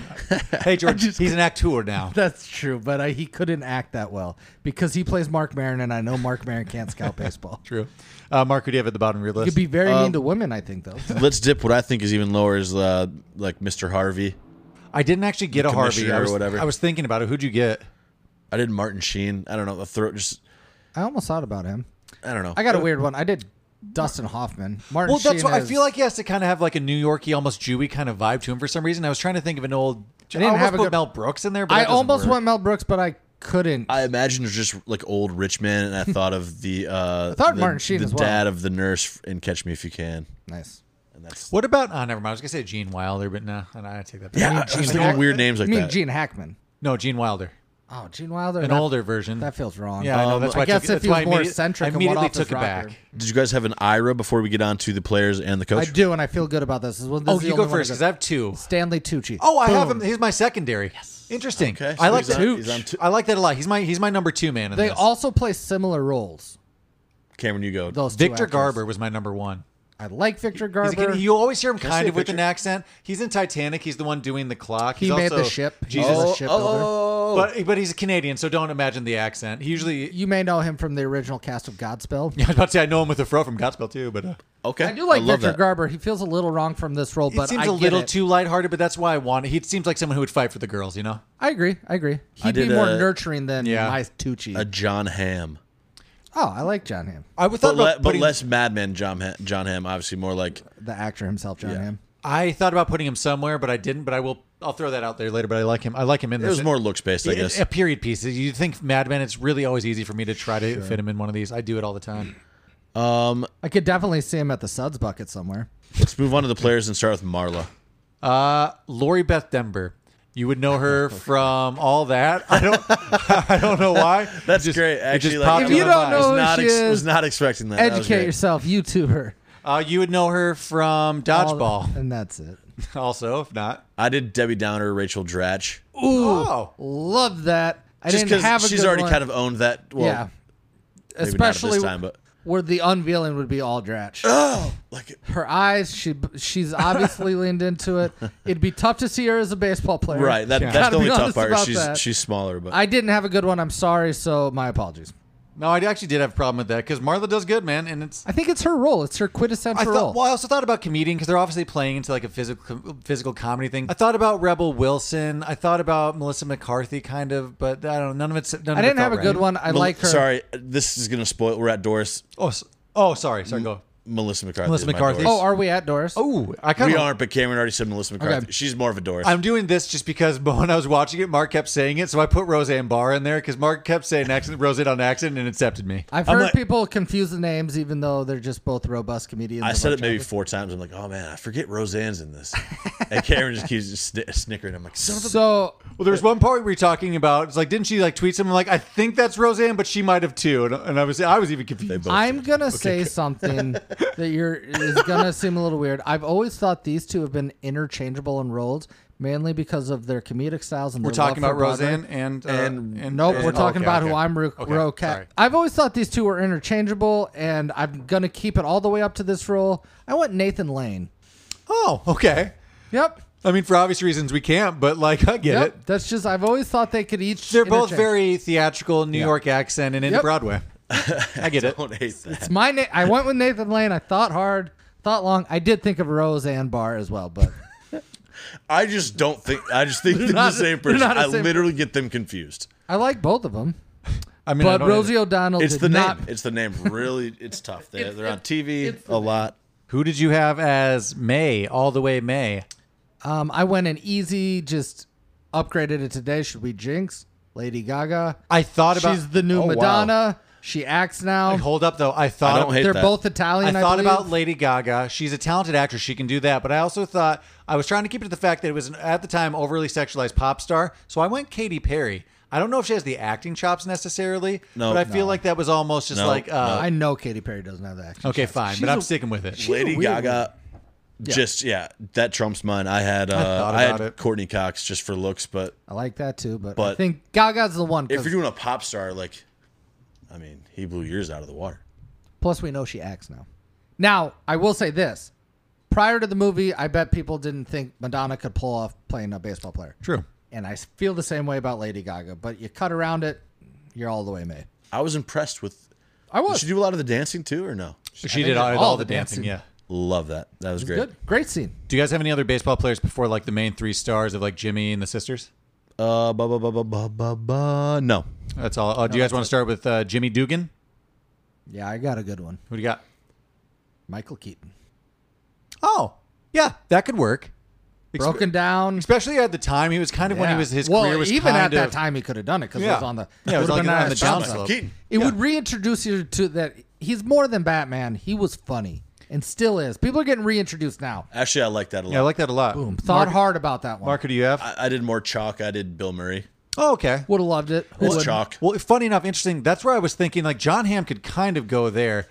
[SPEAKER 2] Hey George, he's an actor now.
[SPEAKER 4] That's true, but I, he couldn't act that well because he plays Mark Maron, and I know Mark Maron can't scout baseball.
[SPEAKER 2] True. Uh, Mark, who do you have at the bottom of your list?
[SPEAKER 4] He'd be very mean
[SPEAKER 3] Um,
[SPEAKER 4] to women, I think, though.
[SPEAKER 3] Let's dip what I think is even lower is uh, like Mr. Harvey.
[SPEAKER 2] I didn't actually get a Harvey.
[SPEAKER 3] commissioner
[SPEAKER 2] I
[SPEAKER 3] or
[SPEAKER 2] was,
[SPEAKER 3] whatever.
[SPEAKER 2] I was thinking about it. Who'd you get?
[SPEAKER 3] I did Martin Sheen. I don't know. The throat just.
[SPEAKER 4] I almost thought about him.
[SPEAKER 3] I don't know.
[SPEAKER 4] I got a weird one. I did Dustin Hoffman. Martin.
[SPEAKER 2] Well, that's
[SPEAKER 4] Sheen
[SPEAKER 2] what I
[SPEAKER 4] is-
[SPEAKER 2] feel like he has to kind of have like a New Yorky, almost Jewy kind of vibe to him for some reason. I was trying to think of an old. I
[SPEAKER 4] didn't
[SPEAKER 2] almost
[SPEAKER 4] have a
[SPEAKER 2] put
[SPEAKER 4] good-
[SPEAKER 2] Mel Brooks in there. But
[SPEAKER 4] I
[SPEAKER 2] that doesn't
[SPEAKER 4] almost
[SPEAKER 2] work.
[SPEAKER 4] went Mel Brooks, but I couldn't.
[SPEAKER 3] I imagine it's just like old rich man, and I thought of the. Uh, I
[SPEAKER 4] thought
[SPEAKER 3] the,
[SPEAKER 4] Martin Sheen
[SPEAKER 3] the
[SPEAKER 4] as well.
[SPEAKER 3] dad of the nurse in Catch Me If You Can.
[SPEAKER 4] nice.
[SPEAKER 3] And that's.
[SPEAKER 2] What about? Oh, never mind. I was gonna say Gene Wilder, but no, and I take that. Back.
[SPEAKER 3] Yeah, I was thinking
[SPEAKER 2] Uh,
[SPEAKER 3] weird names like
[SPEAKER 4] I mean,
[SPEAKER 3] that.
[SPEAKER 4] Gene Hackman.
[SPEAKER 2] No, Gene Wilder,
[SPEAKER 4] Oh, Gene Wilder.
[SPEAKER 2] an
[SPEAKER 4] that,
[SPEAKER 2] older version.
[SPEAKER 4] That feels wrong.
[SPEAKER 2] yeah, I know.
[SPEAKER 3] Um,
[SPEAKER 2] That's why
[SPEAKER 4] I
[SPEAKER 2] I,
[SPEAKER 4] guess
[SPEAKER 2] took, it-
[SPEAKER 4] if
[SPEAKER 2] that's
[SPEAKER 4] he
[SPEAKER 2] why
[SPEAKER 4] was more
[SPEAKER 2] immediate-
[SPEAKER 4] eccentric
[SPEAKER 2] I
[SPEAKER 4] and went
[SPEAKER 2] immediately
[SPEAKER 4] off his
[SPEAKER 2] took it
[SPEAKER 4] rocker.
[SPEAKER 2] back.
[SPEAKER 3] Did you guys have an IRA before we get on to the players and the
[SPEAKER 4] I
[SPEAKER 3] coach?
[SPEAKER 4] do, and I feel good about this. this is one- this
[SPEAKER 2] Oh,
[SPEAKER 4] is the
[SPEAKER 2] you
[SPEAKER 4] only
[SPEAKER 2] go
[SPEAKER 4] one I
[SPEAKER 2] first
[SPEAKER 4] got.
[SPEAKER 2] because I have two.
[SPEAKER 4] Stanley Tucci.
[SPEAKER 2] Oh, I have
[SPEAKER 4] Boom.
[SPEAKER 2] him. He's my secondary. Interesting.
[SPEAKER 3] Okay, so
[SPEAKER 2] I like
[SPEAKER 3] he's
[SPEAKER 2] that.
[SPEAKER 3] on- he's on two-
[SPEAKER 2] I like that a lot. He's my he's my number two man. In
[SPEAKER 4] They
[SPEAKER 2] this.
[SPEAKER 4] also play similar roles.
[SPEAKER 3] Cameron, you go.
[SPEAKER 4] Those two
[SPEAKER 2] Victor
[SPEAKER 4] actors.
[SPEAKER 2] Garber was my number one.
[SPEAKER 4] I like Victor
[SPEAKER 2] He's a
[SPEAKER 4] Garber.
[SPEAKER 2] kid- you always hear him kind
[SPEAKER 3] see
[SPEAKER 2] of
[SPEAKER 3] a
[SPEAKER 2] with an
[SPEAKER 3] picture?
[SPEAKER 2] accent. He's in Titanic. He's the one doing the clock.
[SPEAKER 4] He
[SPEAKER 2] He's
[SPEAKER 4] made the
[SPEAKER 2] also
[SPEAKER 4] ship. He
[SPEAKER 2] Jesus,
[SPEAKER 4] was a
[SPEAKER 3] Oh,
[SPEAKER 4] shipbuilder.
[SPEAKER 3] oh,
[SPEAKER 2] but but he's a Canadian, so don't imagine the accent. He usually.
[SPEAKER 4] you may know him from the original cast of Godspell.
[SPEAKER 2] I was about to say I know him with a fro from Godspell too, but uh,
[SPEAKER 3] okay.
[SPEAKER 4] I do like
[SPEAKER 3] love
[SPEAKER 4] Victor
[SPEAKER 3] that.
[SPEAKER 4] Garber. He feels a little wrong from this role, but
[SPEAKER 2] it seems
[SPEAKER 4] I
[SPEAKER 2] a
[SPEAKER 4] get
[SPEAKER 2] little
[SPEAKER 4] it.
[SPEAKER 2] too lighthearted. But that's why I want. He seems like someone who would fight for the girls, you know.
[SPEAKER 4] I agree. I agree. He'd
[SPEAKER 3] I
[SPEAKER 4] be
[SPEAKER 3] did uh,
[SPEAKER 4] more
[SPEAKER 3] a-
[SPEAKER 4] nurturing than
[SPEAKER 2] Yeah.
[SPEAKER 4] my Tucci.
[SPEAKER 3] A John Ham.
[SPEAKER 4] oh, I like John Hamm,
[SPEAKER 2] I would
[SPEAKER 3] But,
[SPEAKER 2] thought about
[SPEAKER 3] le- but
[SPEAKER 2] putting-
[SPEAKER 3] less madman John Ham, John Ham, obviously more like
[SPEAKER 4] the actor himself, John
[SPEAKER 3] Yeah.
[SPEAKER 4] Hamm.
[SPEAKER 2] I thought about putting him somewhere, but I didn't. But I will. I'll throw that out there later. But I like him. I like him in
[SPEAKER 3] it
[SPEAKER 2] this.
[SPEAKER 3] was more looks based, I
[SPEAKER 2] It-
[SPEAKER 3] guess.
[SPEAKER 2] A period piece. You think Mad Men? It's really always easy for me to try to fit him in one of these. I do it all the time.
[SPEAKER 3] Um,
[SPEAKER 4] I could definitely see him at the Suds bucket somewhere.
[SPEAKER 3] let's move on to the players and start with Marla.
[SPEAKER 2] Uh, Lori Beth Denver. You would know her from all that. I don't. I don't know why.
[SPEAKER 3] That's
[SPEAKER 2] It just-
[SPEAKER 3] great.
[SPEAKER 2] it
[SPEAKER 3] Actually,
[SPEAKER 2] just
[SPEAKER 3] like,
[SPEAKER 2] popped
[SPEAKER 3] If
[SPEAKER 2] in
[SPEAKER 4] you
[SPEAKER 2] my
[SPEAKER 4] don't
[SPEAKER 2] mind.
[SPEAKER 4] know-
[SPEAKER 3] was
[SPEAKER 4] who
[SPEAKER 3] not
[SPEAKER 4] she is.
[SPEAKER 3] was not expecting that. That was
[SPEAKER 4] Educate
[SPEAKER 3] great.
[SPEAKER 4] yourself, YouTuber.
[SPEAKER 2] Uh, you would know her from
[SPEAKER 4] All-
[SPEAKER 2] Dodgeball.
[SPEAKER 4] and that's it.
[SPEAKER 2] also, if not,
[SPEAKER 3] I did Debbie Downer, Rachel Dratch.
[SPEAKER 4] Ooh,
[SPEAKER 2] Oh.
[SPEAKER 4] love that. I
[SPEAKER 3] Just
[SPEAKER 4] didn't have
[SPEAKER 3] because
[SPEAKER 4] a
[SPEAKER 3] she's
[SPEAKER 4] good
[SPEAKER 3] already
[SPEAKER 4] one.
[SPEAKER 3] kind of owned that. Well,
[SPEAKER 4] yeah,
[SPEAKER 3] maybe
[SPEAKER 4] especially
[SPEAKER 3] not this time, but
[SPEAKER 4] where the unveiling would be all dratch.
[SPEAKER 3] Oh, like
[SPEAKER 4] her eyes she she's obviously leaned into it it'd be tough to see her as a baseball player
[SPEAKER 3] right. That, That's
[SPEAKER 4] Gotta
[SPEAKER 3] the
[SPEAKER 4] be
[SPEAKER 3] only tough
[SPEAKER 4] honest
[SPEAKER 3] part.
[SPEAKER 4] about
[SPEAKER 3] She's
[SPEAKER 4] that.
[SPEAKER 3] she's smaller, but
[SPEAKER 4] i didn't have a good one i'm sorry so my apologies
[SPEAKER 2] no, I actually did have a problem with that because Marla does good, man, and it's.
[SPEAKER 4] i think it's her role it's her
[SPEAKER 2] I
[SPEAKER 4] quintessential role
[SPEAKER 2] thought. Well, I also thought about comedian because they're obviously playing into like a physical physical comedy thing. I thought about Rebel Wilson. I thought about Melissa McCarthy, kind of, but I don't. know. None of it's. None of
[SPEAKER 4] i
[SPEAKER 2] it
[SPEAKER 4] didn't
[SPEAKER 2] felt
[SPEAKER 4] have a good
[SPEAKER 2] right.
[SPEAKER 4] one i
[SPEAKER 3] Mel-
[SPEAKER 4] like her
[SPEAKER 3] Sorry, this is gonna spoil. We're at Doris
[SPEAKER 2] Oh, s- oh, sorry, sorry. Go.
[SPEAKER 3] Melissa McCarthy.
[SPEAKER 2] Melissa
[SPEAKER 3] is my
[SPEAKER 2] McCarthy.
[SPEAKER 3] Doris.
[SPEAKER 4] oh are we at doris
[SPEAKER 2] Oh, I kind
[SPEAKER 3] we
[SPEAKER 2] of
[SPEAKER 3] aren't, but Cameron already said Melissa McCarthy. She's more of a Doris.
[SPEAKER 2] I'm doing this just because but when I was watching it, Mark kept saying it, so I put Roseanne Barr in there because Mark kept saying accident, Roseanne on accident, and accepted me.
[SPEAKER 4] i've
[SPEAKER 3] I'm
[SPEAKER 4] heard
[SPEAKER 3] like-
[SPEAKER 4] people confuse the names even though they're just both robust comedians
[SPEAKER 3] I
[SPEAKER 4] of
[SPEAKER 3] said
[SPEAKER 4] our
[SPEAKER 3] it maybe
[SPEAKER 4] childhood.
[SPEAKER 3] four times. I'm like, oh man, I forget Roseanne's in this, and Cameron just keeps sn- snickering. I'm like, son of a.
[SPEAKER 4] so
[SPEAKER 2] Well, there's one part we were talking about. It's like, didn't she like tweet something like, "I think that's Roseanne, but she might have too," and, and I was I was even
[SPEAKER 3] They
[SPEAKER 2] confused.
[SPEAKER 3] both
[SPEAKER 4] I'm
[SPEAKER 3] did.
[SPEAKER 4] gonna say something that you're is gonna seem a little weird. I've always thought these two have been interchangeable in roles, mainly because of their comedic styles and
[SPEAKER 2] We're
[SPEAKER 4] their
[SPEAKER 2] talking
[SPEAKER 4] love
[SPEAKER 2] about
[SPEAKER 4] for Broadway.
[SPEAKER 2] Roseanne and uh,
[SPEAKER 3] And-
[SPEAKER 4] Nope,
[SPEAKER 2] and-
[SPEAKER 4] we're
[SPEAKER 2] oh,
[SPEAKER 4] talking
[SPEAKER 2] okay,
[SPEAKER 4] about
[SPEAKER 2] okay.
[SPEAKER 4] who I'm Ro-
[SPEAKER 2] Okay,
[SPEAKER 4] Rocat.
[SPEAKER 2] sorry.
[SPEAKER 4] I've always thought these two were interchangeable, and I'm gonna keep it all the way up to this role. I want Nathan Lane.
[SPEAKER 2] Oh, okay.
[SPEAKER 4] Yep,
[SPEAKER 2] I mean, for obvious reasons, we can't. But like, I get
[SPEAKER 4] yep.
[SPEAKER 2] it.
[SPEAKER 4] That's just I've always thought they could each.
[SPEAKER 2] They're both
[SPEAKER 4] interchange.
[SPEAKER 2] very theatrical New
[SPEAKER 4] Yeah.
[SPEAKER 2] York accent and into
[SPEAKER 4] Yep.
[SPEAKER 2] Broadway. I get it.
[SPEAKER 3] Don't hate that.
[SPEAKER 4] It's my na- I went with Nathan Lane. I thought hard, thought long. I did think of Roseanne Barr as well, but.
[SPEAKER 3] I just don't think. I just think they're
[SPEAKER 4] not-
[SPEAKER 3] the same
[SPEAKER 4] they're
[SPEAKER 3] person.
[SPEAKER 4] not the
[SPEAKER 3] I
[SPEAKER 4] same-
[SPEAKER 3] literally get them confused.
[SPEAKER 4] I like both of them,
[SPEAKER 2] I mean, I
[SPEAKER 4] but
[SPEAKER 2] don't-
[SPEAKER 4] Rosie O'Donnell
[SPEAKER 3] It's
[SPEAKER 4] did
[SPEAKER 3] the
[SPEAKER 4] not.
[SPEAKER 3] name. It's the name. Really, it's tough. They,
[SPEAKER 4] It's-
[SPEAKER 3] they're on
[SPEAKER 4] it's-
[SPEAKER 3] TV
[SPEAKER 4] it's the
[SPEAKER 3] a lot.
[SPEAKER 2] Who did you have as May? All the way May.
[SPEAKER 4] Um, I went an easy, just upgraded it today. Should we jinx Lady Gaga?
[SPEAKER 2] I thought about
[SPEAKER 4] She's the new
[SPEAKER 3] Oh, wow.
[SPEAKER 4] Madonna. She acts now.
[SPEAKER 2] Hold up, though. I thought
[SPEAKER 3] I don't hate
[SPEAKER 4] They're
[SPEAKER 3] that.
[SPEAKER 4] both Italian.
[SPEAKER 2] I
[SPEAKER 4] I,
[SPEAKER 2] thought
[SPEAKER 4] believe.
[SPEAKER 2] about Lady Gaga. She's a talented actress. She can do that. But I also thought I was trying to keep it to the fact that it was an, at the time overly sexualized pop star. So I went Katy Perry. I don't know if she has the acting chops necessarily,
[SPEAKER 3] No.
[SPEAKER 2] but I feel like that was almost just
[SPEAKER 3] No,
[SPEAKER 2] like uh,
[SPEAKER 4] I know Katy Perry doesn't have the action.
[SPEAKER 2] okay,
[SPEAKER 4] shots.
[SPEAKER 2] fine.
[SPEAKER 4] She's
[SPEAKER 2] But I'm
[SPEAKER 4] a-
[SPEAKER 2] sticking with it.
[SPEAKER 4] a
[SPEAKER 3] Lady
[SPEAKER 4] weird
[SPEAKER 3] Gaga. Just yeah, that trumps mine. I had uh,
[SPEAKER 2] thought
[SPEAKER 3] I, had
[SPEAKER 2] about it.
[SPEAKER 3] Courtney Cox just for looks, but
[SPEAKER 4] I like that too, but, I
[SPEAKER 3] But-
[SPEAKER 4] think Gaga's the one.
[SPEAKER 3] if you're
[SPEAKER 4] 'cause-
[SPEAKER 3] doing a pop star, like, I mean, he blew yours out of the water.
[SPEAKER 4] Plus, we know she acts now. Now, I will say this: prior to the movie, I bet people didn't think Madonna could pull off playing a baseball player.
[SPEAKER 2] True.
[SPEAKER 4] And I feel the same way about Lady Gaga. But you cut around it, you're all the way made.
[SPEAKER 3] I was impressed with.
[SPEAKER 4] I
[SPEAKER 3] Did
[SPEAKER 4] was
[SPEAKER 3] she do a lot of the dancing too, or no?
[SPEAKER 2] She did
[SPEAKER 4] that
[SPEAKER 2] all,
[SPEAKER 4] all
[SPEAKER 2] all
[SPEAKER 4] the
[SPEAKER 2] the dancing.
[SPEAKER 4] dancing-
[SPEAKER 2] Yeah.
[SPEAKER 3] Love that. That was great.
[SPEAKER 4] good. Great scene.
[SPEAKER 2] Do you guys have any other baseball players before like the main three stars of like Jimmy and the sisters?
[SPEAKER 3] Uh, ba ba ba ba ba ba ba. No,
[SPEAKER 2] That's all. Uh, do you guys want to start with uh, Jimmy Dugan?
[SPEAKER 4] Yeah, I got a good one.
[SPEAKER 2] Who do you got?
[SPEAKER 4] Michael Keaton.
[SPEAKER 2] Oh, yeah, that could work. Expe-
[SPEAKER 4] Broken down.
[SPEAKER 2] Especially at the time, he was kind of when he
[SPEAKER 4] Yeah.
[SPEAKER 2] was his
[SPEAKER 4] well,
[SPEAKER 2] career was
[SPEAKER 4] even
[SPEAKER 2] kind
[SPEAKER 4] at that
[SPEAKER 2] of-
[SPEAKER 4] time he could have done it because it
[SPEAKER 2] Yeah.
[SPEAKER 4] was on the
[SPEAKER 2] Yeah, it was like
[SPEAKER 4] would've been
[SPEAKER 2] on
[SPEAKER 4] nice
[SPEAKER 2] the
[SPEAKER 4] shot.
[SPEAKER 2] downslope. Michael
[SPEAKER 3] Keaton.
[SPEAKER 4] It would reintroduce you to that he's more than Batman. He was funny and still is. People are getting reintroduced now.
[SPEAKER 3] actually, I like that a lot.
[SPEAKER 2] Yeah, I like that a lot.
[SPEAKER 4] Boom. Thought hard about that one.
[SPEAKER 2] Marker, do you have?
[SPEAKER 3] I, I did more chalk. I did Bill Murray.
[SPEAKER 2] oh, okay.
[SPEAKER 4] Would have loved it. Who
[SPEAKER 3] It's
[SPEAKER 4] wouldn't?
[SPEAKER 3] chalk.
[SPEAKER 2] Well, funny enough, interesting. That's where I was thinking. Like John Hamm could kind of go there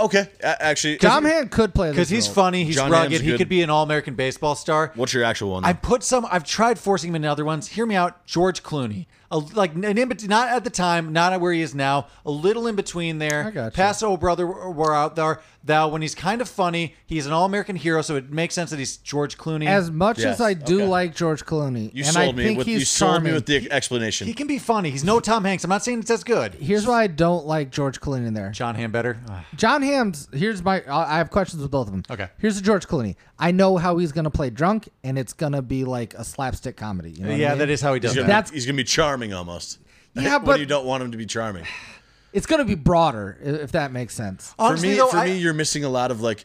[SPEAKER 3] Okay, a- actually,
[SPEAKER 4] Tom Hand could play
[SPEAKER 2] because
[SPEAKER 4] this
[SPEAKER 2] he's
[SPEAKER 4] role.
[SPEAKER 2] funny, he's
[SPEAKER 3] John
[SPEAKER 2] rugged,
[SPEAKER 3] Hamm's
[SPEAKER 2] he
[SPEAKER 3] good.
[SPEAKER 2] could be an all-American baseball star.
[SPEAKER 3] what's your actual one?
[SPEAKER 2] I put some. I've tried forcing him into other ones. Hear me out. George Clooney, a, like an in bet- not at the time, not at where he is now. A little in between there.
[SPEAKER 4] I gotcha.
[SPEAKER 2] Past old brother, we're out there. Thou when he's kind of funny, he's an all-American hero, so it makes sense that he's George Clooney.
[SPEAKER 4] As much
[SPEAKER 3] Yes,
[SPEAKER 4] as I do
[SPEAKER 3] okay.
[SPEAKER 4] like George Clooney,
[SPEAKER 3] you
[SPEAKER 4] and
[SPEAKER 3] sold
[SPEAKER 4] I
[SPEAKER 3] me
[SPEAKER 4] think
[SPEAKER 3] with
[SPEAKER 4] he's
[SPEAKER 3] you sold
[SPEAKER 4] charming.
[SPEAKER 3] me with the explanation.
[SPEAKER 2] he can be funny. He's no Tom Hanks. I'm not saying it's as good. Ah,
[SPEAKER 4] Here's why I don't like George Clooney in there.
[SPEAKER 2] John Hamm better. Ugh.
[SPEAKER 4] John Hamm's. Here's my. I I have questions with both of them.
[SPEAKER 2] Okay.
[SPEAKER 4] Here's the George Clooney. I know how he's gonna play drunk, and it's gonna be like a slapstick comedy. You know what I
[SPEAKER 2] yeah,
[SPEAKER 4] mean?
[SPEAKER 2] that is how he does
[SPEAKER 3] he's,
[SPEAKER 2] that.
[SPEAKER 3] gonna
[SPEAKER 4] That's-
[SPEAKER 3] be, he's gonna be charming almost.
[SPEAKER 4] Yeah, but-
[SPEAKER 3] when you don't want him to be charming.
[SPEAKER 4] It's gonna be broader, i- if that makes sense.
[SPEAKER 2] Honestly,
[SPEAKER 3] for me,
[SPEAKER 2] though,
[SPEAKER 3] for
[SPEAKER 2] I-
[SPEAKER 3] me, you're missing a lot of like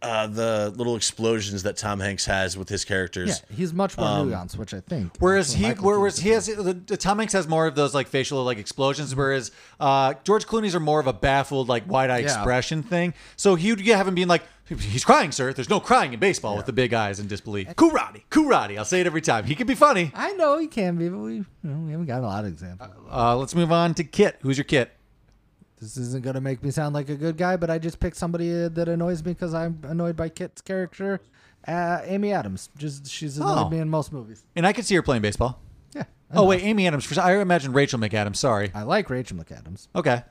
[SPEAKER 3] uh, the little explosions that Tom Hanks has with his
[SPEAKER 4] Yeah,
[SPEAKER 3] characters.
[SPEAKER 4] he's much more
[SPEAKER 2] Um,
[SPEAKER 4] nuanced, which I think.
[SPEAKER 2] Whereas
[SPEAKER 4] that's what
[SPEAKER 2] he,
[SPEAKER 4] Michael
[SPEAKER 2] whereas
[SPEAKER 4] Keaton
[SPEAKER 2] he has the, the Tom Hanks has more of those like facial like explosions, whereas uh, George Clooney's are more of a baffled like wide eye expression thing. So he'd have him being like, "He's crying, sir. There's no crying in baseball with the big eyes and disbelief." Kurati, kurati. I'll say it every time. He could be funny.
[SPEAKER 4] I know he can be, but we, you know, we haven't got a lot of examples.
[SPEAKER 2] Uh, let's move on to Kit. Who's your Kit?
[SPEAKER 4] This isn't gonna make me sound like a good guy, but I just picked somebody uh, that annoys me because I'm annoyed by Kit's character, uh, Amy Adams. Just she's annoyed
[SPEAKER 2] Oh.
[SPEAKER 4] me in most movies.
[SPEAKER 2] And I could see her playing baseball.
[SPEAKER 4] Yeah.
[SPEAKER 2] Oh wait, Amy Adams. For, I imagine Rachel McAdams. Sorry.
[SPEAKER 4] I like Rachel McAdams.
[SPEAKER 2] Okay.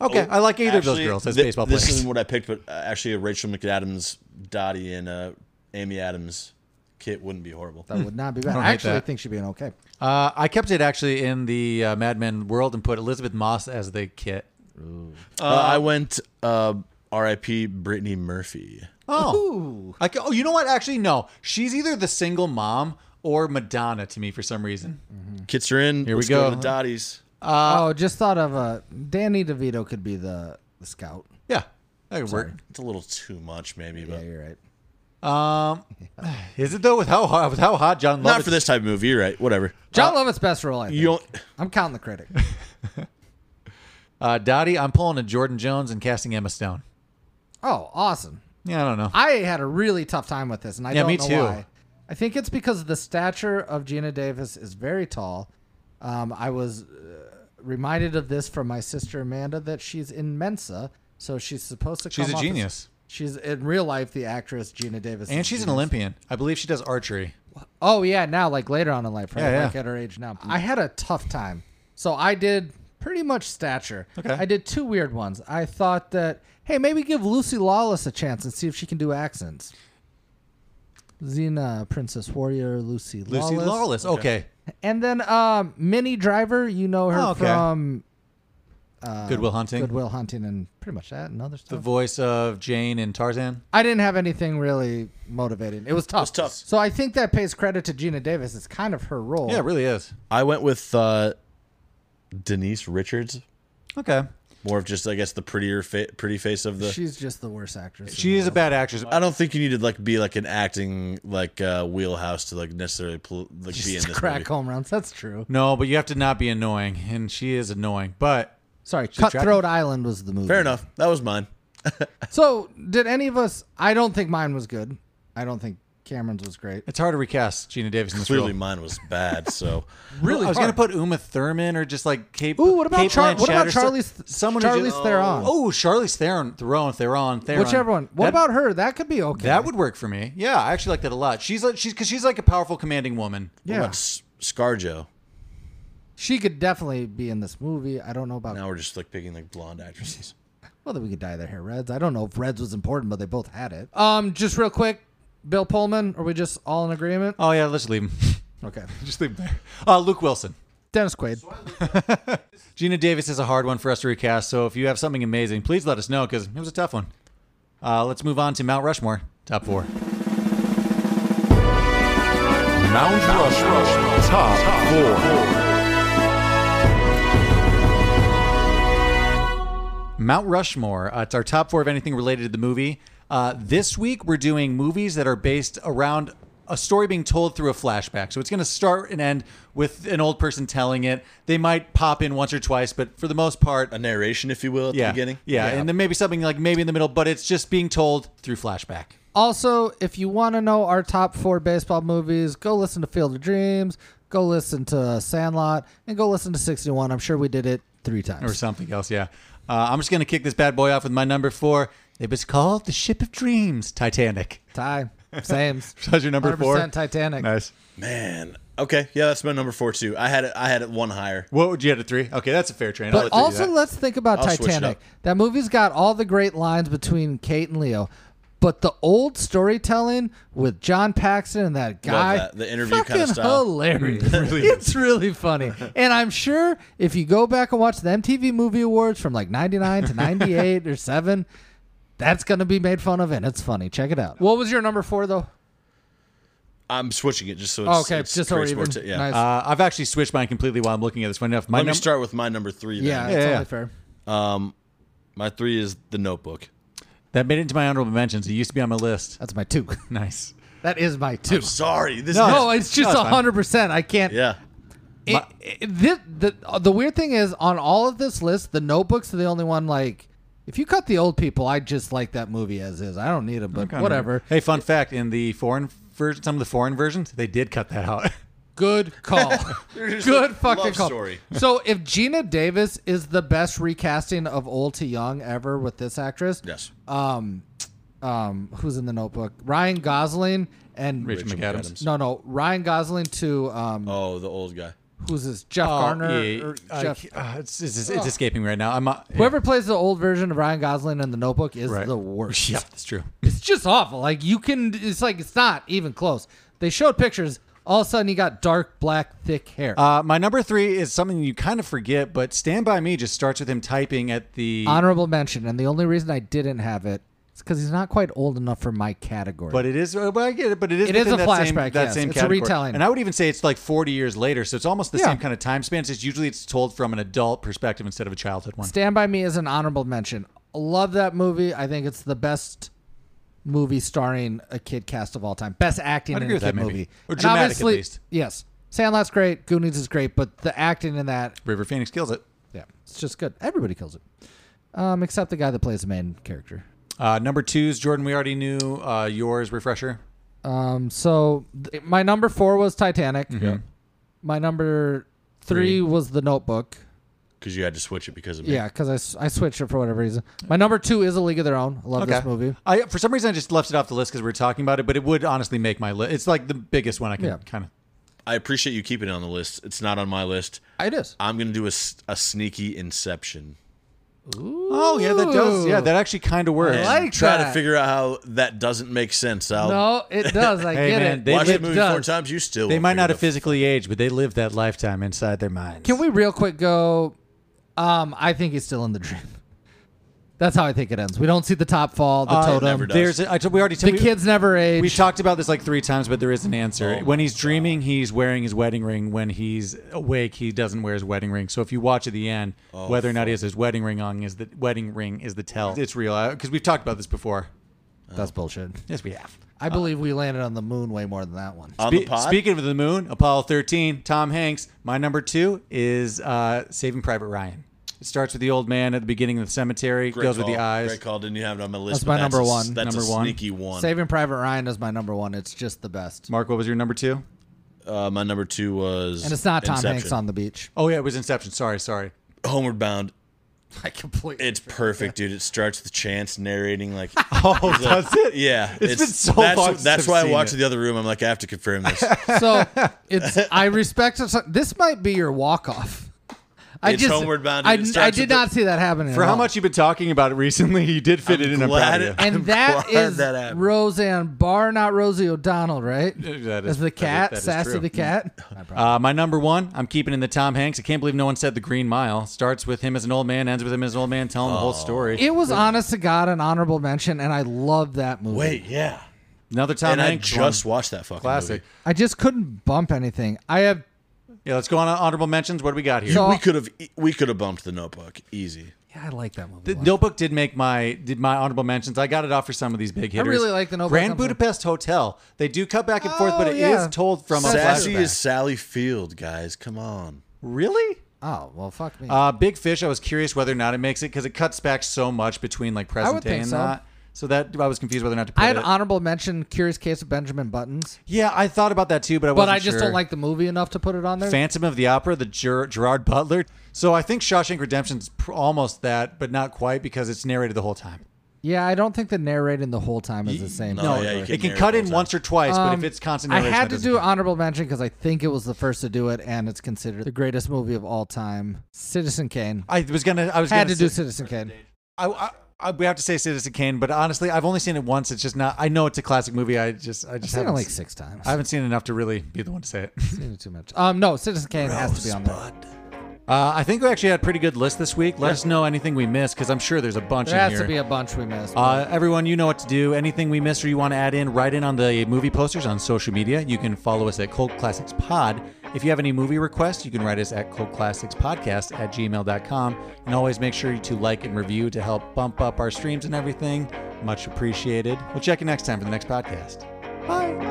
[SPEAKER 2] Okay, I like either of those
[SPEAKER 3] Oh, Actually,
[SPEAKER 2] girls as
[SPEAKER 3] thi-
[SPEAKER 2] baseball
[SPEAKER 3] This
[SPEAKER 2] players.
[SPEAKER 3] isn't what I picked, but uh, actually, a Rachel McAdams, Dottie, and uh, Amy Adams kit wouldn't be horrible.
[SPEAKER 4] That would not be bad.
[SPEAKER 2] Hmm. don't
[SPEAKER 4] I
[SPEAKER 2] hate
[SPEAKER 4] actually
[SPEAKER 2] that.
[SPEAKER 4] think she'd be an okay.
[SPEAKER 2] Uh, I kept it actually in the uh, Mad Men world and put Elizabeth Moss as the Kit.
[SPEAKER 3] Uh, I went uh, R.I.P. Brittany Murphy.
[SPEAKER 2] Oh, I ca- oh, you know what? Actually, no. She's either the single mom or Madonna to me for some reason.
[SPEAKER 3] Mm. Kits are in. Here
[SPEAKER 2] we
[SPEAKER 3] Let's go.
[SPEAKER 2] go.
[SPEAKER 3] to the Dotties.
[SPEAKER 4] oh, just thought of uh, Danny DeVito could be the, the scout.
[SPEAKER 2] Yeah, that could work.
[SPEAKER 3] It's a little too much, maybe,
[SPEAKER 4] Yeah,
[SPEAKER 3] but
[SPEAKER 4] you're right.
[SPEAKER 2] Um, is it though? With how hot, with how hot John Lovitz?
[SPEAKER 3] not for this type of movie. You're right. Whatever.
[SPEAKER 4] John Lovett's best role. I think.
[SPEAKER 3] You don't.
[SPEAKER 4] I'm counting the critic.
[SPEAKER 2] Uh, Dottie, I'm pulling a Jordan Jones and casting Emma Stone.
[SPEAKER 4] Oh, awesome!
[SPEAKER 2] Yeah, I don't know.
[SPEAKER 4] I had a really tough time with this, and I
[SPEAKER 2] Yeah,
[SPEAKER 4] don't
[SPEAKER 2] me
[SPEAKER 4] know
[SPEAKER 2] too.
[SPEAKER 4] why. I think it's because the stature of Gina Davis is very tall. Um, I was uh, reminded of this from my sister Amanda that she's in Mensa, so she's supposed to.
[SPEAKER 2] She's
[SPEAKER 4] come
[SPEAKER 2] a
[SPEAKER 4] off as-
[SPEAKER 2] genius.
[SPEAKER 4] she's in real life the actress Gina Davis,
[SPEAKER 2] and
[SPEAKER 4] is
[SPEAKER 2] she's an
[SPEAKER 4] genius.
[SPEAKER 2] Olympian. I believe she does archery.
[SPEAKER 4] Oh yeah, now like later on in life, right?
[SPEAKER 2] Yeah, yeah. Mm.
[SPEAKER 4] Like at her age now. I had a tough time. So I did pretty much stature.
[SPEAKER 2] Okay.
[SPEAKER 4] I did two weird ones. I thought that hey, maybe give Lucy Lawless a chance and see if she can do accents. Xena, Princess Warrior, Lucy Lawless.
[SPEAKER 2] Lucy Lawless. Okay,
[SPEAKER 4] And then um Minnie Driver, you know her
[SPEAKER 2] Oh, okay.
[SPEAKER 4] from
[SPEAKER 2] Goodwill Hunting.
[SPEAKER 4] Goodwill Hunting and pretty much that and other
[SPEAKER 2] The
[SPEAKER 4] stuff.
[SPEAKER 2] voice of Jane in Tarzan.
[SPEAKER 4] I didn't have anything really motivating. It was tough. It was
[SPEAKER 3] tough.
[SPEAKER 4] So I think that pays credit to Gina Davis. It's kind of her role.
[SPEAKER 2] Yeah, it really is.
[SPEAKER 3] I went with uh, Denise Richards.
[SPEAKER 2] Okay.
[SPEAKER 3] More of just, I guess, the prettier, fa- pretty face of the.
[SPEAKER 4] She's just the worst actress. in
[SPEAKER 2] She
[SPEAKER 4] the
[SPEAKER 2] is a
[SPEAKER 4] world.
[SPEAKER 2] bad actress. Uh,
[SPEAKER 3] I don't think you need to like be like an acting like uh, wheelhouse to like necessarily pl- like be in
[SPEAKER 4] just
[SPEAKER 3] this
[SPEAKER 4] crack
[SPEAKER 3] movie.
[SPEAKER 4] home runs. That's true.
[SPEAKER 2] No, but you have to not be annoying, and she is annoying. But
[SPEAKER 4] Sorry,
[SPEAKER 2] Subtract-
[SPEAKER 4] Cutthroat Island was the movie.
[SPEAKER 3] Fair enough. That was mine.
[SPEAKER 4] So, did any of us? I don't think mine was good. I don't think Cameron's was great.
[SPEAKER 2] It's hard to recast Gina Davis in this
[SPEAKER 3] Clearly,
[SPEAKER 2] role.
[SPEAKER 3] mine was bad. So
[SPEAKER 2] Really, I was
[SPEAKER 4] hard.
[SPEAKER 2] gonna put Uma Thurman or just like Kate.
[SPEAKER 4] Ooh, what about
[SPEAKER 2] Kate
[SPEAKER 4] Char- what
[SPEAKER 2] Blanchett
[SPEAKER 4] about
[SPEAKER 2] or so-
[SPEAKER 4] Charlize-
[SPEAKER 2] Someone who
[SPEAKER 4] Charlize Theron?
[SPEAKER 2] Oh, Charlize Theron, Theron, Theron, Theron.
[SPEAKER 4] Whichever one. What
[SPEAKER 2] That-
[SPEAKER 4] about her? That could be okay.
[SPEAKER 2] That would work for me. Yeah, I actually like that a lot. She's like she's because she's like a powerful, commanding woman.
[SPEAKER 4] yeah.
[SPEAKER 3] S- ScarJo.
[SPEAKER 4] She could definitely be in this movie. I don't know about.
[SPEAKER 3] Now we're just like picking like blonde actresses.
[SPEAKER 4] Well, then we could dye their hair reds. I don't know if reds was important, but they both had it. Um, just real quick, Bill Pullman. Are we just all in agreement?
[SPEAKER 2] Oh yeah, let's leave him.
[SPEAKER 4] Okay.
[SPEAKER 2] just leave him there. Uh, Luke Wilson.
[SPEAKER 4] Dennis Quaid.
[SPEAKER 2] Gina Davis is a hard one for us to recast. So if you have something amazing, please let us know because it was a tough one. Uh, let's move on to Mount Rushmore. Top four.
[SPEAKER 5] Mount Rushmore, top four.
[SPEAKER 2] Mount Rushmore. Uh, it's our top four of anything related to the movie. Uh, this week, we're doing movies that are based around a story being told through a flashback. So it's going to start and end with an old person telling it. They might pop in once or twice, but for the most part,
[SPEAKER 3] A narration, if you will, at
[SPEAKER 2] yeah,
[SPEAKER 3] the beginning.
[SPEAKER 2] yeah, and then maybe something like maybe in the middle, but it's just being told through flashback.
[SPEAKER 4] Also, if you want to know our top four baseball movies, go listen to Field of Dreams, go listen to Sandlot, and go listen to 61. I'm sure we did it three
[SPEAKER 2] or
[SPEAKER 4] times.
[SPEAKER 2] something else. Yeah, uh, I'm just gonna kick this bad boy off with my number four. It was called the Ship of Dreams, Titanic.
[SPEAKER 4] Tie. Same.
[SPEAKER 2] That's your number four.
[SPEAKER 4] 100% Titanic.
[SPEAKER 2] Nice.
[SPEAKER 3] Man. Okay. Yeah, that's my number four too. I had it. I had it one higher.
[SPEAKER 2] What would you had at three? Okay, that's a fair trade.
[SPEAKER 4] But
[SPEAKER 2] I'll let
[SPEAKER 4] also,
[SPEAKER 2] you do
[SPEAKER 4] let's think about
[SPEAKER 3] I'll switch it
[SPEAKER 4] Titanic.
[SPEAKER 3] up.
[SPEAKER 4] That movie's got all the great lines between Kate and Leo, but the old storytelling with John Paxton and that guy.
[SPEAKER 3] that. The interview
[SPEAKER 4] fucking
[SPEAKER 3] kinda style.
[SPEAKER 4] hilarious. it's really funny. And I'm sure if you go back and watch the MTV Movie Awards from like 99 to 98 or 7, that's going to be made fun of, and it's funny. Check it out. What was your number four, though?
[SPEAKER 3] I'm switching it just so. It's,
[SPEAKER 4] Oh, okay,
[SPEAKER 3] it's
[SPEAKER 4] just so we're
[SPEAKER 3] creates more
[SPEAKER 4] even.
[SPEAKER 3] t- yeah.
[SPEAKER 4] Nice.
[SPEAKER 2] that. Uh, I've actually switched mine completely while I'm looking at this one. Enough. My
[SPEAKER 3] Let me
[SPEAKER 2] num-
[SPEAKER 3] start with my number three. Then.
[SPEAKER 4] yeah,
[SPEAKER 2] yeah,
[SPEAKER 4] that's
[SPEAKER 2] yeah.
[SPEAKER 4] only fair.
[SPEAKER 3] My three is The Notebook.
[SPEAKER 2] that made it into my honorable mentions. It used to be on my list.
[SPEAKER 4] That's my two.
[SPEAKER 2] Nice.
[SPEAKER 4] that is my 2
[SPEAKER 3] Sorry. This is.
[SPEAKER 4] no, it's just
[SPEAKER 2] no, it's fine.
[SPEAKER 4] hundred percent. I can't.
[SPEAKER 3] Yeah.
[SPEAKER 4] It-
[SPEAKER 2] My-
[SPEAKER 4] it- thi- the, uh, the weird thing is, on all of this list, the Notebook's the only one. Like, if you cut the old people, I just like that movie as is. I don't need it, but whatever.
[SPEAKER 2] Hey, fun fact: in the foreign version, some of the foreign versions, they did cut that out.
[SPEAKER 4] Good call.
[SPEAKER 3] just
[SPEAKER 4] Good
[SPEAKER 3] like,
[SPEAKER 4] fucking
[SPEAKER 3] love
[SPEAKER 4] call.
[SPEAKER 3] story.
[SPEAKER 4] So, if Gina Davis is the best recasting of old to young ever with this actress,
[SPEAKER 3] Yes.
[SPEAKER 4] um, um, who's in the Notebook? Ryan Gosling and
[SPEAKER 2] Rachel McAdams.
[SPEAKER 3] McAdams.
[SPEAKER 4] No, no, Ryan Gosling to um,
[SPEAKER 3] oh, the old guy.
[SPEAKER 4] who's this? Jeff
[SPEAKER 2] Oh,
[SPEAKER 4] Garner.
[SPEAKER 2] yeah,
[SPEAKER 4] or
[SPEAKER 2] I-
[SPEAKER 4] Jeff,
[SPEAKER 2] uh, it's, it's, it's escaping right now. I'm uh, yeah,
[SPEAKER 4] Whoever plays the old version of Ryan Gosling in the Notebook is
[SPEAKER 2] right.
[SPEAKER 4] the worst.
[SPEAKER 2] Yeah, that's true.
[SPEAKER 4] It's just awful. Like you can, it's like it's not even close. They showed pictures. All of a sudden, he got dark black, thick hair.
[SPEAKER 2] Uh, my number three is something you kind of forget, but Stand By Me just starts with him typing at the.
[SPEAKER 4] Honorable mention, and the only reason I didn't have it is because he's not quite old enough for my category.
[SPEAKER 2] but it is, but I get it. But it is.
[SPEAKER 4] It is
[SPEAKER 2] within
[SPEAKER 4] a
[SPEAKER 2] that same-
[SPEAKER 4] flashback,
[SPEAKER 2] that
[SPEAKER 4] yes.
[SPEAKER 2] same
[SPEAKER 4] It's a
[SPEAKER 2] category.
[SPEAKER 4] retelling.
[SPEAKER 2] And I would even say it's like 40 years later, so it's almost the
[SPEAKER 4] Yeah.
[SPEAKER 2] same kind of time span. It's just usually it's told from an adult perspective instead of a childhood one.
[SPEAKER 4] Stand by Me is an honorable mention. Love that movie. I think it's the best movie starring a kid cast of all time. Best acting
[SPEAKER 2] I'd
[SPEAKER 4] in
[SPEAKER 2] agree
[SPEAKER 4] a
[SPEAKER 2] with
[SPEAKER 4] kid
[SPEAKER 2] that maybe.
[SPEAKER 4] movie.
[SPEAKER 2] Or
[SPEAKER 4] And
[SPEAKER 2] dramatic at
[SPEAKER 4] obviously-
[SPEAKER 2] least.
[SPEAKER 4] Yes, Sandlot's great. Goonies is great, but the acting in that
[SPEAKER 2] River Phoenix kills it.
[SPEAKER 4] Yeah, it's just good. Everybody kills it, um, except the guy that plays the main character.
[SPEAKER 2] Uh, number two's Jordan. We already knew uh, yours. Refresher.
[SPEAKER 4] Um, so th- my number four was Titanic. My number Mm-hmm. three, was The Notebook.
[SPEAKER 3] Because you had to switch it because of me.
[SPEAKER 4] Yeah, because I, s- I switched it for whatever reason. My number two is A League of Their Own. I love this movie.
[SPEAKER 2] I for some reason I just left it off the list because we are talking about it, but it would honestly make my list. It's like the biggest one I can
[SPEAKER 4] Yeah.
[SPEAKER 2] kind of.
[SPEAKER 3] I appreciate you keeping it on the list. It's not on my list.
[SPEAKER 4] It is.
[SPEAKER 3] I'm gonna do a, s- a sneaky Inception.
[SPEAKER 2] Oh yeah, that does. Yeah,
[SPEAKER 4] Ooh.
[SPEAKER 2] that actually kind of works.
[SPEAKER 3] And
[SPEAKER 4] like
[SPEAKER 3] try to
[SPEAKER 4] that.
[SPEAKER 3] figure out how that doesn't make sense. I'll
[SPEAKER 4] No, it does. I
[SPEAKER 2] Hey,
[SPEAKER 4] get
[SPEAKER 2] man,
[SPEAKER 4] it.
[SPEAKER 2] they
[SPEAKER 4] It
[SPEAKER 3] watch
[SPEAKER 2] live-
[SPEAKER 3] the movie
[SPEAKER 4] does.
[SPEAKER 3] four times. You still
[SPEAKER 2] They
[SPEAKER 3] won't
[SPEAKER 2] might not
[SPEAKER 3] figure
[SPEAKER 2] have physically aged, but they lived that lifetime inside their minds.
[SPEAKER 4] Can we real quick go? Um, I think he's still in the dream. That's how I think it ends. We don't see the top fall, the
[SPEAKER 2] Uh,
[SPEAKER 4] totem.
[SPEAKER 3] never does.
[SPEAKER 2] There's, a, I t- we already
[SPEAKER 4] The
[SPEAKER 2] we,
[SPEAKER 4] kids never age.
[SPEAKER 2] We talked about this like three times, but there is an answer.
[SPEAKER 3] Oh
[SPEAKER 2] when
[SPEAKER 3] my
[SPEAKER 2] he's dreaming, he's wearing his wedding ring. When he's awake, he doesn't wear his wedding ring. So if you watch at the end,
[SPEAKER 3] Oh,
[SPEAKER 2] whether or not he has his wedding ring on, is the wedding ring is the tell. It's real because we've talked about this before.
[SPEAKER 4] That's bullshit.
[SPEAKER 2] Yes, we have.
[SPEAKER 4] I believe we landed on the moon way more than that one.
[SPEAKER 3] on
[SPEAKER 2] Be-
[SPEAKER 3] the pod.
[SPEAKER 2] speaking of the moon, Apollo 13, Tom Hanks. My number two is uh, Saving Private Ryan. It starts with the old man at the beginning of the cemetery.
[SPEAKER 3] Great
[SPEAKER 2] goes
[SPEAKER 3] call.
[SPEAKER 2] with the eyes.
[SPEAKER 3] Great call. Didn't you have it on my list?
[SPEAKER 4] That's
[SPEAKER 3] but
[SPEAKER 4] my number
[SPEAKER 3] a-
[SPEAKER 4] one.
[SPEAKER 3] That's
[SPEAKER 2] Number
[SPEAKER 3] a
[SPEAKER 2] one.
[SPEAKER 3] sneaky one.
[SPEAKER 4] Saving Private Ryan is my number one. It's just the best.
[SPEAKER 2] Mark, what was your number two?
[SPEAKER 3] Uh, my number two was.
[SPEAKER 4] And it's not Tom
[SPEAKER 3] Inception.
[SPEAKER 4] Hanks on the beach.
[SPEAKER 2] Oh yeah, it was Inception. Sorry, sorry.
[SPEAKER 3] Homeward Bound.
[SPEAKER 4] I completely.
[SPEAKER 3] It's perfect, dude. It starts with Chance narrating like.
[SPEAKER 2] Oh, that's it.
[SPEAKER 3] Yeah,
[SPEAKER 2] It's been so
[SPEAKER 3] that's,
[SPEAKER 2] long since
[SPEAKER 3] That's
[SPEAKER 2] I've
[SPEAKER 3] why I
[SPEAKER 2] seen
[SPEAKER 3] walked
[SPEAKER 2] it.
[SPEAKER 3] to the other room. I'm like, I have to confirm this.
[SPEAKER 4] so it's. I respect. This might be your walk off. I
[SPEAKER 3] It's
[SPEAKER 4] just
[SPEAKER 3] Homeward Bound,
[SPEAKER 4] I,
[SPEAKER 3] and it
[SPEAKER 4] I
[SPEAKER 3] starts
[SPEAKER 4] did
[SPEAKER 3] with the-
[SPEAKER 4] not see that happening.
[SPEAKER 2] For
[SPEAKER 4] at
[SPEAKER 2] how
[SPEAKER 4] all.
[SPEAKER 2] much you've been talking about it recently, you did fit it in.
[SPEAKER 3] glad
[SPEAKER 2] I'm proud
[SPEAKER 4] And that
[SPEAKER 3] glad
[SPEAKER 4] is
[SPEAKER 3] that happened.
[SPEAKER 4] Roseanne Barr, not Rosie O'Donnell, right?
[SPEAKER 2] of you. That
[SPEAKER 4] As the
[SPEAKER 2] that
[SPEAKER 4] cat,
[SPEAKER 2] that is
[SPEAKER 4] Sassy
[SPEAKER 2] true.
[SPEAKER 4] the cat.
[SPEAKER 2] Uh, my number one, I'm keeping in the Tom Hanks. I can't believe no one said the Green Mile. Starts with him as an old man, ends with him as an old man, telling
[SPEAKER 3] Oh.
[SPEAKER 2] the whole story.
[SPEAKER 4] It was honest to God an honorable mention, and I loved that movie.
[SPEAKER 3] Wait, yeah.
[SPEAKER 2] Another Tom
[SPEAKER 3] And I
[SPEAKER 2] Hanks
[SPEAKER 3] just
[SPEAKER 2] one.
[SPEAKER 3] watched that fucking
[SPEAKER 2] classic.
[SPEAKER 3] movie.
[SPEAKER 4] I just couldn't bump anything. I have
[SPEAKER 2] Yeah, let's go on to honorable mentions. What do we got here?
[SPEAKER 4] So-
[SPEAKER 3] We could have e, we could have bumped the Notebook easy.
[SPEAKER 4] yeah, I like that movie.
[SPEAKER 2] the
[SPEAKER 4] a lot.
[SPEAKER 2] Notebook did make my did my honorable mentions. I got it off for some of these big hitters.
[SPEAKER 4] really like the Notebook.
[SPEAKER 2] Grand
[SPEAKER 4] I'm sorry.
[SPEAKER 2] Budapest Hotel. They do cut back and forth, but
[SPEAKER 4] Oh,
[SPEAKER 2] it is
[SPEAKER 4] yeah.
[SPEAKER 2] told from a
[SPEAKER 3] Sassy
[SPEAKER 2] flashback.
[SPEAKER 3] is Sally Field, guys. Come on.
[SPEAKER 2] really.
[SPEAKER 4] oh well, fuck me.
[SPEAKER 2] Uh, Big Fish, I was curious whether or not it makes it because it cuts back so much between like present
[SPEAKER 4] would
[SPEAKER 2] day
[SPEAKER 4] think
[SPEAKER 2] and
[SPEAKER 4] so.
[SPEAKER 2] that. So that I was confused whether or not to put
[SPEAKER 4] I had
[SPEAKER 2] it.
[SPEAKER 4] honorable mention Curious Case of Benjamin Buttons,
[SPEAKER 2] yeah, I thought about that too, but I
[SPEAKER 4] but
[SPEAKER 2] wasn't
[SPEAKER 4] I just
[SPEAKER 2] sure.
[SPEAKER 4] don't like the movie enough to put it on there.
[SPEAKER 2] Phantom of the Opera, the Ger- Gerard Butler. So I think Shawshank Redemption's pr- almost that, but not quite because it's narrated the whole time.
[SPEAKER 4] yeah, I don't think the narrating the whole time is the same.
[SPEAKER 3] no, yeah, you
[SPEAKER 2] it
[SPEAKER 3] can
[SPEAKER 2] can
[SPEAKER 3] narrate
[SPEAKER 2] cut
[SPEAKER 3] the
[SPEAKER 2] in
[SPEAKER 3] whole
[SPEAKER 2] once or twice, but if
[SPEAKER 4] Um,
[SPEAKER 2] it's constant,
[SPEAKER 4] I
[SPEAKER 2] narration,
[SPEAKER 4] had
[SPEAKER 2] that
[SPEAKER 4] to
[SPEAKER 2] doesn't
[SPEAKER 4] do
[SPEAKER 2] count.
[SPEAKER 4] honorable mention because I think it was the first to do it, and it's considered the greatest movie of all time. Citizen Kane.
[SPEAKER 2] I was gonna. I was
[SPEAKER 4] had
[SPEAKER 2] gonna
[SPEAKER 4] to do
[SPEAKER 2] say-
[SPEAKER 4] Citizen Kane.
[SPEAKER 2] I, I, I, we have to say Citizen Kane, but honestly, I've only seen it once. It's just not. I know it's a classic movie. I just, I
[SPEAKER 4] I've
[SPEAKER 2] just
[SPEAKER 4] seen it
[SPEAKER 2] haven't.
[SPEAKER 4] like
[SPEAKER 2] s-
[SPEAKER 4] six times.
[SPEAKER 2] I haven't seen enough to really be the one to say it.
[SPEAKER 4] seen it too much. Um, no, Citizen Kane has to be on there.
[SPEAKER 2] Uh, I think we actually had a pretty good list this week. Let us know anything we missed because I'm sure there's a bunch
[SPEAKER 4] There
[SPEAKER 2] in
[SPEAKER 4] has
[SPEAKER 2] here.
[SPEAKER 4] to be a bunch we missed.
[SPEAKER 2] Uh, everyone, you know what to do. Anything we missed or you want to add in, write in on the movie posters on social media. You can follow us at Cold Classics Pod. If you have any movie requests, you can write us at Cold Classics Podcast at gmail.com. And always make sure to like and review to help bump up our streams and everything. Much appreciated. We'll check you next time for the next podcast. Bye.